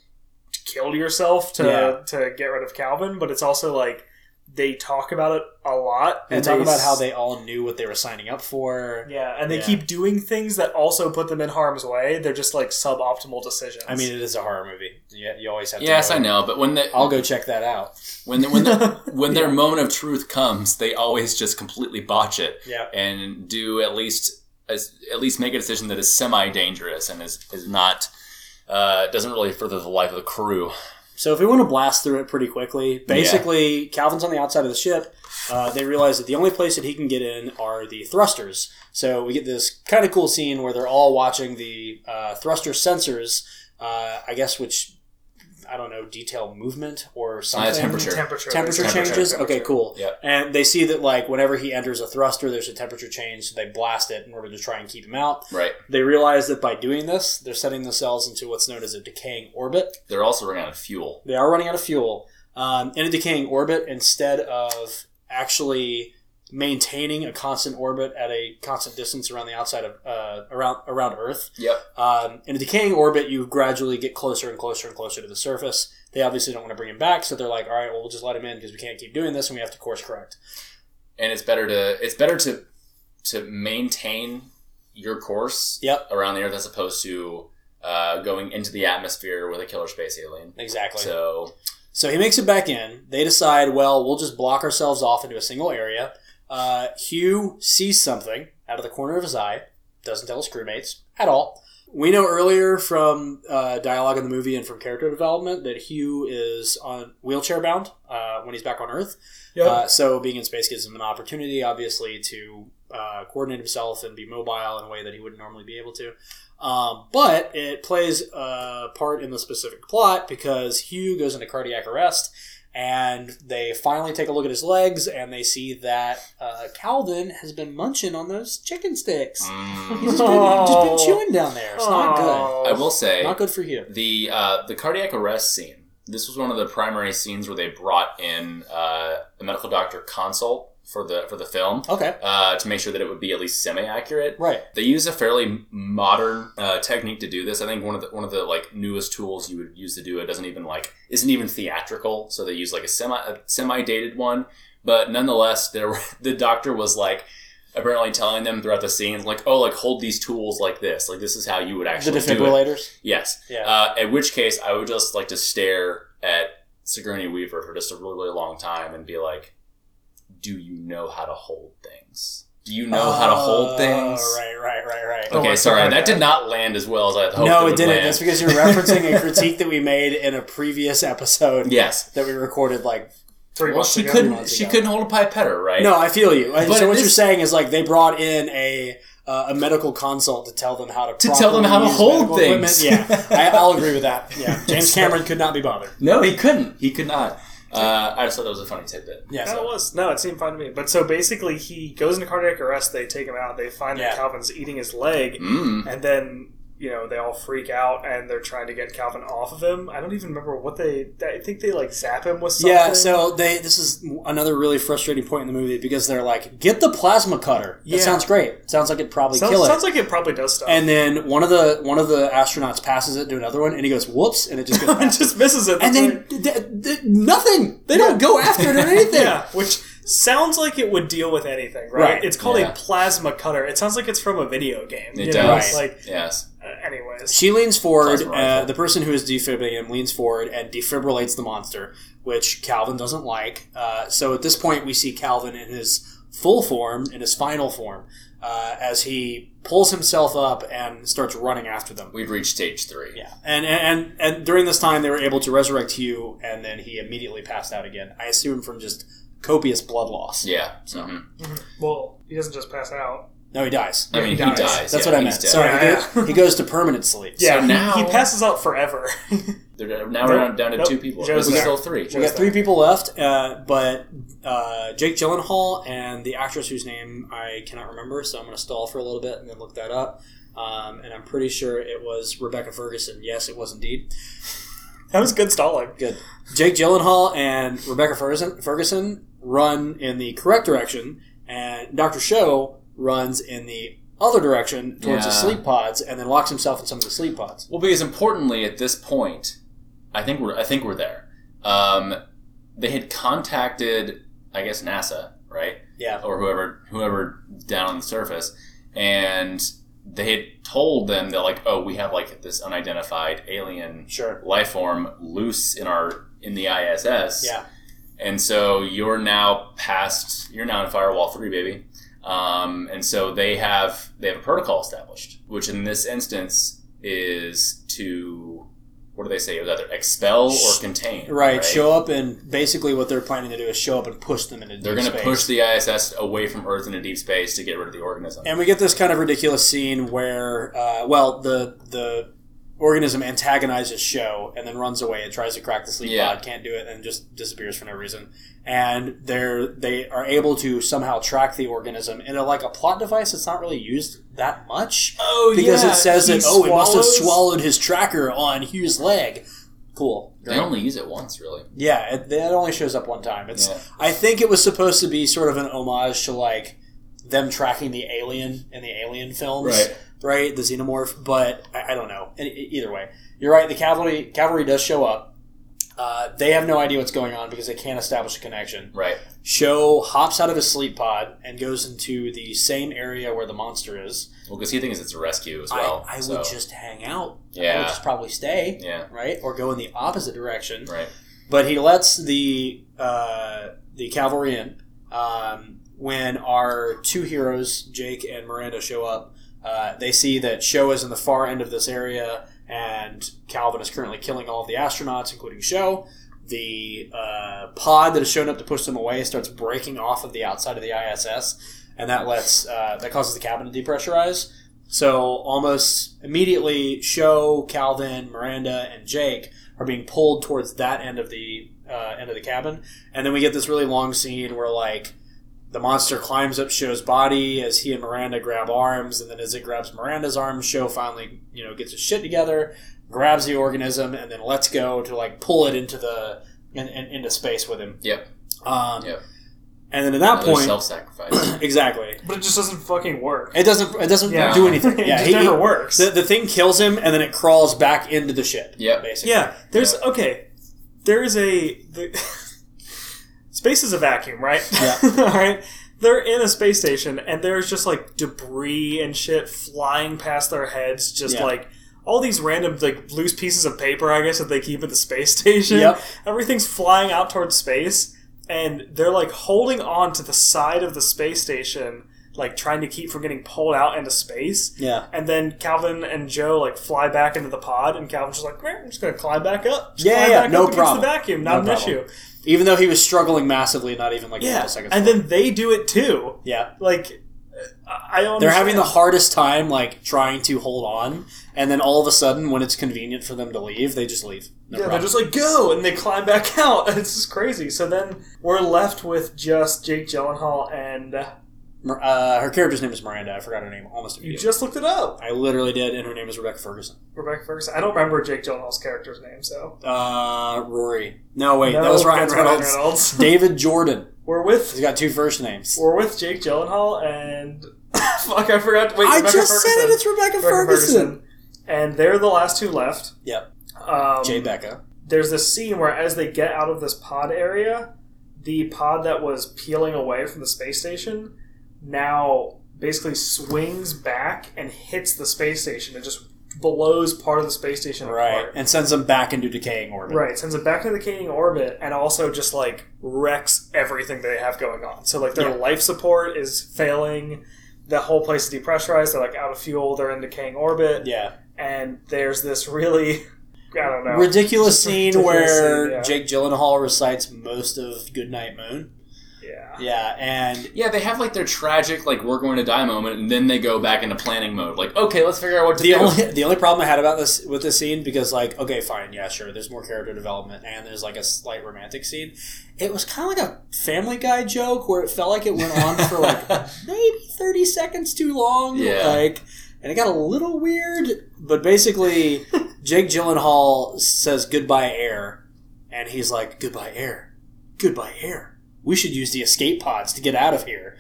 [SPEAKER 3] to kill yourself to
[SPEAKER 2] Yeah.
[SPEAKER 3] to get rid of Calvin, but it's also like they talk about it a lot
[SPEAKER 2] And talk about
[SPEAKER 3] s-
[SPEAKER 2] how they all knew what they were signing up for.
[SPEAKER 3] yeah, and they
[SPEAKER 2] Yeah.
[SPEAKER 3] keep doing things that also put them in harm's way. They're just like suboptimal decisions.
[SPEAKER 2] I mean, it is a horror movie. Yeah, you always have. to
[SPEAKER 4] Yes, I know, but when the
[SPEAKER 2] I'll go check that out.
[SPEAKER 4] when the, when the, when their moment of truth comes, they always just completely botch it
[SPEAKER 2] Yeah.
[SPEAKER 4] and do at least as, at least make a decision that is semi dangerous and is is not uh, doesn't really further the life of the crew.
[SPEAKER 2] So if we want to blast through it pretty quickly, basically Calvin's on the outside of the ship. Uh, they realize that the only place that he can get in are the thrusters. So we get this kind of cool scene where they're all watching the uh, thruster sensors. Uh, I guess which I don't know detail movement or something.
[SPEAKER 4] Uh, temperature.
[SPEAKER 3] temperature
[SPEAKER 2] Temperature,
[SPEAKER 4] Temperature.
[SPEAKER 2] changes. Okay, cool.
[SPEAKER 4] Yeah.
[SPEAKER 2] And they see that like whenever he enters a thruster, there's a temperature change, so they blast it in order to try and keep him out.
[SPEAKER 4] Right.
[SPEAKER 2] They realize that by doing this, they're setting themselves into what's known as a decaying orbit.
[SPEAKER 4] They're also running out of fuel.
[SPEAKER 2] They are running out of fuel um, in a decaying orbit instead of actually maintaining a constant orbit at a constant distance around the outside of uh, around around Earth.
[SPEAKER 4] Yep.
[SPEAKER 2] Um, in a decaying orbit, you gradually get closer and closer and closer to the surface. They obviously don't want to bring him back, so they're like, "All right, well, we'll just let him in because we can't keep doing this, and we have to course correct."
[SPEAKER 4] And it's better to it's better to to maintain your course
[SPEAKER 2] Yep,
[SPEAKER 4] around the earth as opposed to uh, going into the atmosphere with a killer space alien.
[SPEAKER 2] exactly. So.
[SPEAKER 4] So
[SPEAKER 2] he makes it back in. They decide, "Well, we'll just block ourselves off into a single area." Uh, Hugh sees something out of the corner of his eye. Doesn't tell his crewmates at all. we know earlier from uh, dialogue in the movie and from character development that Hugh is on wheelchair bound uh, when he's back on Earth.
[SPEAKER 3] Yep.
[SPEAKER 2] Uh, so being in space gives him an opportunity, obviously, to uh, coordinate himself and be mobile in a way that he wouldn't normally be able to. Um, but it plays a part in the specific plot because Hugh goes into cardiac arrest, and they finally take a look at his legs, and they see that uh, Calvin has been munching on those chicken sticks.
[SPEAKER 4] Mm.
[SPEAKER 2] He's just been, just been chewing down there. It's not good.
[SPEAKER 4] I will say
[SPEAKER 2] Not good for you.
[SPEAKER 4] the uh, the cardiac arrest scene. This was one of the primary scenes where they brought in uh, a medical doctor consult for the for the film
[SPEAKER 2] Okay.
[SPEAKER 4] uh, to make sure that it would be at least semi accurate.
[SPEAKER 2] Right.
[SPEAKER 4] They use a fairly modern uh, technique to do this. I think one of the one of the like newest tools you would use to do it doesn't even like isn't even theatrical. So they use like a semi a semi dated one, but nonetheless, there were, the doctor was like apparently telling them throughout the scene like oh like hold these tools like this like this is how you would
[SPEAKER 2] The
[SPEAKER 4] actually do it.
[SPEAKER 2] defibrillators.
[SPEAKER 4] Yes.
[SPEAKER 2] Yeah.
[SPEAKER 4] Uh, at which case, I would just like to stare at Sigourney Weaver for just a really, really long time and be like, "Do you know how to hold things? Do you know how to hold things?"
[SPEAKER 2] Oh, Right, right, right, right.
[SPEAKER 3] Oh
[SPEAKER 4] Okay,
[SPEAKER 3] my
[SPEAKER 4] sorry,
[SPEAKER 3] God.
[SPEAKER 4] that did not land as well as I had hoped.
[SPEAKER 2] no,
[SPEAKER 4] Oh, it,
[SPEAKER 2] it
[SPEAKER 4] would
[SPEAKER 2] didn't.
[SPEAKER 4] land.
[SPEAKER 2] That's because you're referencing a critique that we made in a previous episode
[SPEAKER 4] yes.
[SPEAKER 2] that we recorded. Like,
[SPEAKER 3] Three
[SPEAKER 4] Well,
[SPEAKER 3] months
[SPEAKER 4] she
[SPEAKER 3] ago.
[SPEAKER 4] couldn't.
[SPEAKER 2] months
[SPEAKER 4] She
[SPEAKER 2] ago.
[SPEAKER 4] couldn't hold a pipetter, right?
[SPEAKER 2] no, I feel you. I-
[SPEAKER 4] But
[SPEAKER 2] so what
[SPEAKER 4] this-
[SPEAKER 2] you're saying is like they brought in a uh, a medical consult to tell them how to
[SPEAKER 4] To tell them
[SPEAKER 2] properly
[SPEAKER 4] how to
[SPEAKER 2] use
[SPEAKER 4] hold
[SPEAKER 2] medical
[SPEAKER 4] things.
[SPEAKER 2] equipment. Yeah, I, I'll agree with that. Yeah, James Cameron could not be bothered.
[SPEAKER 4] no, he couldn't. He could not. Uh, I just thought that was a funny tidbit.
[SPEAKER 2] Yeah,
[SPEAKER 3] No, it
[SPEAKER 2] so-
[SPEAKER 3] was. No, it seemed fine to me. But so basically, he goes into cardiac arrest. They take him out. They find
[SPEAKER 2] Yeah.
[SPEAKER 3] that Calvin's eating his leg,
[SPEAKER 4] Mm.
[SPEAKER 3] and then you know they all freak out and they're trying to get Calvin off of him. I don't even remember what they. I think they like zap him with something.
[SPEAKER 2] Yeah, so they this is another really frustrating point in the movie because they're like, get the plasma cutter. That
[SPEAKER 3] Yeah.
[SPEAKER 2] sounds great. Sounds like it'd probably
[SPEAKER 3] sounds,
[SPEAKER 2] kill it.
[SPEAKER 3] sounds like it probably does stuff.
[SPEAKER 2] and then one of the one of the astronauts passes it to another one, and he goes, "Whoops!" and it just goes.
[SPEAKER 3] it
[SPEAKER 2] past.
[SPEAKER 3] just misses it.
[SPEAKER 2] and
[SPEAKER 3] That's
[SPEAKER 2] then th-
[SPEAKER 3] right.
[SPEAKER 2] th- nothing. They don't go after it or anything.
[SPEAKER 3] yeah, which sounds like it would deal with anything, right?
[SPEAKER 2] Right,
[SPEAKER 3] It's called
[SPEAKER 4] yeah.
[SPEAKER 3] a plasma cutter. It sounds like it's from a video game.
[SPEAKER 4] It
[SPEAKER 3] you know?
[SPEAKER 4] does.
[SPEAKER 2] Right.
[SPEAKER 3] Like,
[SPEAKER 4] Yes.
[SPEAKER 3] uh, anyways,
[SPEAKER 2] She leans forward.
[SPEAKER 4] Plasma rifle.
[SPEAKER 2] Uh, the person who is defibrillating him leans forward and defibrillates the monster, which Calvin doesn't like. Uh, so at this point, we see Calvin in his full form, in his final form, uh, as he pulls himself up and starts running after them.
[SPEAKER 4] We've reached stage three.
[SPEAKER 2] Yeah, and and and and during this time, they were able to resurrect Hugh, and then he immediately passed out again. I assume from just copious blood loss.
[SPEAKER 4] Yeah. mhm.
[SPEAKER 3] well, he doesn't just pass out.
[SPEAKER 2] No, he dies.
[SPEAKER 4] I mean, he
[SPEAKER 3] he
[SPEAKER 4] dies.
[SPEAKER 3] dies.
[SPEAKER 2] That's
[SPEAKER 4] yeah,
[SPEAKER 2] what I
[SPEAKER 4] he's
[SPEAKER 2] meant.
[SPEAKER 4] dead.
[SPEAKER 2] Sorry,
[SPEAKER 3] Yeah,
[SPEAKER 2] he, goes, he goes to permanent sleep.
[SPEAKER 3] Yeah, he-
[SPEAKER 4] now-
[SPEAKER 3] he passes out forever.
[SPEAKER 4] They're- now we're down, down to
[SPEAKER 3] Nope.
[SPEAKER 4] two people.
[SPEAKER 3] Joe's
[SPEAKER 4] This is
[SPEAKER 3] there.
[SPEAKER 4] still three.
[SPEAKER 2] We got three people left, uh, but uh, Jake Gyllenhaal and the actress whose name I cannot remember, so I'm going to stall for a little bit and then look that up. Um, and I'm pretty sure it was Rebecca Ferguson. Yes, it was indeed.
[SPEAKER 3] that was good stalling.
[SPEAKER 2] Good. Jake Gyllenhaal and Rebecca Ferguson, Ferguson run in the correct direction, and Dr. Show runs in the other direction towards the
[SPEAKER 4] Yeah.
[SPEAKER 2] sleep pods and then locks himself in some of the sleep pods.
[SPEAKER 4] Well, because importantly, at this point, I think we're I think we're there. Um, they had contacted, I guess NASA, right,
[SPEAKER 2] Yeah.
[SPEAKER 4] or whoever whoever down on the surface, and they had told them that like, oh, we have like this unidentified alien
[SPEAKER 2] Sure.
[SPEAKER 4] life form loose in our in the ISS.
[SPEAKER 2] Yeah.
[SPEAKER 4] And so you're now past. You're now in Firewall Three, baby. Um, and so they have they have a protocol established, which in this instance is to what do they say? It was either expel or contain.
[SPEAKER 2] Right, Show up and basically what they're planning to do is show up and push them into
[SPEAKER 4] They're
[SPEAKER 2] deep
[SPEAKER 4] going to
[SPEAKER 2] space.
[SPEAKER 4] push the ISS away from Earth into deep space to get rid of the organism.
[SPEAKER 2] And we get this kind of ridiculous scene where, uh, well, the the organism antagonizes Show and then runs away and tries to crack the sleep
[SPEAKER 4] Yeah.
[SPEAKER 2] pod, can't do it, and just disappears for no reason. And they're they are able to somehow track the organism in a like a plot device that's not really used that much
[SPEAKER 4] oh,
[SPEAKER 2] because it says that oh, it must have swallowed his tracker on Hugh's leg. Cool.
[SPEAKER 4] They only use it once, really.
[SPEAKER 2] Yeah, it, that only shows up one time. It's
[SPEAKER 4] Yeah.
[SPEAKER 2] I think it was supposed to be sort of an homage to like them tracking the alien in the alien films,
[SPEAKER 4] Right.
[SPEAKER 2] right? The xenomorph, but I, I don't know. Any- either way, you're right. The cavalry cavalry does show up. Uh, they have no idea what's going on because they can't establish a connection.
[SPEAKER 4] Right.
[SPEAKER 2] Show hops out of his sleep pod and goes into the same area where the monster is.
[SPEAKER 4] Well, because he thinks it's a rescue as
[SPEAKER 2] I-
[SPEAKER 4] well.
[SPEAKER 2] I,
[SPEAKER 4] so-
[SPEAKER 2] would just hang out. I
[SPEAKER 4] Yeah.
[SPEAKER 2] would just probably stay,
[SPEAKER 4] Yeah.
[SPEAKER 2] right, or go in the opposite direction
[SPEAKER 4] Right.
[SPEAKER 2] but he lets the uh, the cavalry in um, when our two heroes, Jake and Miranda, show up. Uh, they see that Sho is in the far end of this area, and Calvin is currently killing all of the astronauts, including Sho. The uh, pod that has shown up to push them away starts breaking off of the outside of the ISS, and that lets uh, that causes the cabin to depressurize. So almost immediately, Sho, Calvin, Miranda, and Jake are being pulled towards that end of the uh, end of the cabin, and then we get this really long scene where like the monster climbs up Sho's body as he and Miranda grab arms, and then as it grabs Miranda's arm, Sho finally you know gets his shit together, grabs the organism, and then lets go to like pull it into the in, in, into space with him.
[SPEAKER 4] Yep.
[SPEAKER 2] Um,
[SPEAKER 4] Yep.
[SPEAKER 2] And then at that
[SPEAKER 4] Another
[SPEAKER 2] point,
[SPEAKER 4] self-sacrifice.
[SPEAKER 2] exactly,
[SPEAKER 3] But it just doesn't fucking work.
[SPEAKER 2] it doesn't it doesn't
[SPEAKER 3] Yeah.
[SPEAKER 2] do anything.
[SPEAKER 3] It
[SPEAKER 2] Yeah,
[SPEAKER 3] just never works.
[SPEAKER 2] The, the thing kills him, and then it crawls back into the ship.
[SPEAKER 4] Yep.
[SPEAKER 2] basically.
[SPEAKER 3] Yeah, there's
[SPEAKER 4] Yeah.
[SPEAKER 3] okay. There is a the, space is a vacuum, right?
[SPEAKER 2] Yeah.
[SPEAKER 3] All right. They're in a space station, and there's just like debris and shit flying past their heads, just
[SPEAKER 2] Yeah.
[SPEAKER 3] like all these random like loose pieces of paper, I guess that they keep at the space station.
[SPEAKER 2] Yep.
[SPEAKER 3] Everything's flying out towards space, and they're like holding on to the side of the space station, like trying to keep from getting pulled out into space.
[SPEAKER 2] Yeah.
[SPEAKER 3] And then Calvin and Joe like fly back into the pod, and Calvin's just like, "Meh, I'm just gonna climb back up. Just
[SPEAKER 2] Yeah,
[SPEAKER 3] climb
[SPEAKER 2] yeah,
[SPEAKER 3] back
[SPEAKER 2] no
[SPEAKER 3] up
[SPEAKER 2] problem.
[SPEAKER 3] Against the vacuum,
[SPEAKER 2] No
[SPEAKER 3] not an
[SPEAKER 2] problem.
[SPEAKER 3] issue.
[SPEAKER 2] Even though he was struggling massively, not even like a
[SPEAKER 3] Yeah,
[SPEAKER 2] couple seconds.
[SPEAKER 3] and
[SPEAKER 2] left.
[SPEAKER 3] then they do it too.
[SPEAKER 2] yeah,
[SPEAKER 3] Like, I don't.
[SPEAKER 2] they're having the
[SPEAKER 3] understand.
[SPEAKER 2] hardest time like trying to hold on, and then all of a sudden, when it's convenient for them to leave, they just leave. No
[SPEAKER 3] yeah, they're
[SPEAKER 2] problem.
[SPEAKER 3] just like go, and they climb back out, and it's just crazy. So then we're left with just Jake Gyllenhaal, and
[SPEAKER 2] Mir- uh, her character's name is Miranda. I forgot her name almost
[SPEAKER 3] you
[SPEAKER 2] immediately.
[SPEAKER 3] just looked it up,
[SPEAKER 2] I literally did, and her name is Rebecca Ferguson.
[SPEAKER 3] Rebecca Ferguson. I don't remember Jake Gyllenhaal's character's name, so
[SPEAKER 2] Uh, Rory. No, wait, that
[SPEAKER 3] No,
[SPEAKER 2] was Ryan
[SPEAKER 3] that's
[SPEAKER 2] Reynolds.
[SPEAKER 3] Reynolds.
[SPEAKER 2] David Jordan.
[SPEAKER 3] we're
[SPEAKER 2] He's
[SPEAKER 3] with
[SPEAKER 2] got two first names.
[SPEAKER 3] we're with Jake Gyllenhaal, and fuck, I forgot. Wait,
[SPEAKER 2] I
[SPEAKER 3] Rebecca
[SPEAKER 2] just
[SPEAKER 3] Ferguson.
[SPEAKER 2] said it. It's Rebecca,
[SPEAKER 3] Rebecca
[SPEAKER 2] Ferguson.
[SPEAKER 3] And they're the last two left.
[SPEAKER 2] Yep.
[SPEAKER 3] Um,
[SPEAKER 2] Jay Becca.
[SPEAKER 3] there's this scene where as they get out of this pod area, the pod that was peeling away from the space station now basically swings back and hits the space station. It just blows part of the space station
[SPEAKER 2] Right.
[SPEAKER 3] apart.
[SPEAKER 2] And sends them back into decaying orbit.
[SPEAKER 3] Right, sends it back into the caning orbit and also just like wrecks everything they have going on. So like their
[SPEAKER 2] Yeah.
[SPEAKER 3] life support is failing, the whole place is depressurized, they're like out of fuel, they're in decaying orbit
[SPEAKER 2] Yeah.
[SPEAKER 3] and there's this really I don't know
[SPEAKER 2] Ridiculous
[SPEAKER 3] Just a
[SPEAKER 2] scene
[SPEAKER 3] ridiculous
[SPEAKER 2] where
[SPEAKER 3] scene, yeah.
[SPEAKER 2] Jake Gyllenhaal recites most of Goodnight Moon.
[SPEAKER 3] yeah.
[SPEAKER 2] Yeah, and
[SPEAKER 4] yeah, they have like their tragic, like we're going to die moment, and then they go back into planning mode. Like, okay, let's figure out what to
[SPEAKER 2] the
[SPEAKER 4] do.
[SPEAKER 2] only the only problem I had about this with this scene because like okay fine yeah sure there's more character development and there's like a slight romantic scene. It was kind of like a Family Guy joke where it felt like it went on for like maybe thirty seconds too long.
[SPEAKER 4] Yeah.
[SPEAKER 2] Like, and it got a little weird. But basically, Jake Gyllenhaal says goodbye air, and he's like goodbye air, goodbye air. We should use the escape pods to get out of here.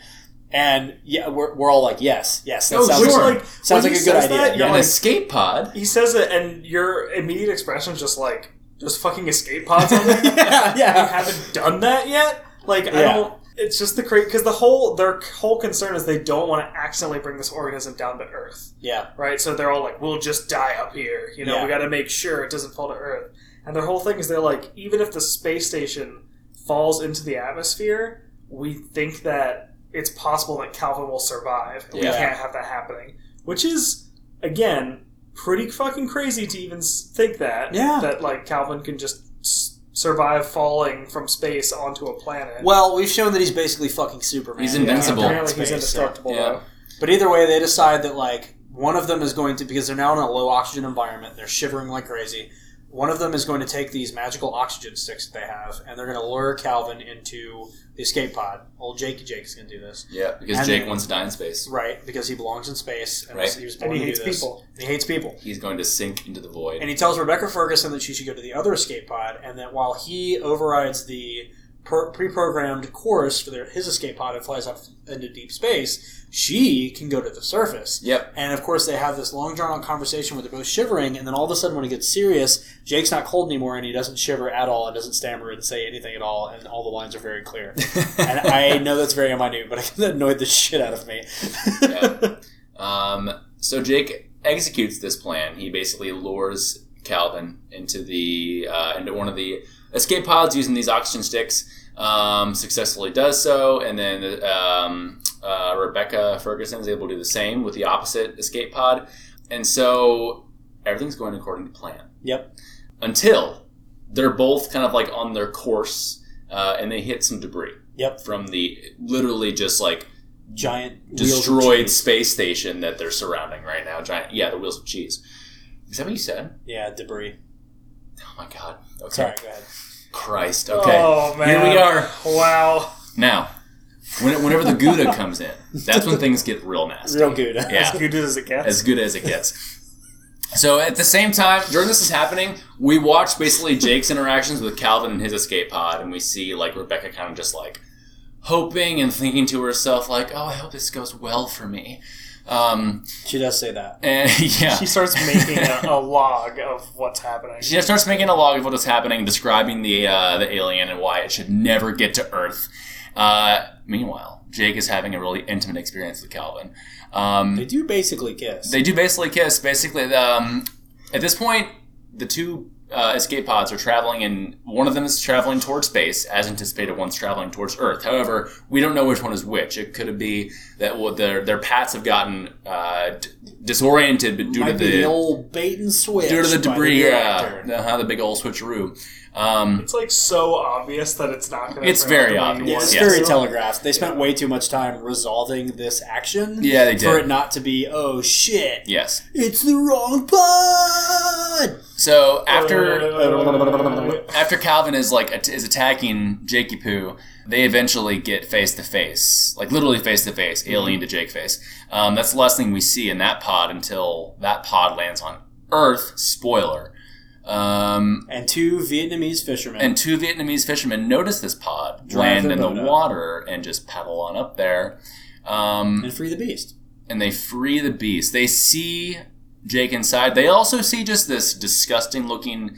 [SPEAKER 2] And yeah, we're, we're all like yes, yes. That
[SPEAKER 4] Oh,
[SPEAKER 2] sounds
[SPEAKER 4] sure.
[SPEAKER 3] Which
[SPEAKER 4] Sure.
[SPEAKER 3] like
[SPEAKER 2] Sounds
[SPEAKER 3] when
[SPEAKER 2] like
[SPEAKER 3] he
[SPEAKER 2] a good
[SPEAKER 3] says
[SPEAKER 2] idea.
[SPEAKER 3] That,
[SPEAKER 4] yeah,
[SPEAKER 3] you're
[SPEAKER 4] an
[SPEAKER 3] like,
[SPEAKER 4] escape pod.
[SPEAKER 3] he says it, and your immediate expression is just like just fucking escape pods on me.
[SPEAKER 2] yeah,
[SPEAKER 3] You
[SPEAKER 2] yeah.
[SPEAKER 3] haven't done that yet. Like I
[SPEAKER 2] Yeah.
[SPEAKER 3] don't. It's just the crazy because the whole their whole concern is they don't want to accidentally bring this organism down to Earth,
[SPEAKER 2] Yeah.
[SPEAKER 3] right? So they're all like, "We'll just die up here." You know,
[SPEAKER 2] Yeah.
[SPEAKER 3] we got to make sure it doesn't fall to Earth. And their whole thing is they're like, even if the space station falls into the atmosphere, we think that it's possible that Calvin will survive. and We
[SPEAKER 4] Yeah.
[SPEAKER 3] can't have that happening, which is again pretty fucking crazy to even s- think that.
[SPEAKER 2] Yeah.
[SPEAKER 3] that like Calvin can just s- survive falling from space onto a planet.
[SPEAKER 2] Well, we've shown that he's basically fucking Superman.
[SPEAKER 4] He's invincible.
[SPEAKER 3] Apparently
[SPEAKER 2] Space,
[SPEAKER 3] he's
[SPEAKER 2] yeah.
[SPEAKER 3] indestructible.
[SPEAKER 4] Yeah.
[SPEAKER 3] though.
[SPEAKER 2] But either way, they decide that like one of them is going to because they're now in a low oxygen environment. They're shivering like crazy. One of them is going to take these magical oxygen sticks that they have, and they're going to lure Calvin into the escape pod. Old Jakey Jake's going to do this,
[SPEAKER 4] Yeah, because
[SPEAKER 2] And-
[SPEAKER 4] Jake wants to die in space.
[SPEAKER 2] right? Because he belongs in space, and
[SPEAKER 4] Right.
[SPEAKER 2] he was born
[SPEAKER 3] And he
[SPEAKER 2] to
[SPEAKER 3] hates
[SPEAKER 2] do this.
[SPEAKER 3] people.
[SPEAKER 2] And he hates people.
[SPEAKER 4] He's going to sink into the void.
[SPEAKER 2] And he tells Rebecca Ferguson that she should go to the other escape pod, and that while he overrides the per- pre-programmed course for their, his escape pod and flies up into deep space, she can go to the surface.
[SPEAKER 4] Yep.
[SPEAKER 2] And of course, they have this long drawn out conversation where they're both shivering, and then all of a sudden, when it gets serious, Jake's not cold anymore, and he doesn't shiver at all, and doesn't stammer and say anything at all, and all the lines are very clear. and I know that's very minute, but it annoyed the shit out of me.
[SPEAKER 4] Yeah. Um, so Jake executes this plan. He basically lures Calvin into the uh, into one of the escape pods using these oxygen sticks. Um, successfully does so, and then um, Uh, Rebecca Ferguson is able to do the same with the opposite escape pod. And so everything's going according to plan
[SPEAKER 2] Yep.
[SPEAKER 4] until they're both kind of like on their course uh, and they hit some debris
[SPEAKER 2] Yep.
[SPEAKER 4] from the literally just like
[SPEAKER 2] Giant wheels of
[SPEAKER 4] destroyed
[SPEAKER 2] cheese.
[SPEAKER 4] space station that they're surrounding right now. Giant, yeah, the wheels of cheese. Is that what you said?
[SPEAKER 2] Yeah, debris.
[SPEAKER 4] Oh my god. Okay.
[SPEAKER 2] Sorry, go ahead.
[SPEAKER 4] Christ. Okay.
[SPEAKER 3] Oh man.
[SPEAKER 4] Here we are.
[SPEAKER 3] Wow.
[SPEAKER 4] Now, when, whenever the Gouda comes in, that's when things get real nasty.
[SPEAKER 2] Real good.
[SPEAKER 4] Yeah.
[SPEAKER 3] As good as it gets.
[SPEAKER 4] as good as it gets. So at the same time, during this is happening, we watch basically Jake's interactions with Calvin and his escape pod, and we see like Rebecca kind of just like hoping and thinking to herself like, "Oh, I hope this goes well for me." Um,
[SPEAKER 2] she does say that.
[SPEAKER 4] and yeah,
[SPEAKER 3] she starts making a, a log of what's happening.
[SPEAKER 4] She just starts making a log of what is happening, describing the uh, the alien and why it should never get to Earth. Uh, meanwhile, Jake is having a really intimate experience with Calvin. Um,
[SPEAKER 2] They do basically kiss.
[SPEAKER 4] They do basically kiss. Basically, um, at this point, the two uh, escape pods are traveling, and one of them is traveling towards space, as anticipated. One's traveling towards Earth. However, we don't know which one is which. It could be that well, their their paths have gotten uh, d- disoriented due
[SPEAKER 2] Might
[SPEAKER 4] to
[SPEAKER 2] be the old bait and switch.
[SPEAKER 4] due to the
[SPEAKER 2] by
[SPEAKER 4] debris. yeah,
[SPEAKER 2] director.
[SPEAKER 4] uh-huh, the big old switcheroo. Um,
[SPEAKER 3] It's like so obvious that it's not going to.
[SPEAKER 4] It's very obvious,
[SPEAKER 2] It's
[SPEAKER 4] Yes.
[SPEAKER 2] very telegraphed. They spent way too much time resolving this action.
[SPEAKER 4] Yeah, they did.
[SPEAKER 2] For it not to be, oh shit,
[SPEAKER 4] yes.
[SPEAKER 2] it's the wrong pod.
[SPEAKER 4] So after.
[SPEAKER 3] Uh,
[SPEAKER 4] after Calvin is like at- is attacking Jakey Poo, they eventually get face to face, like literally face to face,
[SPEAKER 2] Mm-hmm.
[SPEAKER 4] alien to Jake face. Um, that's the last thing we see in that pod until that pod lands on Earth. Spoiler. Um,
[SPEAKER 2] And two Vietnamese fishermen.
[SPEAKER 4] and two Vietnamese fishermen notice this pod
[SPEAKER 2] Drive
[SPEAKER 4] land
[SPEAKER 2] their
[SPEAKER 4] in the
[SPEAKER 2] boat up.
[SPEAKER 4] water and just paddle on up there. Um,
[SPEAKER 2] and free the beast.
[SPEAKER 4] and they free the beast. They see Jake inside. They also see just this disgusting looking.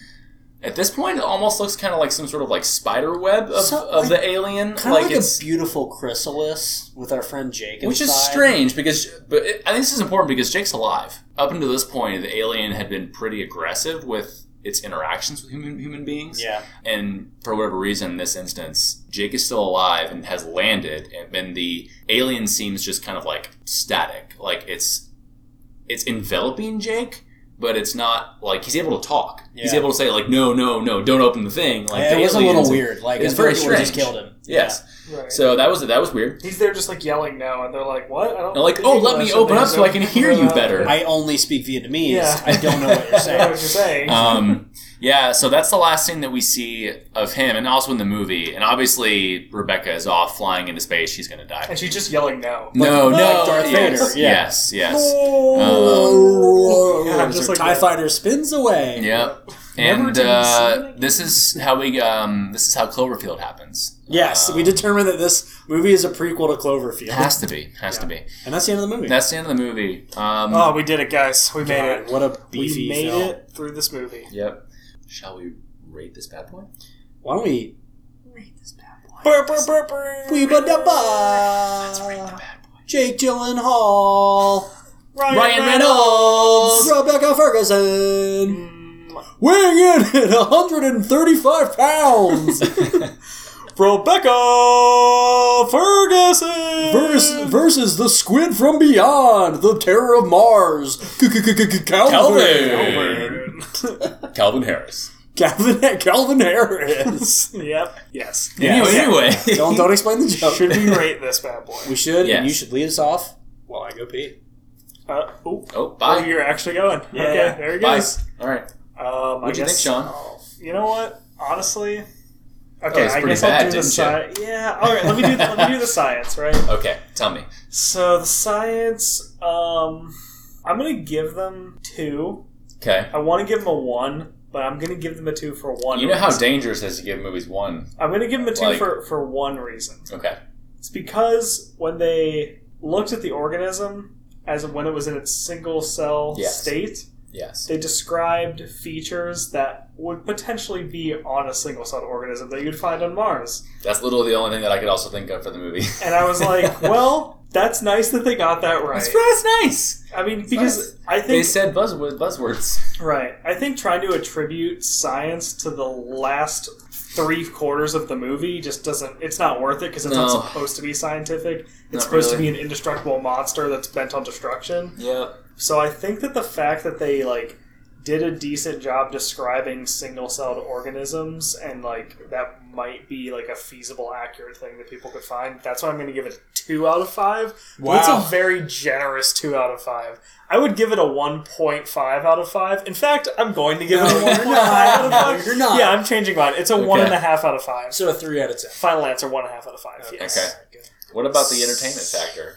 [SPEAKER 4] At this point, it almost looks kind of like some sort of like spider web of,
[SPEAKER 2] So-
[SPEAKER 4] of the alien,
[SPEAKER 2] Kind of
[SPEAKER 4] like,
[SPEAKER 2] like, a
[SPEAKER 4] it's
[SPEAKER 2] beautiful chrysalis with our friend Jake.
[SPEAKER 4] which is
[SPEAKER 2] inside.
[SPEAKER 4] strange because. But it, I think this is important because Jake's alive. Up until this point, the alien had been pretty aggressive with its interactions with human human beings.
[SPEAKER 2] Yeah.
[SPEAKER 4] And for whatever reason, in this instance, Jake is still alive and has landed, and then the alien seems just kind of like static, like it's it's enveloping Jake, but it's not like he's able to talk. He's
[SPEAKER 2] Yeah.
[SPEAKER 4] able to say like, no, no, no, don't open the thing. Like
[SPEAKER 2] Yeah,
[SPEAKER 4] the
[SPEAKER 2] it was a
[SPEAKER 4] aliens-
[SPEAKER 2] little weird. Like
[SPEAKER 4] It's
[SPEAKER 2] I
[SPEAKER 4] very
[SPEAKER 2] feel like we Just
[SPEAKER 4] strange.
[SPEAKER 2] killed him.
[SPEAKER 4] Yes.
[SPEAKER 3] right.
[SPEAKER 4] So that was that was weird.
[SPEAKER 3] He's there just like yelling now, and they're like, "What?" I don't.
[SPEAKER 4] And like,
[SPEAKER 3] speak
[SPEAKER 4] oh, let
[SPEAKER 3] English,"
[SPEAKER 4] me
[SPEAKER 3] and
[SPEAKER 4] open
[SPEAKER 3] they
[SPEAKER 4] up so I
[SPEAKER 3] just
[SPEAKER 4] can hear you
[SPEAKER 3] open
[SPEAKER 4] better.
[SPEAKER 3] up.
[SPEAKER 2] I only speak Vietnamese.
[SPEAKER 3] Yeah.
[SPEAKER 2] I don't know what you're
[SPEAKER 3] I don't know what you're
[SPEAKER 2] saying.
[SPEAKER 3] saying.
[SPEAKER 4] um, yeah, so that's the last thing that we see of him, and also in the movie. And obviously, Rebecca is off flying into space; she's going to die.
[SPEAKER 3] and she's just yelling now.
[SPEAKER 4] No,
[SPEAKER 2] Like-
[SPEAKER 4] no,
[SPEAKER 2] like Darth
[SPEAKER 4] yes,
[SPEAKER 2] Vader, yeah.
[SPEAKER 4] Yes, yes.
[SPEAKER 2] Oh,
[SPEAKER 3] Um, Yeah, just like
[SPEAKER 2] TIE
[SPEAKER 3] that.
[SPEAKER 2] fighter spins away.
[SPEAKER 4] Yep.
[SPEAKER 3] Remember
[SPEAKER 4] And
[SPEAKER 3] doing
[SPEAKER 4] uh,
[SPEAKER 3] something?
[SPEAKER 4] this is how we um, this is how Cloverfield happens.
[SPEAKER 2] Yes, we determined that this movie is a prequel to Cloverfield.
[SPEAKER 4] Has to be. Has to be.
[SPEAKER 2] and that's the end of the movie.
[SPEAKER 4] That's the end of the movie. Um,
[SPEAKER 3] Oh, we did it, guys. We made
[SPEAKER 2] God,
[SPEAKER 3] it.
[SPEAKER 2] What a beefy
[SPEAKER 3] we made
[SPEAKER 2] film.
[SPEAKER 3] it through this movie.
[SPEAKER 4] Yep. Shall we rate this bad boy?
[SPEAKER 2] Why don't we?
[SPEAKER 3] Burr, burr, burr, burr.
[SPEAKER 2] We ba da
[SPEAKER 4] Uh,
[SPEAKER 2] ba. Jake Gyllenhaal,
[SPEAKER 4] Ryan Reynolds.
[SPEAKER 2] Rebecca Ferguson,
[SPEAKER 3] Mm.
[SPEAKER 2] weighing in at 135 pounds.
[SPEAKER 3] Rebecca Ferguson.
[SPEAKER 2] Versus, versus the squid from beyond, the terror of Mars, Calvin,
[SPEAKER 4] Calvin. Calvin Harris.
[SPEAKER 2] Calvin, Calvin Harris.
[SPEAKER 3] Yep. Yes.
[SPEAKER 4] Anyway, anyway.
[SPEAKER 2] don't don't explain the joke.
[SPEAKER 3] Should we rate this bad boy?
[SPEAKER 2] We should,
[SPEAKER 4] Yes.
[SPEAKER 2] and you should lead us off while I go pee.
[SPEAKER 3] Uh, oh,
[SPEAKER 4] oh,
[SPEAKER 3] oh,
[SPEAKER 4] bye.
[SPEAKER 3] you're actually going. Okay, there he
[SPEAKER 4] Bye.
[SPEAKER 3] goes.
[SPEAKER 4] All right.
[SPEAKER 3] Um, I
[SPEAKER 4] What'd you think,
[SPEAKER 3] guess,
[SPEAKER 4] Sean?
[SPEAKER 3] oh, you know what? Honestly,
[SPEAKER 4] Oh,
[SPEAKER 3] okay.
[SPEAKER 4] it's
[SPEAKER 3] I
[SPEAKER 4] pretty
[SPEAKER 3] guess
[SPEAKER 4] bad,
[SPEAKER 3] I'll do the
[SPEAKER 4] didn't
[SPEAKER 3] science. Yeah. All right. Let me do. let me do the science. Right.
[SPEAKER 4] Okay. Tell me.
[SPEAKER 3] So the science. Um, I'm gonna give them two.
[SPEAKER 4] Okay.
[SPEAKER 3] I want to give them a one, but I'm gonna give them a two for one.
[SPEAKER 4] You know how
[SPEAKER 3] reason.
[SPEAKER 4] dangerous it is to give movies one.
[SPEAKER 3] I'm gonna give them a two
[SPEAKER 4] like-
[SPEAKER 3] for for one reason.
[SPEAKER 4] Okay.
[SPEAKER 3] It's because when they looked at the organism as when it was in its single cell
[SPEAKER 4] Yes.
[SPEAKER 3] state,
[SPEAKER 4] Yes.
[SPEAKER 3] they described features that would potentially be on a single cell organism that you'd find on Mars.
[SPEAKER 4] That's literally the only thing that I could also think of for the movie.
[SPEAKER 3] And I was like, well, that's nice that they got that right.
[SPEAKER 4] that's nice.
[SPEAKER 3] I mean, because I
[SPEAKER 4] They
[SPEAKER 3] think
[SPEAKER 4] said buzzwords. Buzzwords.
[SPEAKER 3] right. I think trying to attribute science to the last three quarters of the movie just doesn't. It's not worth it because it's not
[SPEAKER 4] No.
[SPEAKER 3] supposed to be scientific. It's
[SPEAKER 4] Not
[SPEAKER 3] supposed
[SPEAKER 4] really.
[SPEAKER 3] to be an indestructible monster that's bent on destruction.
[SPEAKER 4] Yeah.
[SPEAKER 3] So I think that the fact that they like did a decent job describing single-celled organisms and like that might be like a feasible accurate thing that people could find that's why i'm going to give it a 2 out of 5 But that's
[SPEAKER 2] Wow.
[SPEAKER 3] a very generous 2 out of 5 i would give it a 1.5 out of 5 in fact i'm going to give it a
[SPEAKER 2] No,
[SPEAKER 3] 1.5
[SPEAKER 2] you're not.
[SPEAKER 3] out of 5
[SPEAKER 2] No, you're not.
[SPEAKER 3] yeah i'm changing mine it's a one
[SPEAKER 4] Okay.
[SPEAKER 3] and a half out of 5
[SPEAKER 2] So a three out of ten.
[SPEAKER 3] final answer one and a half out of 5 yes
[SPEAKER 4] Okay. What about the entertainment factor?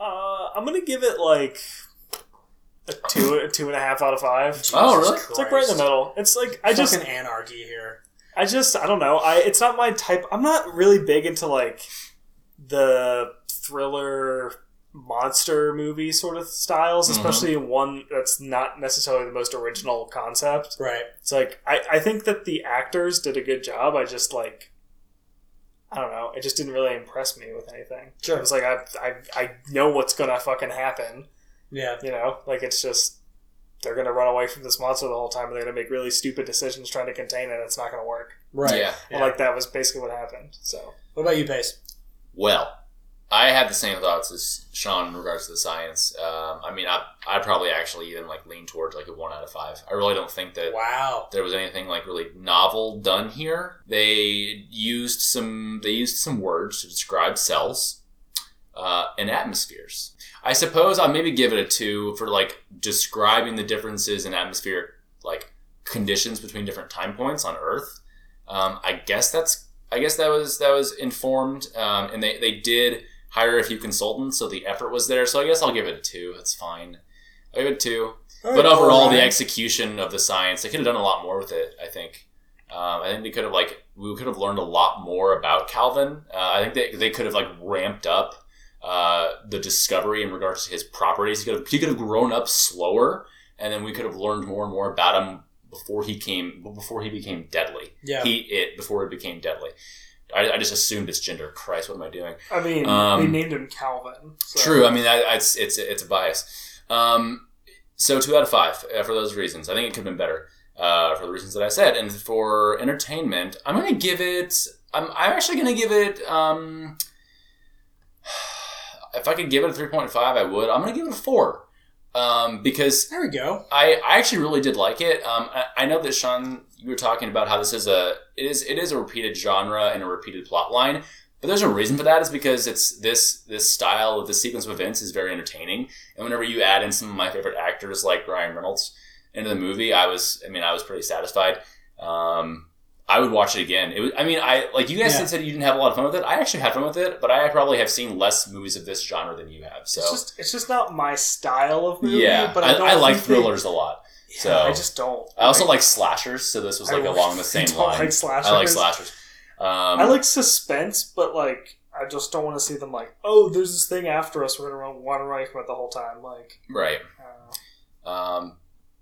[SPEAKER 3] uh, i'm going to give it like a two, a two and a half out of five.
[SPEAKER 4] Oh, really?
[SPEAKER 3] It's like right in the middle. It's like I just,
[SPEAKER 2] Fucking anarchy here.
[SPEAKER 3] I just, I don't know. I it's not my type. I'm not really big into like the thriller monster movie sort of styles,
[SPEAKER 4] Mm-hmm.
[SPEAKER 3] especially one that's not necessarily the most original concept.
[SPEAKER 2] Right.
[SPEAKER 3] It's like I, I think that the actors did a good job. I just like, I don't know. It just didn't really impress me with anything.
[SPEAKER 2] Sure.
[SPEAKER 3] It was like I, I, I know what's gonna fucking happen.
[SPEAKER 2] Yeah.
[SPEAKER 3] You know, like it's just they're gonna run away from this monster the whole time, and they're gonna make really stupid decisions trying to contain it. and It's not gonna work.
[SPEAKER 2] Right.
[SPEAKER 4] Yeah.
[SPEAKER 3] Well, like that was basically what happened. So
[SPEAKER 2] What about you, Pace?
[SPEAKER 4] Well, I have the same thoughts as Sean in regards to the science. Um, I mean, I I probably actually even like lean towards like a one out of five. I really don't think that
[SPEAKER 2] Wow.
[SPEAKER 4] there was anything like really novel done here. They used some they used some words to describe cells uh, and atmospheres. I suppose I'll maybe give it a two for like describing the differences in atmospheric like conditions between different time points on Earth. Um, I guess that's I guess that was that was informed, um, and they they did hire a few consultants, so the effort was there. So I guess I'll give it a two. That's fine. I give it a two but overall, the execution of the science, they could have done a lot more with it. I think. Um, I think they could have like we could have learned a lot more about Calvin. Uh, I think they, they could have like ramped up uh, the discovery in regards to his properties. He could have he could have grown up slower, and then we could have learned more and more about him before he came before he became deadly.
[SPEAKER 2] Yeah.
[SPEAKER 4] He it before it became deadly. I, I just assumed it's gender. Christ, what am I doing?
[SPEAKER 3] I mean,
[SPEAKER 4] Um,
[SPEAKER 3] they named him Calvin. So.
[SPEAKER 4] True. I mean, that, it's it's it's a bias. Um, so two out of five uh, for those reasons. I think it could have been better uh, for the reasons that I said. And for entertainment, I'm gonna give it. I'm I'm actually gonna give it. Um, if I could give it a three point five, I would. I'm gonna give it a four. Um, because
[SPEAKER 2] There we go.
[SPEAKER 4] I, I actually really did like it. Um, I, I know that Sean, you were talking about how this is a it is it is a repeated genre and a repeated plot line, but there's a reason for that. Is because it's this this style of this sequence of events is very entertaining, and whenever you add in some of my favorite actors like Ryan Reynolds into the movie, I was I mean I was pretty satisfied. Um, I would watch it again. It was, I mean I like you guys
[SPEAKER 2] Yeah.
[SPEAKER 4] said you didn't have a lot of fun with it. I actually had fun with it, but I probably have seen less movies of this genre than you have. So
[SPEAKER 3] It's just it's just not my style of movie.
[SPEAKER 4] yeah,
[SPEAKER 3] but I,
[SPEAKER 4] I,
[SPEAKER 3] don't
[SPEAKER 4] I, like
[SPEAKER 3] think they-
[SPEAKER 4] thrillers a lot.
[SPEAKER 3] Yeah,
[SPEAKER 4] so-
[SPEAKER 3] I just don't.
[SPEAKER 4] I also like slashers, so this was
[SPEAKER 3] I
[SPEAKER 4] like
[SPEAKER 3] really
[SPEAKER 4] along the same
[SPEAKER 3] don't
[SPEAKER 4] line.
[SPEAKER 3] like slashers.
[SPEAKER 4] I like slashers. Um,
[SPEAKER 3] I like suspense, but like I just don't want to see them like, oh, there's this thing after us. We're gonna run, want to run away from it the whole time. Like,
[SPEAKER 4] right.
[SPEAKER 3] uh,
[SPEAKER 4] Um,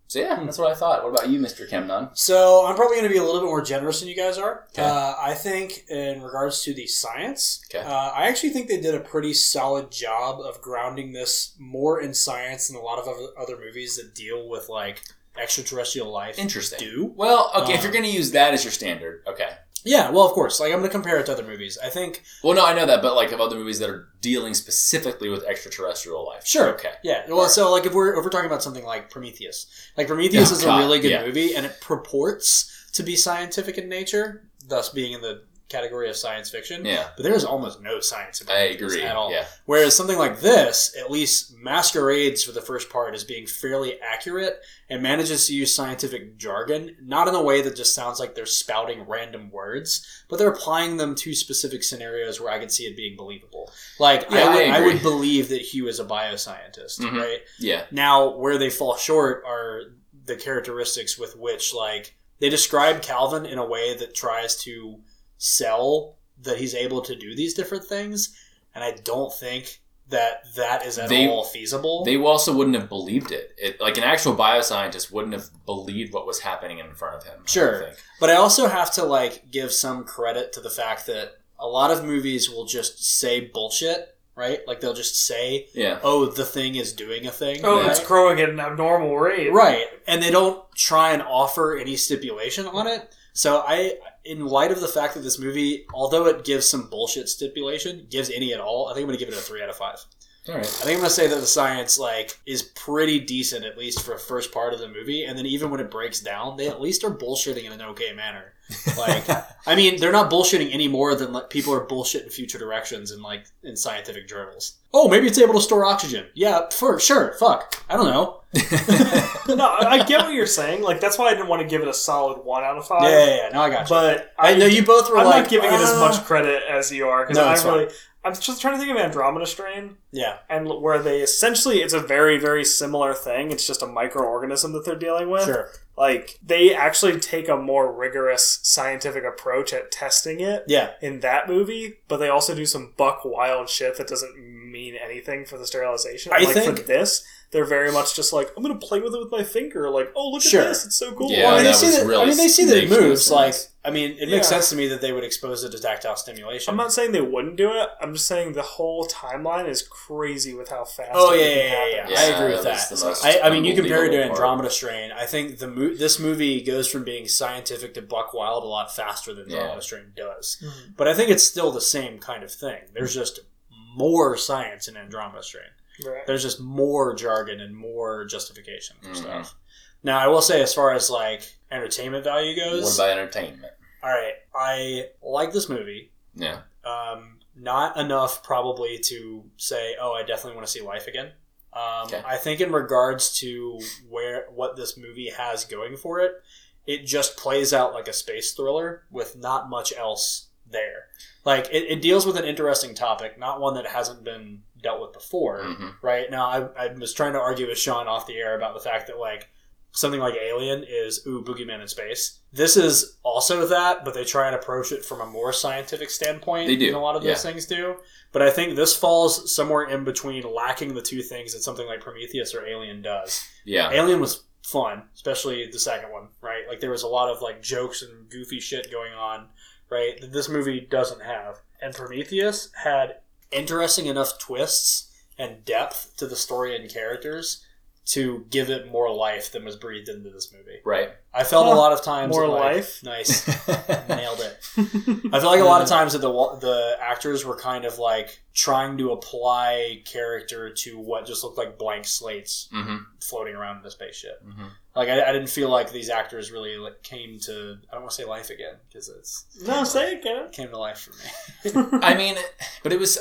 [SPEAKER 4] so
[SPEAKER 2] Hmm.
[SPEAKER 4] yeah, that's what I thought. What about you, Mister Kemnon?
[SPEAKER 2] So I'm probably going to be a little bit more generous than you guys are.
[SPEAKER 4] Okay.
[SPEAKER 2] Uh, I think in regards to the science,
[SPEAKER 4] Okay.
[SPEAKER 2] uh, I actually think they did a pretty solid job of grounding this more in science than a lot of other, other movies that deal with like extraterrestrial life
[SPEAKER 4] Interesting.
[SPEAKER 2] do.
[SPEAKER 4] Well, okay, if
[SPEAKER 2] Um,
[SPEAKER 4] you're going to use that as your standard, okay.
[SPEAKER 2] Yeah, well, of course. Like I'm going to compare it to other movies. I think
[SPEAKER 4] Well, no, I know that, but like of other movies that are dealing specifically with extraterrestrial life.
[SPEAKER 2] Sure.
[SPEAKER 4] Okay.
[SPEAKER 2] Yeah. Well, so like if we're if we're talking about something like Prometheus, like Prometheus
[SPEAKER 4] Oh,
[SPEAKER 2] is
[SPEAKER 4] God,
[SPEAKER 2] a really good
[SPEAKER 4] yeah.
[SPEAKER 2] movie, and it purports to be scientific in nature, thus being in the category of science fiction.
[SPEAKER 4] Yeah,
[SPEAKER 2] But there is almost no science in
[SPEAKER 4] I
[SPEAKER 2] Prometheus
[SPEAKER 4] agree.
[SPEAKER 2] at all.
[SPEAKER 4] Yeah.
[SPEAKER 2] Whereas something like this, at least masquerades for the first part as being fairly accurate and manages to use scientific jargon, not in a way that just sounds like they're spouting random words, but they're applying them to specific scenarios where I could see it being believable. Like
[SPEAKER 4] Yeah,
[SPEAKER 2] I, would,
[SPEAKER 4] I
[SPEAKER 2] I,
[SPEAKER 4] agree.
[SPEAKER 2] would believe that he was a bioscientist,
[SPEAKER 4] Mhm.
[SPEAKER 2] right?
[SPEAKER 4] Yeah.
[SPEAKER 2] Now, where they fall short are the characteristics with which, like, they describe Calvin in a way that tries to sell that he's able to do these different things, and I don't think that that is at
[SPEAKER 4] They-
[SPEAKER 2] all feasible.
[SPEAKER 4] They also wouldn't have believed it. it. Like an actual bioscientist wouldn't have believed what was happening in front of him. I don't
[SPEAKER 2] Sure.
[SPEAKER 4] think.
[SPEAKER 2] But I also have to like give some credit to the fact that a lot of movies will just say bullshit, right? Like they'll just say,
[SPEAKER 4] Yeah.
[SPEAKER 2] "Oh, the thing is doing a thing."
[SPEAKER 3] oh,
[SPEAKER 2] right?
[SPEAKER 3] it's growing at an abnormal rate.
[SPEAKER 2] Right. And they don't try and offer any stipulation on it, So I, in light of the fact that this movie, although it gives some bullshit stipulation, gives any at all, I think I'm going to give it a three out of five.
[SPEAKER 4] All right.
[SPEAKER 2] I think I'm gonna say that the science like is pretty decent at least for the first part of the movie, and then even when it breaks down, they at least are bullshitting in an okay manner. Like, I mean, they're not bullshitting any more than like people are bullshitting future directions in like in scientific journals. Oh, maybe it's able to store oxygen. Yeah, for sure. Fuck, I don't know.
[SPEAKER 3] no, I I get what you're saying. Like that's why I didn't want to give it a solid one out of five.
[SPEAKER 2] Yeah, yeah, yeah. Now I got you.
[SPEAKER 3] But
[SPEAKER 2] I know you both were
[SPEAKER 3] I'm
[SPEAKER 2] like
[SPEAKER 3] not giving it as
[SPEAKER 2] "Ah."
[SPEAKER 3] much credit as you are because
[SPEAKER 2] No, it's
[SPEAKER 3] I
[SPEAKER 2] fine.
[SPEAKER 3] really. I'm just trying to think of Andromeda Strain
[SPEAKER 2] Yeah,
[SPEAKER 3] and l- where they essentially it's a very very similar thing. It's just a microorganism that they're dealing with.
[SPEAKER 2] sure.
[SPEAKER 3] Like they actually take a more rigorous scientific approach at testing it
[SPEAKER 2] Yeah,
[SPEAKER 3] in that movie, but they also do some buck wild shit that doesn't mean anything for the sterilization.
[SPEAKER 2] I
[SPEAKER 3] like for
[SPEAKER 2] think-
[SPEAKER 3] this, they're very much just like I'm gonna play with it with my finger. Like oh look
[SPEAKER 2] Sure.
[SPEAKER 3] at this, it's so cool.
[SPEAKER 4] Yeah,
[SPEAKER 2] well, I mean, they
[SPEAKER 4] that
[SPEAKER 2] see
[SPEAKER 4] was
[SPEAKER 2] that. I
[SPEAKER 4] really
[SPEAKER 2] mean, they see that it
[SPEAKER 4] makes no
[SPEAKER 2] moves. Like,
[SPEAKER 4] sense.
[SPEAKER 2] I mean, it
[SPEAKER 3] Yeah.
[SPEAKER 2] makes sense to me that they would expose it to tactile stimulation.
[SPEAKER 3] I'm not saying they wouldn't do it. I'm just saying the whole timeline is crazy with how fast.
[SPEAKER 2] Oh yeah, yeah,
[SPEAKER 3] everything
[SPEAKER 2] yeah, yeah.
[SPEAKER 3] happens.
[SPEAKER 2] I
[SPEAKER 4] Yeah,
[SPEAKER 2] agree with
[SPEAKER 4] that's the
[SPEAKER 2] that.
[SPEAKER 4] most
[SPEAKER 2] I, I mean, you compare it to
[SPEAKER 4] unbelievable part.
[SPEAKER 2] Andromeda Strain. I think the mo- this movie goes from being scientific to buck wild a lot faster than Andromeda
[SPEAKER 4] Yeah.
[SPEAKER 2] Strain does.
[SPEAKER 3] Mhm.
[SPEAKER 2] But I think it's still the same kind of thing. There's just more science in Andromeda Strain.
[SPEAKER 3] Right.
[SPEAKER 2] There's just more jargon and more justification for
[SPEAKER 4] Mhm.
[SPEAKER 2] stuff. Now, I will say, as far as like entertainment value
[SPEAKER 4] What
[SPEAKER 2] goes,
[SPEAKER 4] about entertainment?
[SPEAKER 2] all right, I like this movie
[SPEAKER 4] Yeah.
[SPEAKER 2] um, not enough probably to say, oh, I definitely want to see Life again. Um,
[SPEAKER 4] Okay.
[SPEAKER 2] I think in regards to where what this movie has going for it, it just plays out like a space thriller with not much else there. Like it, it deals with an interesting topic, not one that hasn't been dealt with before
[SPEAKER 4] hmm
[SPEAKER 2] right now I, I was trying to argue with sean off the air about the fact that like something like alien is ooh boogeyman in space this is also that but they try and approach it from a more scientific standpoint
[SPEAKER 4] They do,
[SPEAKER 2] than a lot of those things do but i think this falls somewhere in between lacking the two things that something like prometheus or alien does
[SPEAKER 4] Yeah.
[SPEAKER 2] alien was fun especially the second one right like there was a lot of like jokes and goofy shit going on right that this movie doesn't have and prometheus had interesting enough twists and depth to the story and characters to give it more life than was breathed into this movie
[SPEAKER 4] Right.
[SPEAKER 2] i felt
[SPEAKER 3] Huh.
[SPEAKER 2] a lot of times
[SPEAKER 3] More
[SPEAKER 2] that, like-
[SPEAKER 3] life?
[SPEAKER 2] nice nailed it i feel like a lot of times that the wa- the actors were kind of like trying to apply character to what just looked like blank slates
[SPEAKER 4] hmm
[SPEAKER 2] floating around in the spaceship
[SPEAKER 4] hmm
[SPEAKER 2] like I, I didn't feel like these actors really like came to I don't want to say life again because it's
[SPEAKER 3] No, say it, Kevin.
[SPEAKER 2] it came to life for me.
[SPEAKER 4] I mean, but it was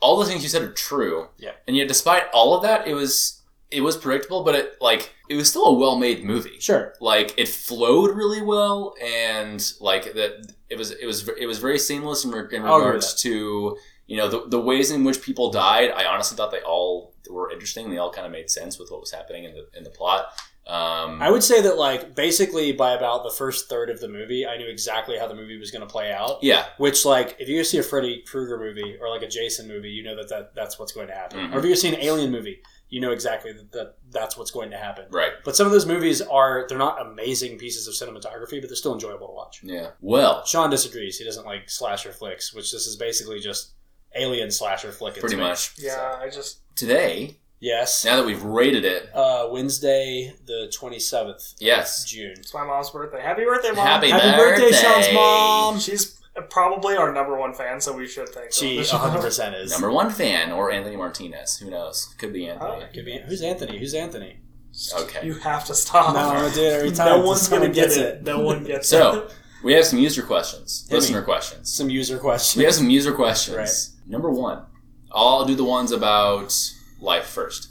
[SPEAKER 4] all the things you said are true.
[SPEAKER 2] Yeah.
[SPEAKER 4] And yet, despite all of that, it was it was predictable, but it like it was still a well made movie.
[SPEAKER 2] Sure.
[SPEAKER 4] Like it flowed really well, and like that it was it was it was very seamless in, re- in
[SPEAKER 2] I'll agree with
[SPEAKER 4] regards to you know the, the ways in which people died. I honestly thought they all were interesting. They all kind of made sense with what was happening in the in the plot. Um,
[SPEAKER 2] I would say that like basically by about the first third of the movie, I knew exactly how the movie was going to play out.
[SPEAKER 4] yeah,
[SPEAKER 2] Which like if you go see a Freddy Krueger movie or like a Jason movie, you know that, that that's what's going to happen.
[SPEAKER 4] Mhm.
[SPEAKER 2] Or if you go see an Alien movie, you know exactly that, that that's what's going to happen.
[SPEAKER 4] right.
[SPEAKER 2] But some of those movies are they're not amazing pieces of cinematography, but they're still enjoyable to watch.
[SPEAKER 4] Yeah. Well,
[SPEAKER 2] Sean disagrees. He doesn't like slasher flicks, which this is basically just alien slasher flick. in
[SPEAKER 4] pretty
[SPEAKER 2] space.
[SPEAKER 4] much
[SPEAKER 3] Yeah, I just
[SPEAKER 4] today.
[SPEAKER 2] Yes.
[SPEAKER 4] Now that we've rated it,
[SPEAKER 2] Uh, Wednesday, the 27th. of
[SPEAKER 4] Yes.
[SPEAKER 2] June.
[SPEAKER 3] it's my mom's birthday. Happy birthday, mom!
[SPEAKER 4] Happy
[SPEAKER 2] Happy birthday, Sean's mom.
[SPEAKER 3] She's probably our number one fan, so we should thank
[SPEAKER 2] She
[SPEAKER 3] her.
[SPEAKER 2] 100% is.
[SPEAKER 4] Number one fan or Anthony Martinez. Who knows? Could be Anthony.
[SPEAKER 2] Could be- who's Anthony? Who's Anthony?
[SPEAKER 4] Okay.
[SPEAKER 3] You have to stop.
[SPEAKER 2] No, I'm going to do it every time.
[SPEAKER 3] No one's
[SPEAKER 2] Someone
[SPEAKER 3] gonna get
[SPEAKER 2] gets
[SPEAKER 3] it. No one gets
[SPEAKER 4] So,
[SPEAKER 3] it.
[SPEAKER 4] we have some user questions,
[SPEAKER 2] Hit me.
[SPEAKER 4] listener questions.
[SPEAKER 2] Some user
[SPEAKER 4] We
[SPEAKER 2] question.
[SPEAKER 4] have some user questions. Number one, I'll do the ones about life first.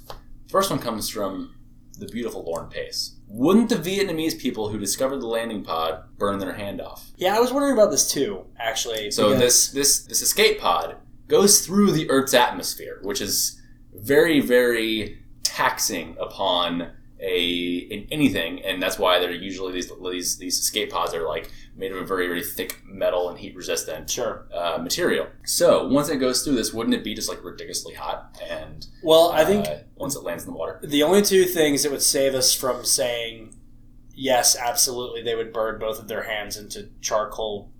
[SPEAKER 4] First one comes from the beautiful Lauren Pace. Wouldn't the Vietnamese people who discovered the landing pod burn their hand off?
[SPEAKER 2] Yeah, I was wondering about this too, actually.
[SPEAKER 4] So
[SPEAKER 2] because-
[SPEAKER 4] this this this escape pod goes through the Earth's atmosphere, which is very very taxing upon a in anything, and that's why they're usually these these these escape pods are like made of a very very thick metal and heat resistant
[SPEAKER 2] Sure.
[SPEAKER 4] uh, material. So once it goes through this, wouldn't it be just like ridiculously hot? And
[SPEAKER 2] Well, I think
[SPEAKER 4] uh, once it lands in the water,
[SPEAKER 2] the only two things that would save us from saying, yes, absolutely, they would burn both of their hands into charcoal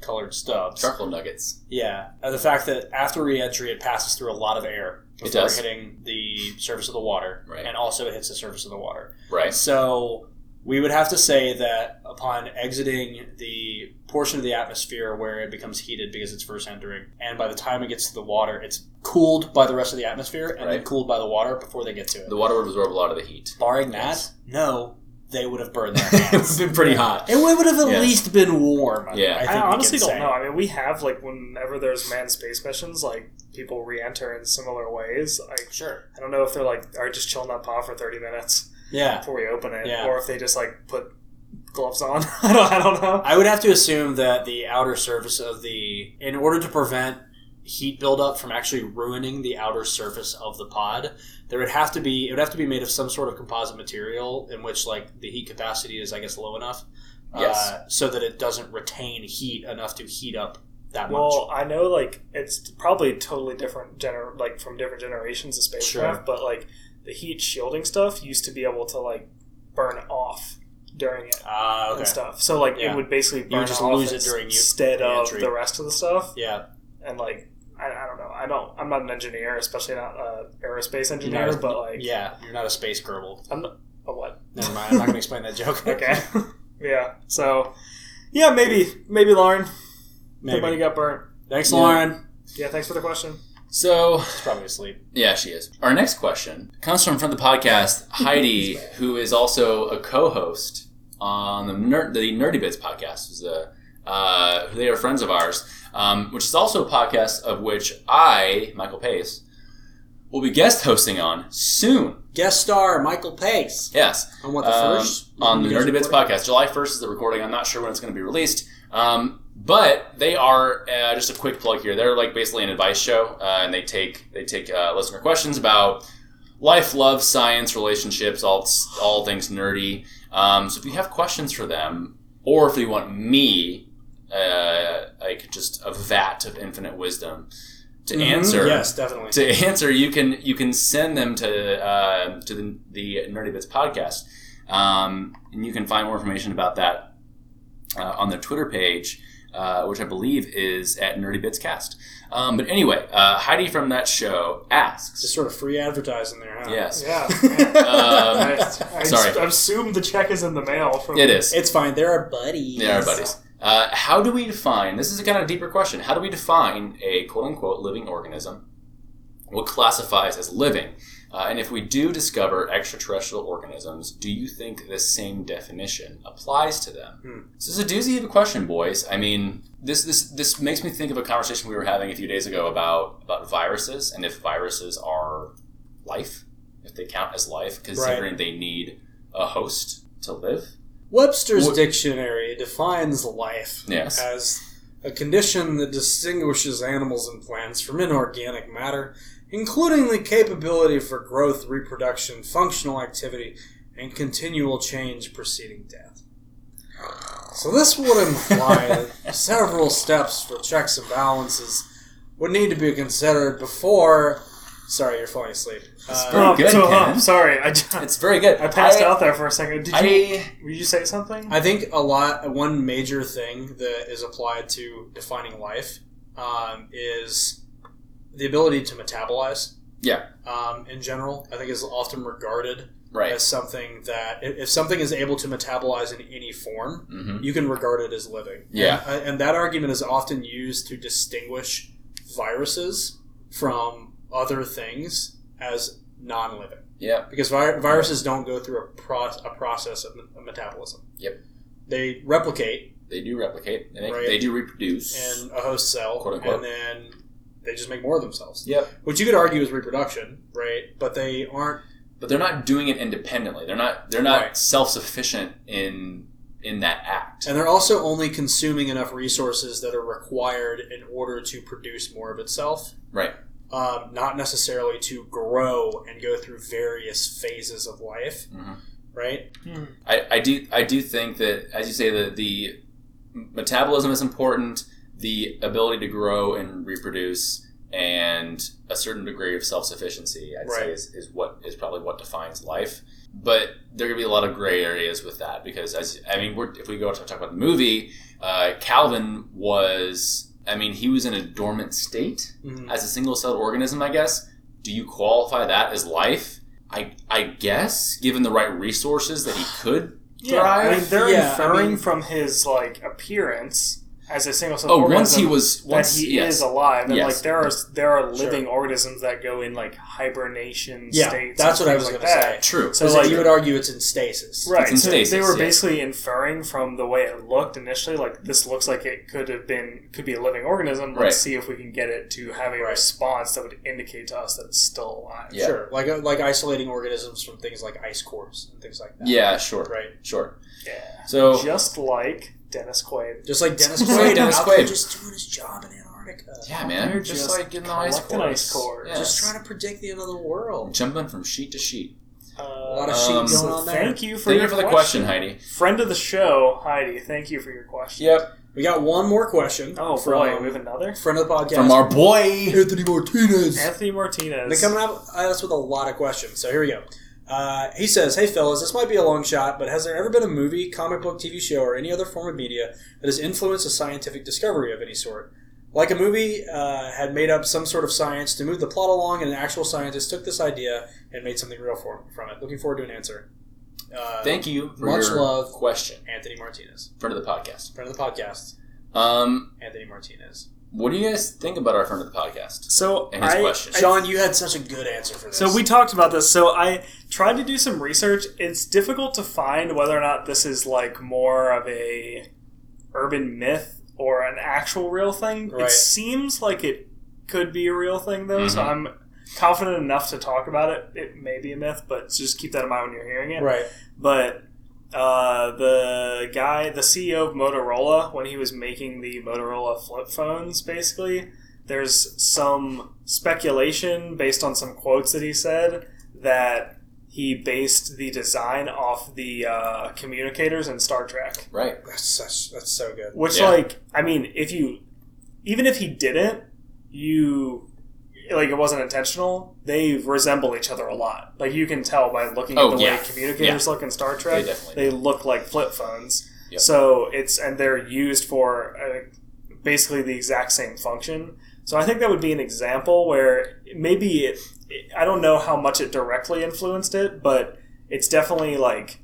[SPEAKER 2] colored stubs.
[SPEAKER 4] charcoal nuggets.
[SPEAKER 2] Yeah, and the fact that after reentry, it passes through a lot of air
[SPEAKER 4] It
[SPEAKER 2] before
[SPEAKER 4] does.
[SPEAKER 2] hitting the surface of the water,
[SPEAKER 4] Right.
[SPEAKER 2] and also it hits the surface of the water.
[SPEAKER 4] Right.
[SPEAKER 2] So we would have to say that upon exiting the portion of the atmosphere where it becomes heated because it's first entering, and by the time it gets to the water, it's cooled by the rest of the atmosphere and then
[SPEAKER 4] Right.
[SPEAKER 2] cooled by the water before they get to it.
[SPEAKER 4] The water would absorb a lot of the heat.
[SPEAKER 2] Barring that, no, they would have burned their
[SPEAKER 4] it would
[SPEAKER 2] hands.
[SPEAKER 4] have been pretty hot.
[SPEAKER 2] It would have at
[SPEAKER 4] Yes.
[SPEAKER 2] least been warm. I,
[SPEAKER 4] Yeah. I
[SPEAKER 2] think
[SPEAKER 3] I
[SPEAKER 2] we
[SPEAKER 3] honestly
[SPEAKER 2] can
[SPEAKER 3] don't
[SPEAKER 2] say.
[SPEAKER 3] know. I mean, we have like whenever there's manned space missions, like people re-enter in similar ways. Like
[SPEAKER 2] Sure.
[SPEAKER 3] I don't know if they're like are just chilling on pod for thirty minutes
[SPEAKER 2] Yeah.
[SPEAKER 3] before we open it,
[SPEAKER 2] Yeah.
[SPEAKER 3] or if they just like put gloves on. I don't. I don't know.
[SPEAKER 2] I would have to assume that the outer surface of the, in order to prevent heat buildup from actually ruining the outer surface of the pod, there would have to be it would have to be made of some sort of composite material in which like the heat capacity is I guess low enough,
[SPEAKER 4] Yes.
[SPEAKER 2] uh, so that it doesn't retain heat enough to heat up that much.
[SPEAKER 3] Well, I know like it's probably totally different gener like from different generations of spacecraft,
[SPEAKER 2] Sure.
[SPEAKER 3] but like the heat shielding stuff used to be able to like burn off during it
[SPEAKER 2] Ah, okay.
[SPEAKER 3] and stuff. So like
[SPEAKER 2] Yeah.
[SPEAKER 3] it would basically burn
[SPEAKER 2] would just
[SPEAKER 3] off
[SPEAKER 2] lose it
[SPEAKER 3] ins-
[SPEAKER 2] during you-
[SPEAKER 3] instead
[SPEAKER 2] the
[SPEAKER 3] of
[SPEAKER 2] entry.
[SPEAKER 3] the rest of the stuff.
[SPEAKER 2] Yeah,
[SPEAKER 3] And like I, I don't know, I don't I'm not an engineer, especially not a aerospace engineer,
[SPEAKER 2] not a-
[SPEAKER 3] but like
[SPEAKER 2] yeah. You're not a space gerbil.
[SPEAKER 3] I'm not, a what?
[SPEAKER 2] Never mind. I'm not gonna explain that joke.
[SPEAKER 3] Okay, yeah. So yeah, maybe maybe Lauren,
[SPEAKER 2] Maybe.
[SPEAKER 3] somebody got burnt.
[SPEAKER 2] Thanks,
[SPEAKER 4] Yeah.
[SPEAKER 2] Lauren.
[SPEAKER 3] Yeah, thanks for the question.
[SPEAKER 4] So,
[SPEAKER 2] She's probably asleep.
[SPEAKER 4] yeah, she is. Our next question comes from from the podcast Heidi, who is also a co-host on the Ner- the Nerdy Bits podcast. Is a uh, they are friends of ours, um, which is also a podcast of which I, Michael Pace, will be guest hosting on soon.
[SPEAKER 2] Guest star Michael Pace.
[SPEAKER 4] Yes.
[SPEAKER 2] On what, the
[SPEAKER 4] Um,
[SPEAKER 2] first?
[SPEAKER 4] on the
[SPEAKER 2] You guys
[SPEAKER 4] Nerdy Bits
[SPEAKER 2] recorded?
[SPEAKER 4] podcast. July 1st is the recording. I'm not sure when it's going to be released. Um, but they are uh, just a quick plug here. They're like basically an advice show, uh, and they take they take uh, listener questions about life, love, science, relationships, all all things nerdy. Um, so if you have questions for them, or if you want me, uh, like just a vat of infinite wisdom to answer,
[SPEAKER 2] Mm-hmm. Yes, definitely.
[SPEAKER 4] to answer, you can you can send them to uh, to the, the Nerdy Bits podcast, um, and you can find more information about that uh, on their Twitter page, uh, which I believe is at Nerdy Bits Cast. Um, but anyway, uh, Heidi from that show asks,
[SPEAKER 2] Just sort of free advertising there, huh?
[SPEAKER 4] yes,
[SPEAKER 3] Yeah. I,
[SPEAKER 4] Um,
[SPEAKER 3] I
[SPEAKER 4] Sorry.
[SPEAKER 3] s- assume the check is in the mail. From
[SPEAKER 4] it is.
[SPEAKER 2] It's fine. They're our buddies.
[SPEAKER 4] They are buddies. Uh, how do we define? This is a kind of deeper question. How do we define a quote unquote living organism? What classifies as living? Uh, and if we do discover extraterrestrial organisms, do you think this same definition applies to them? This is a doozy of a question, boys. I mean, this this this makes me think of a conversation we were having a few days ago about about viruses and if viruses are life, if they count as life, considering they need a host to live.
[SPEAKER 2] Webster's
[SPEAKER 4] What-
[SPEAKER 2] dictionary defines life
[SPEAKER 4] Yes.
[SPEAKER 2] as a condition that distinguishes animals and plants from inorganic matter, including the capability for growth, reproduction, functional activity, and continual change preceding death. So this would imply that several steps for checks and balances would need to be considered before. Sorry, you're falling asleep. Uh,
[SPEAKER 4] Pretty
[SPEAKER 3] Oh,
[SPEAKER 4] good,
[SPEAKER 3] so,
[SPEAKER 4] Ken.
[SPEAKER 3] oh, sorry, I, j-
[SPEAKER 4] It's very good.
[SPEAKER 3] I passed out there for a second. Did you?
[SPEAKER 4] I
[SPEAKER 3] Will you say something?
[SPEAKER 2] I think a lot. One major thing that is applied to defining life um, is the ability to metabolize.
[SPEAKER 4] Yeah.
[SPEAKER 2] Um, in general, I think is often regarded
[SPEAKER 4] right.
[SPEAKER 2] as something that if if something is able to metabolize in any form,
[SPEAKER 4] hmm
[SPEAKER 2] you can regard it as living.
[SPEAKER 4] Yeah.
[SPEAKER 2] And, and that argument is often used to distinguish viruses from other things as non-living
[SPEAKER 4] Yeah.
[SPEAKER 2] because vi- viruses don't go through a, pro- a process of me- metabolism.
[SPEAKER 4] Yep.
[SPEAKER 2] They replicate
[SPEAKER 4] They do replicate. They, make,
[SPEAKER 2] Right.
[SPEAKER 4] they do reproduce.
[SPEAKER 2] in a host cell,
[SPEAKER 4] Quote, unquote.
[SPEAKER 2] and then they just make more of themselves,
[SPEAKER 4] yep.
[SPEAKER 2] which you could argue is reproduction, right? But they aren't.
[SPEAKER 4] But they're not doing it independently. They're not. They're not
[SPEAKER 2] Right.
[SPEAKER 4] self sufficient in in that act.
[SPEAKER 2] And they're also only consuming enough resources that are required in order to produce more of itself,
[SPEAKER 4] Right.
[SPEAKER 2] um, not necessarily to grow and go through various phases of life,
[SPEAKER 4] Mhm.
[SPEAKER 2] right?
[SPEAKER 4] I, I do. I do think that, as you say, the the metabolism is important. The ability to grow and reproduce, and a certain degree of self sufficiency, I'd
[SPEAKER 2] Right.
[SPEAKER 4] say, is, is what is probably what defines life. But there could be a lot of gray areas with that because, as I mean, we're, if we go to talk about the movie, uh, Calvin was. I mean, he was in a dormant state
[SPEAKER 2] Mhm.
[SPEAKER 4] as a single celled organism, I guess. Do you qualify that as life? I I guess, given the right resources that he could
[SPEAKER 3] Yeah, I mean, they're
[SPEAKER 2] Yeah, I
[SPEAKER 3] inferring
[SPEAKER 2] mean-
[SPEAKER 3] from his like appearance as a single cell
[SPEAKER 4] Oh, once he
[SPEAKER 3] organism
[SPEAKER 4] was once
[SPEAKER 3] that he
[SPEAKER 4] yes.
[SPEAKER 3] is alive, and
[SPEAKER 4] Yes.
[SPEAKER 3] like there are there are living organisms that go in like hibernation
[SPEAKER 2] Yeah,
[SPEAKER 3] states.
[SPEAKER 2] that's
[SPEAKER 3] and
[SPEAKER 2] what I
[SPEAKER 3] things
[SPEAKER 2] was
[SPEAKER 3] like
[SPEAKER 2] gonna
[SPEAKER 3] that.
[SPEAKER 4] True.
[SPEAKER 3] So
[SPEAKER 2] Because
[SPEAKER 3] like
[SPEAKER 2] you would argue it's in stasis.
[SPEAKER 3] Right,
[SPEAKER 4] It's in
[SPEAKER 3] so they
[SPEAKER 4] stasis,
[SPEAKER 3] were
[SPEAKER 4] yes.
[SPEAKER 3] basically inferring from the way it looked initially, like this looks like it could have been could be a living organism. Let's
[SPEAKER 4] Right.
[SPEAKER 3] see if we can get it to have a
[SPEAKER 2] Right.
[SPEAKER 3] response that would indicate to us that it's still alive.
[SPEAKER 4] Yeah.
[SPEAKER 2] Sure, like uh, like isolating organisms from things like ice cores and things like that.
[SPEAKER 4] yeah, sure.
[SPEAKER 2] Right.
[SPEAKER 4] Sure.
[SPEAKER 3] Yeah.
[SPEAKER 4] So
[SPEAKER 3] Just like Dennis Quaid.
[SPEAKER 2] Just like Dennis
[SPEAKER 4] Just
[SPEAKER 2] Quaid,
[SPEAKER 4] like Dennis
[SPEAKER 2] out there
[SPEAKER 4] Quaid.
[SPEAKER 2] just doing his job in Antarctica.
[SPEAKER 4] yeah, man,
[SPEAKER 3] They're
[SPEAKER 4] just,
[SPEAKER 3] just
[SPEAKER 4] like in the ice
[SPEAKER 3] collecting
[SPEAKER 4] cores.
[SPEAKER 3] ice cores.
[SPEAKER 4] Yes.
[SPEAKER 2] Just trying to predict the end of the world.
[SPEAKER 4] jumping from sheet to sheet.
[SPEAKER 3] Uh,
[SPEAKER 2] lot of
[SPEAKER 4] sheep
[SPEAKER 3] so
[SPEAKER 2] going on there.
[SPEAKER 3] Thank you for
[SPEAKER 4] Thank
[SPEAKER 3] your
[SPEAKER 4] you for the question,
[SPEAKER 3] question.
[SPEAKER 4] Heidi.
[SPEAKER 3] Friend of the show, Heidi. Thank you for your question.
[SPEAKER 4] Yep.
[SPEAKER 2] We got one more question.
[SPEAKER 3] Oh
[SPEAKER 2] from
[SPEAKER 3] boy, we have another.
[SPEAKER 2] friend of the podcast
[SPEAKER 4] From our boy.
[SPEAKER 2] Anthony Martinez.
[SPEAKER 3] Anthony Martinez.
[SPEAKER 2] They're coming up at us with a lot of questions. So here we go. Uh, he says, Hey, fellas, this might be a long shot, but has there ever been a movie, comic book, TV show, or any other form of media that has influenced a scientific discovery of any sort? Like a movie uh, had made up some sort of science to move the plot along, and an actual scientist took this idea and made something real for, from it. Looking forward to an answer. Uh,
[SPEAKER 4] Thank you for
[SPEAKER 2] Much
[SPEAKER 4] your
[SPEAKER 2] love.
[SPEAKER 4] question.
[SPEAKER 2] Anthony Martinez,
[SPEAKER 4] Friend of the podcast.
[SPEAKER 2] friend of the podcast.
[SPEAKER 4] Um,
[SPEAKER 2] Anthony Martinez.
[SPEAKER 4] what do you guys think about our friend of the podcast?
[SPEAKER 3] So
[SPEAKER 4] And his
[SPEAKER 3] I,
[SPEAKER 4] question.
[SPEAKER 2] Sean, you had such a good answer for this.
[SPEAKER 3] So we talked about this. So I tried to do some research. It's difficult to find whether or not this is like more of a urban myth or an actual real thing.
[SPEAKER 2] Right.
[SPEAKER 3] It seems like it could be a real thing though, so
[SPEAKER 4] Mhm.
[SPEAKER 3] I'm confident enough to talk about it. It may be a myth, but just keep that in mind when you're hearing it.
[SPEAKER 2] Right.
[SPEAKER 3] But uh, the guy, the CEO of Motorola, when he was making the Motorola flip phones, basically, there's some speculation based on some quotes that he said that he based the design off the uh, communicators in Star Trek.
[SPEAKER 4] Right.
[SPEAKER 2] That's, such, that's so good.
[SPEAKER 3] Which,
[SPEAKER 4] Yeah.
[SPEAKER 3] like, I mean, if you, even if he didn't, you, like, it wasn't intentional. They resemble each other a lot. Like, you can tell by looking
[SPEAKER 4] Oh,
[SPEAKER 3] at the
[SPEAKER 4] yeah.
[SPEAKER 3] way communicators look in Star
[SPEAKER 4] They
[SPEAKER 3] Trek.
[SPEAKER 4] definitely.
[SPEAKER 3] They look like flip phones.
[SPEAKER 4] Yep.
[SPEAKER 3] So it's and they're used for uh, basically the exact same function. So I think that would be an example where maybe it, it- I don't know how much it directly influenced it, but it's definitely like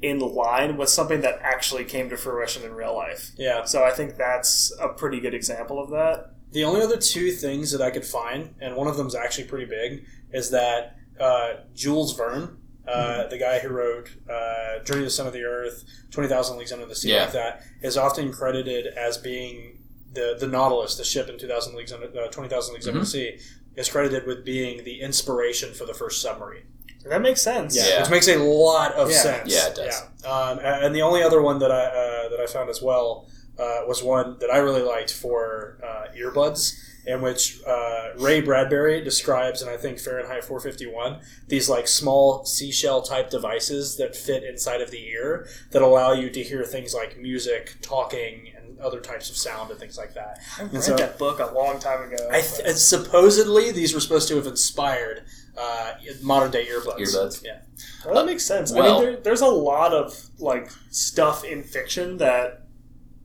[SPEAKER 3] in line with something that actually came to fruition in real life.
[SPEAKER 2] Yeah.
[SPEAKER 3] So I think that's a pretty good example of that.
[SPEAKER 2] The only other two things that I could find, and one of them's actually pretty big, is that uh, Jules Verne, uh, the guy who wrote uh, Journey to the Center of the Earth, 20,000 Leagues Under the Sea,
[SPEAKER 4] Yeah.
[SPEAKER 2] like that, is often credited as being the, the Nautilus, the ship in 2000 Leagues Under, uh, 20,000 Leagues Under the Sea, is credited with being the inspiration for the first submarine.
[SPEAKER 3] That makes sense.
[SPEAKER 4] Yeah.
[SPEAKER 2] Which makes a lot of
[SPEAKER 3] Yeah.
[SPEAKER 2] sense.
[SPEAKER 4] Yeah, it does.
[SPEAKER 2] Yeah. Um, a- and the only other one that I uh, that I found as well uh, was one that I really liked for uh, earbuds, in which uh, Ray Bradbury describes, and I think Fahrenheit 451, these like small seashell type devices that fit inside of the ear that allow you to hear things like music, talking, and other types of sound and things like that.
[SPEAKER 3] I read
[SPEAKER 2] And so-
[SPEAKER 3] that book a long time ago.
[SPEAKER 2] I th- and supposedly these were supposed to have inspired uh, modern day earbuds.
[SPEAKER 4] Earbuds.
[SPEAKER 2] Yeah.
[SPEAKER 3] Well, that makes sense. I
[SPEAKER 4] Well-
[SPEAKER 3] mean, there, there's a lot of like stuff in fiction that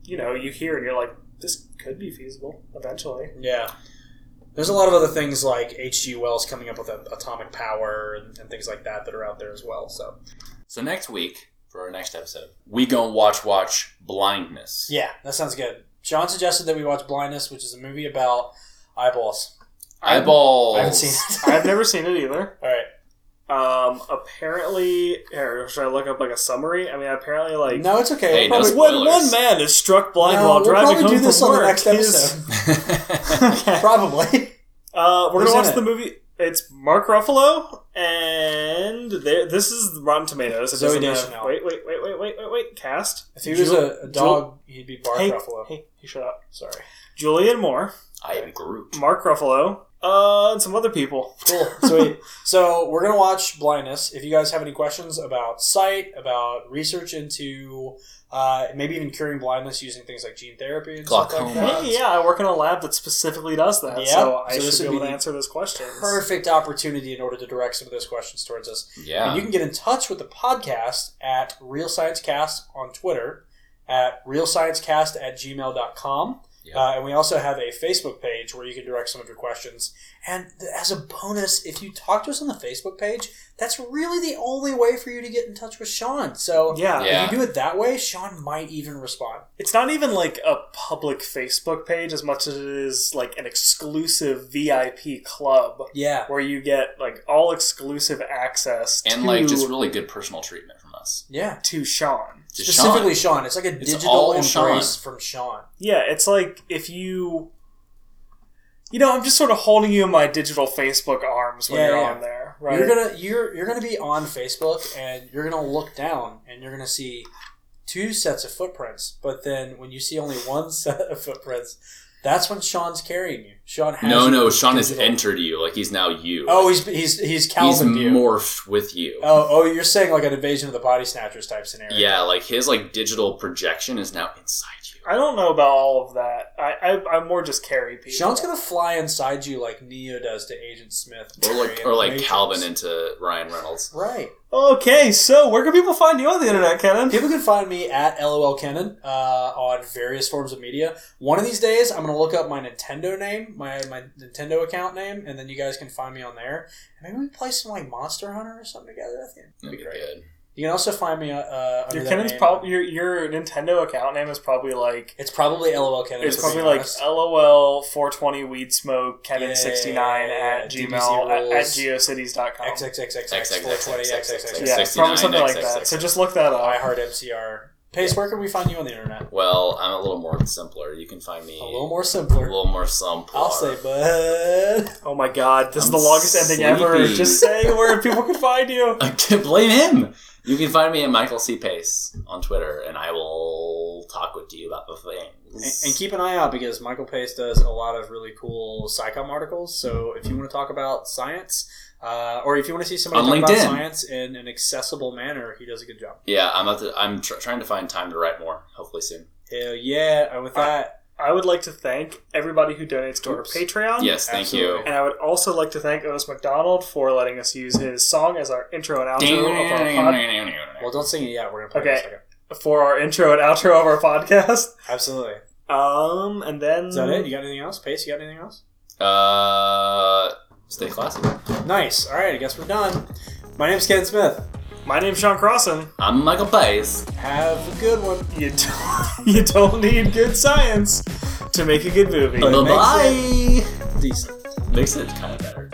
[SPEAKER 3] you know you hear and you're like, this could be feasible eventually.
[SPEAKER 2] Yeah. There's a lot of other things like H.G. Wells coming up with a- atomic power and, and things like that that are out there as well. So
[SPEAKER 4] So next week for our next episode, we gonna watch watch blindness.
[SPEAKER 2] yeah, that sounds good. Sean suggested that we watch Blindness, which is a movie about eyeballs.
[SPEAKER 4] Eyeballs.
[SPEAKER 2] I haven't seen it.
[SPEAKER 3] I've never seen it either.
[SPEAKER 2] All right,
[SPEAKER 3] Um, apparently, here, should I look up like a summary? I mean, apparently, like
[SPEAKER 2] no, it's okay.
[SPEAKER 4] Hey, no
[SPEAKER 2] probably,
[SPEAKER 4] sp-
[SPEAKER 3] when
[SPEAKER 4] spoilers.
[SPEAKER 3] one man is struck blind
[SPEAKER 2] no,
[SPEAKER 3] while
[SPEAKER 2] we'll
[SPEAKER 3] driving
[SPEAKER 2] probably
[SPEAKER 3] home
[SPEAKER 2] do this
[SPEAKER 3] from
[SPEAKER 2] on
[SPEAKER 3] work,
[SPEAKER 2] the next
[SPEAKER 3] his-
[SPEAKER 2] episode. probably.
[SPEAKER 3] Uh, we're
[SPEAKER 2] Who's
[SPEAKER 3] gonna
[SPEAKER 2] in
[SPEAKER 3] watch the
[SPEAKER 2] it?
[SPEAKER 3] movie. It's Mark Ruffalo, and there. This is Rotten Tomatoes. It
[SPEAKER 2] Zooey
[SPEAKER 3] doesn't
[SPEAKER 2] Deschanel.
[SPEAKER 3] have, wait, wait, wait, wait, wait, wait, wait. Cast.
[SPEAKER 2] If he was a, a dog, he'd be Mark
[SPEAKER 3] Hey,
[SPEAKER 2] Ruffalo.
[SPEAKER 3] hey, hey, shut up.
[SPEAKER 2] Sorry.
[SPEAKER 3] Julian Moore,
[SPEAKER 4] I am Groot.
[SPEAKER 3] Mark Ruffalo, uh, and some other people.
[SPEAKER 2] Cool, sweet. so we're gonna watch Blindness. If you guys have any questions about sight, about research into uh, maybe even curing blindness using things like gene therapy and stuff
[SPEAKER 4] Glaucoma.
[SPEAKER 2] like that,
[SPEAKER 3] Hey, yeah, I work in a lab that specifically does that,
[SPEAKER 2] Yeah,
[SPEAKER 3] so
[SPEAKER 2] so
[SPEAKER 3] I
[SPEAKER 2] this
[SPEAKER 3] should
[SPEAKER 2] would
[SPEAKER 3] be able
[SPEAKER 2] be
[SPEAKER 3] to answer those questions.
[SPEAKER 2] perfect opportunity in order to direct some of those questions towards us.
[SPEAKER 4] Yeah.
[SPEAKER 2] And you can get in touch with the podcast at Real Science Cast on Twitter, at realsciencecast at gmail.com. Uh, and we also have a Facebook page where you can direct some of your questions. And th- as a bonus, if you talk to us on the Facebook page, that's really the only way for you to get in touch with Sean. So
[SPEAKER 3] Yeah.
[SPEAKER 4] Yeah.
[SPEAKER 2] if you do it that way, Sean might even respond.
[SPEAKER 3] It's not even like a public Facebook page as much as it is like an exclusive VIP club
[SPEAKER 2] Yeah.
[SPEAKER 3] where you get like all exclusive access
[SPEAKER 4] and
[SPEAKER 3] to,
[SPEAKER 4] like just really good personal treatment from us.
[SPEAKER 2] Yeah.
[SPEAKER 3] to Sean.
[SPEAKER 4] To
[SPEAKER 2] Specifically Sean. It's like a digital
[SPEAKER 4] all
[SPEAKER 2] embrace
[SPEAKER 4] Sean.
[SPEAKER 2] from Sean.
[SPEAKER 3] Yeah, it's like if you you know, I'm just sort of holding you in my digital Facebook arms when
[SPEAKER 2] Yeah,
[SPEAKER 3] you're
[SPEAKER 2] yeah.
[SPEAKER 3] on there, right?
[SPEAKER 2] You're gonna you're you're gonna be on Facebook and you're gonna look down and you're gonna see two sets of footprints. But then when you see only one set of footprints, that's when Sean's carrying you. Sean has
[SPEAKER 4] No,
[SPEAKER 2] you
[SPEAKER 4] no, Sean has
[SPEAKER 2] digital-
[SPEAKER 4] entered you. Like he's now you.
[SPEAKER 2] Oh, he's he's he's
[SPEAKER 4] he's
[SPEAKER 2] Calvin you.
[SPEAKER 4] morphed with you.
[SPEAKER 2] Oh, oh, you're saying like an invasion of the body snatchers type scenario.
[SPEAKER 4] Yeah, like his like digital projection is now inside you.
[SPEAKER 3] I don't know about all of that. I, I I more just carry people.
[SPEAKER 2] Sean's gonna fly inside you like Neo does to Agent Smith,
[SPEAKER 4] Or like
[SPEAKER 2] in
[SPEAKER 4] or like
[SPEAKER 2] Matrix.
[SPEAKER 4] Calvin into Ryan Reynolds.
[SPEAKER 2] Right.
[SPEAKER 3] Okay, so where can people find you on the internet, Kenan?
[SPEAKER 2] People can find me at LOL Kenan uh, on various forms of media. One of these days, I'm going to look up my Nintendo name, my, my Nintendo account name, and then you guys can find me on there. And maybe we play some like Monster Hunter or something together. I think it'd
[SPEAKER 4] That'd
[SPEAKER 2] be
[SPEAKER 4] be
[SPEAKER 2] great.
[SPEAKER 4] good.
[SPEAKER 2] You can also find me. Uh, under
[SPEAKER 3] Your
[SPEAKER 2] that
[SPEAKER 3] Kenan's
[SPEAKER 2] name.
[SPEAKER 3] prob- your your Nintendo account name is probably like
[SPEAKER 2] It's probably LOL Kenan.
[SPEAKER 3] It's
[SPEAKER 2] to be
[SPEAKER 3] probably like
[SPEAKER 2] honest.
[SPEAKER 3] LOL four twenty weed smoke
[SPEAKER 2] Yeah,
[SPEAKER 3] Kevin sixty nine
[SPEAKER 2] yeah,
[SPEAKER 3] at
[SPEAKER 2] yeah,
[SPEAKER 3] gmail at, at
[SPEAKER 2] DBC
[SPEAKER 3] geocities.com.
[SPEAKER 2] XXXXX420XXX.
[SPEAKER 3] Yeah, probably
[SPEAKER 4] 69,
[SPEAKER 3] something like
[SPEAKER 4] XXX.
[SPEAKER 3] that. So just look that
[SPEAKER 2] I
[SPEAKER 3] up.
[SPEAKER 2] heart MCR. Pace, where can we find you on the internet?
[SPEAKER 4] Well, I'm a little more simpler. You can find me
[SPEAKER 2] A little more
[SPEAKER 4] a
[SPEAKER 2] simpler.
[SPEAKER 4] little more simpler.
[SPEAKER 2] I'll say, bud.
[SPEAKER 3] Oh my god, this is
[SPEAKER 4] I'm
[SPEAKER 3] the longest ending ever.
[SPEAKER 4] sleepy.
[SPEAKER 3] Just say where people can find you.
[SPEAKER 4] I can't blame him. You can find me at Michael C. Pace on Twitter, and I will talk with you about the
[SPEAKER 2] And,
[SPEAKER 4] things.
[SPEAKER 2] and keep an eye out because Michael Pace does a lot of really cool SciComm articles. So if you want to talk about science, uh, or if you want to see somebody
[SPEAKER 4] On
[SPEAKER 2] talk about
[SPEAKER 4] LinkedIn.
[SPEAKER 2] science in an accessible manner, he does a good job.
[SPEAKER 4] yeah, I'm about to, I'm tr- trying to find time to write more. Hopefully soon.
[SPEAKER 2] Hell yeah! And with
[SPEAKER 4] Uh,
[SPEAKER 2] that,
[SPEAKER 3] I would like to thank everybody who donates to
[SPEAKER 2] Oops.
[SPEAKER 3] our Patreon.
[SPEAKER 4] Yes, thank you.
[SPEAKER 3] And I would also like to thank Otis McDonald for letting us use his song as our intro and outro of our pod-
[SPEAKER 2] well, don't sing it yet. We're gonna play it in a
[SPEAKER 3] Okay.
[SPEAKER 2] second.
[SPEAKER 3] for our intro and outro of our podcast.
[SPEAKER 2] Absolutely.
[SPEAKER 3] Um, and then
[SPEAKER 2] Is that it? You got anything else? Pace, you got anything else?
[SPEAKER 4] Uh, stay classy.
[SPEAKER 2] Nice. All right. I guess we're done. My name's Ken Smith.
[SPEAKER 3] My name's Sean Crossan.
[SPEAKER 4] I'm Michael Pace.
[SPEAKER 2] Have a good one.
[SPEAKER 3] You don't, you don't need good science to make a good movie.
[SPEAKER 2] But-
[SPEAKER 4] Bye
[SPEAKER 2] It makes
[SPEAKER 4] bye.
[SPEAKER 2] Decent.
[SPEAKER 4] Makes it kind of better.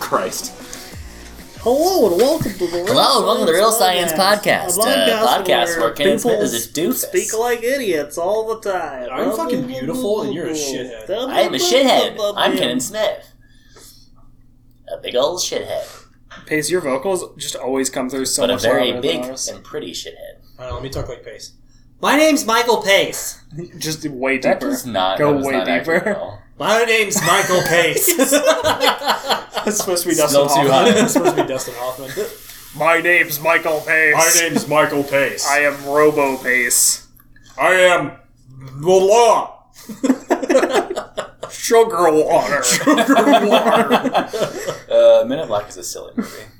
[SPEAKER 4] Christ.
[SPEAKER 2] Hello and welcome to the Real
[SPEAKER 4] Hello, and welcome to the Real Science Podcast, uh, podcast where Ken Smith is a doofus.
[SPEAKER 3] like idiots all the time.
[SPEAKER 2] I'm fucking beautiful and you're a shithead.
[SPEAKER 4] I am a shithead. I'm Kenan Smith. A big old shithead.
[SPEAKER 3] Pace, your vocals just always come through so
[SPEAKER 4] But a
[SPEAKER 3] much louder
[SPEAKER 4] very
[SPEAKER 3] than
[SPEAKER 4] big
[SPEAKER 3] ours.
[SPEAKER 4] and pretty shithead.
[SPEAKER 2] All right, let me talk like Pace. My name's Michael Pace.
[SPEAKER 3] Just way deeper.
[SPEAKER 4] not
[SPEAKER 3] Go way deeper.
[SPEAKER 4] accurate at all.
[SPEAKER 2] My name's Michael Pace.
[SPEAKER 3] That's supposed to be
[SPEAKER 4] Still
[SPEAKER 3] Dustin
[SPEAKER 4] too
[SPEAKER 3] Hoffman.
[SPEAKER 4] high.
[SPEAKER 2] That's supposed to be Dustin Hoffman.
[SPEAKER 3] My name's Michael Pace.
[SPEAKER 2] name's Michael Pace.
[SPEAKER 3] I am Robo Pace.
[SPEAKER 2] I am the law.
[SPEAKER 3] Sugar water.
[SPEAKER 4] Uh, Men in Black is a silly movie.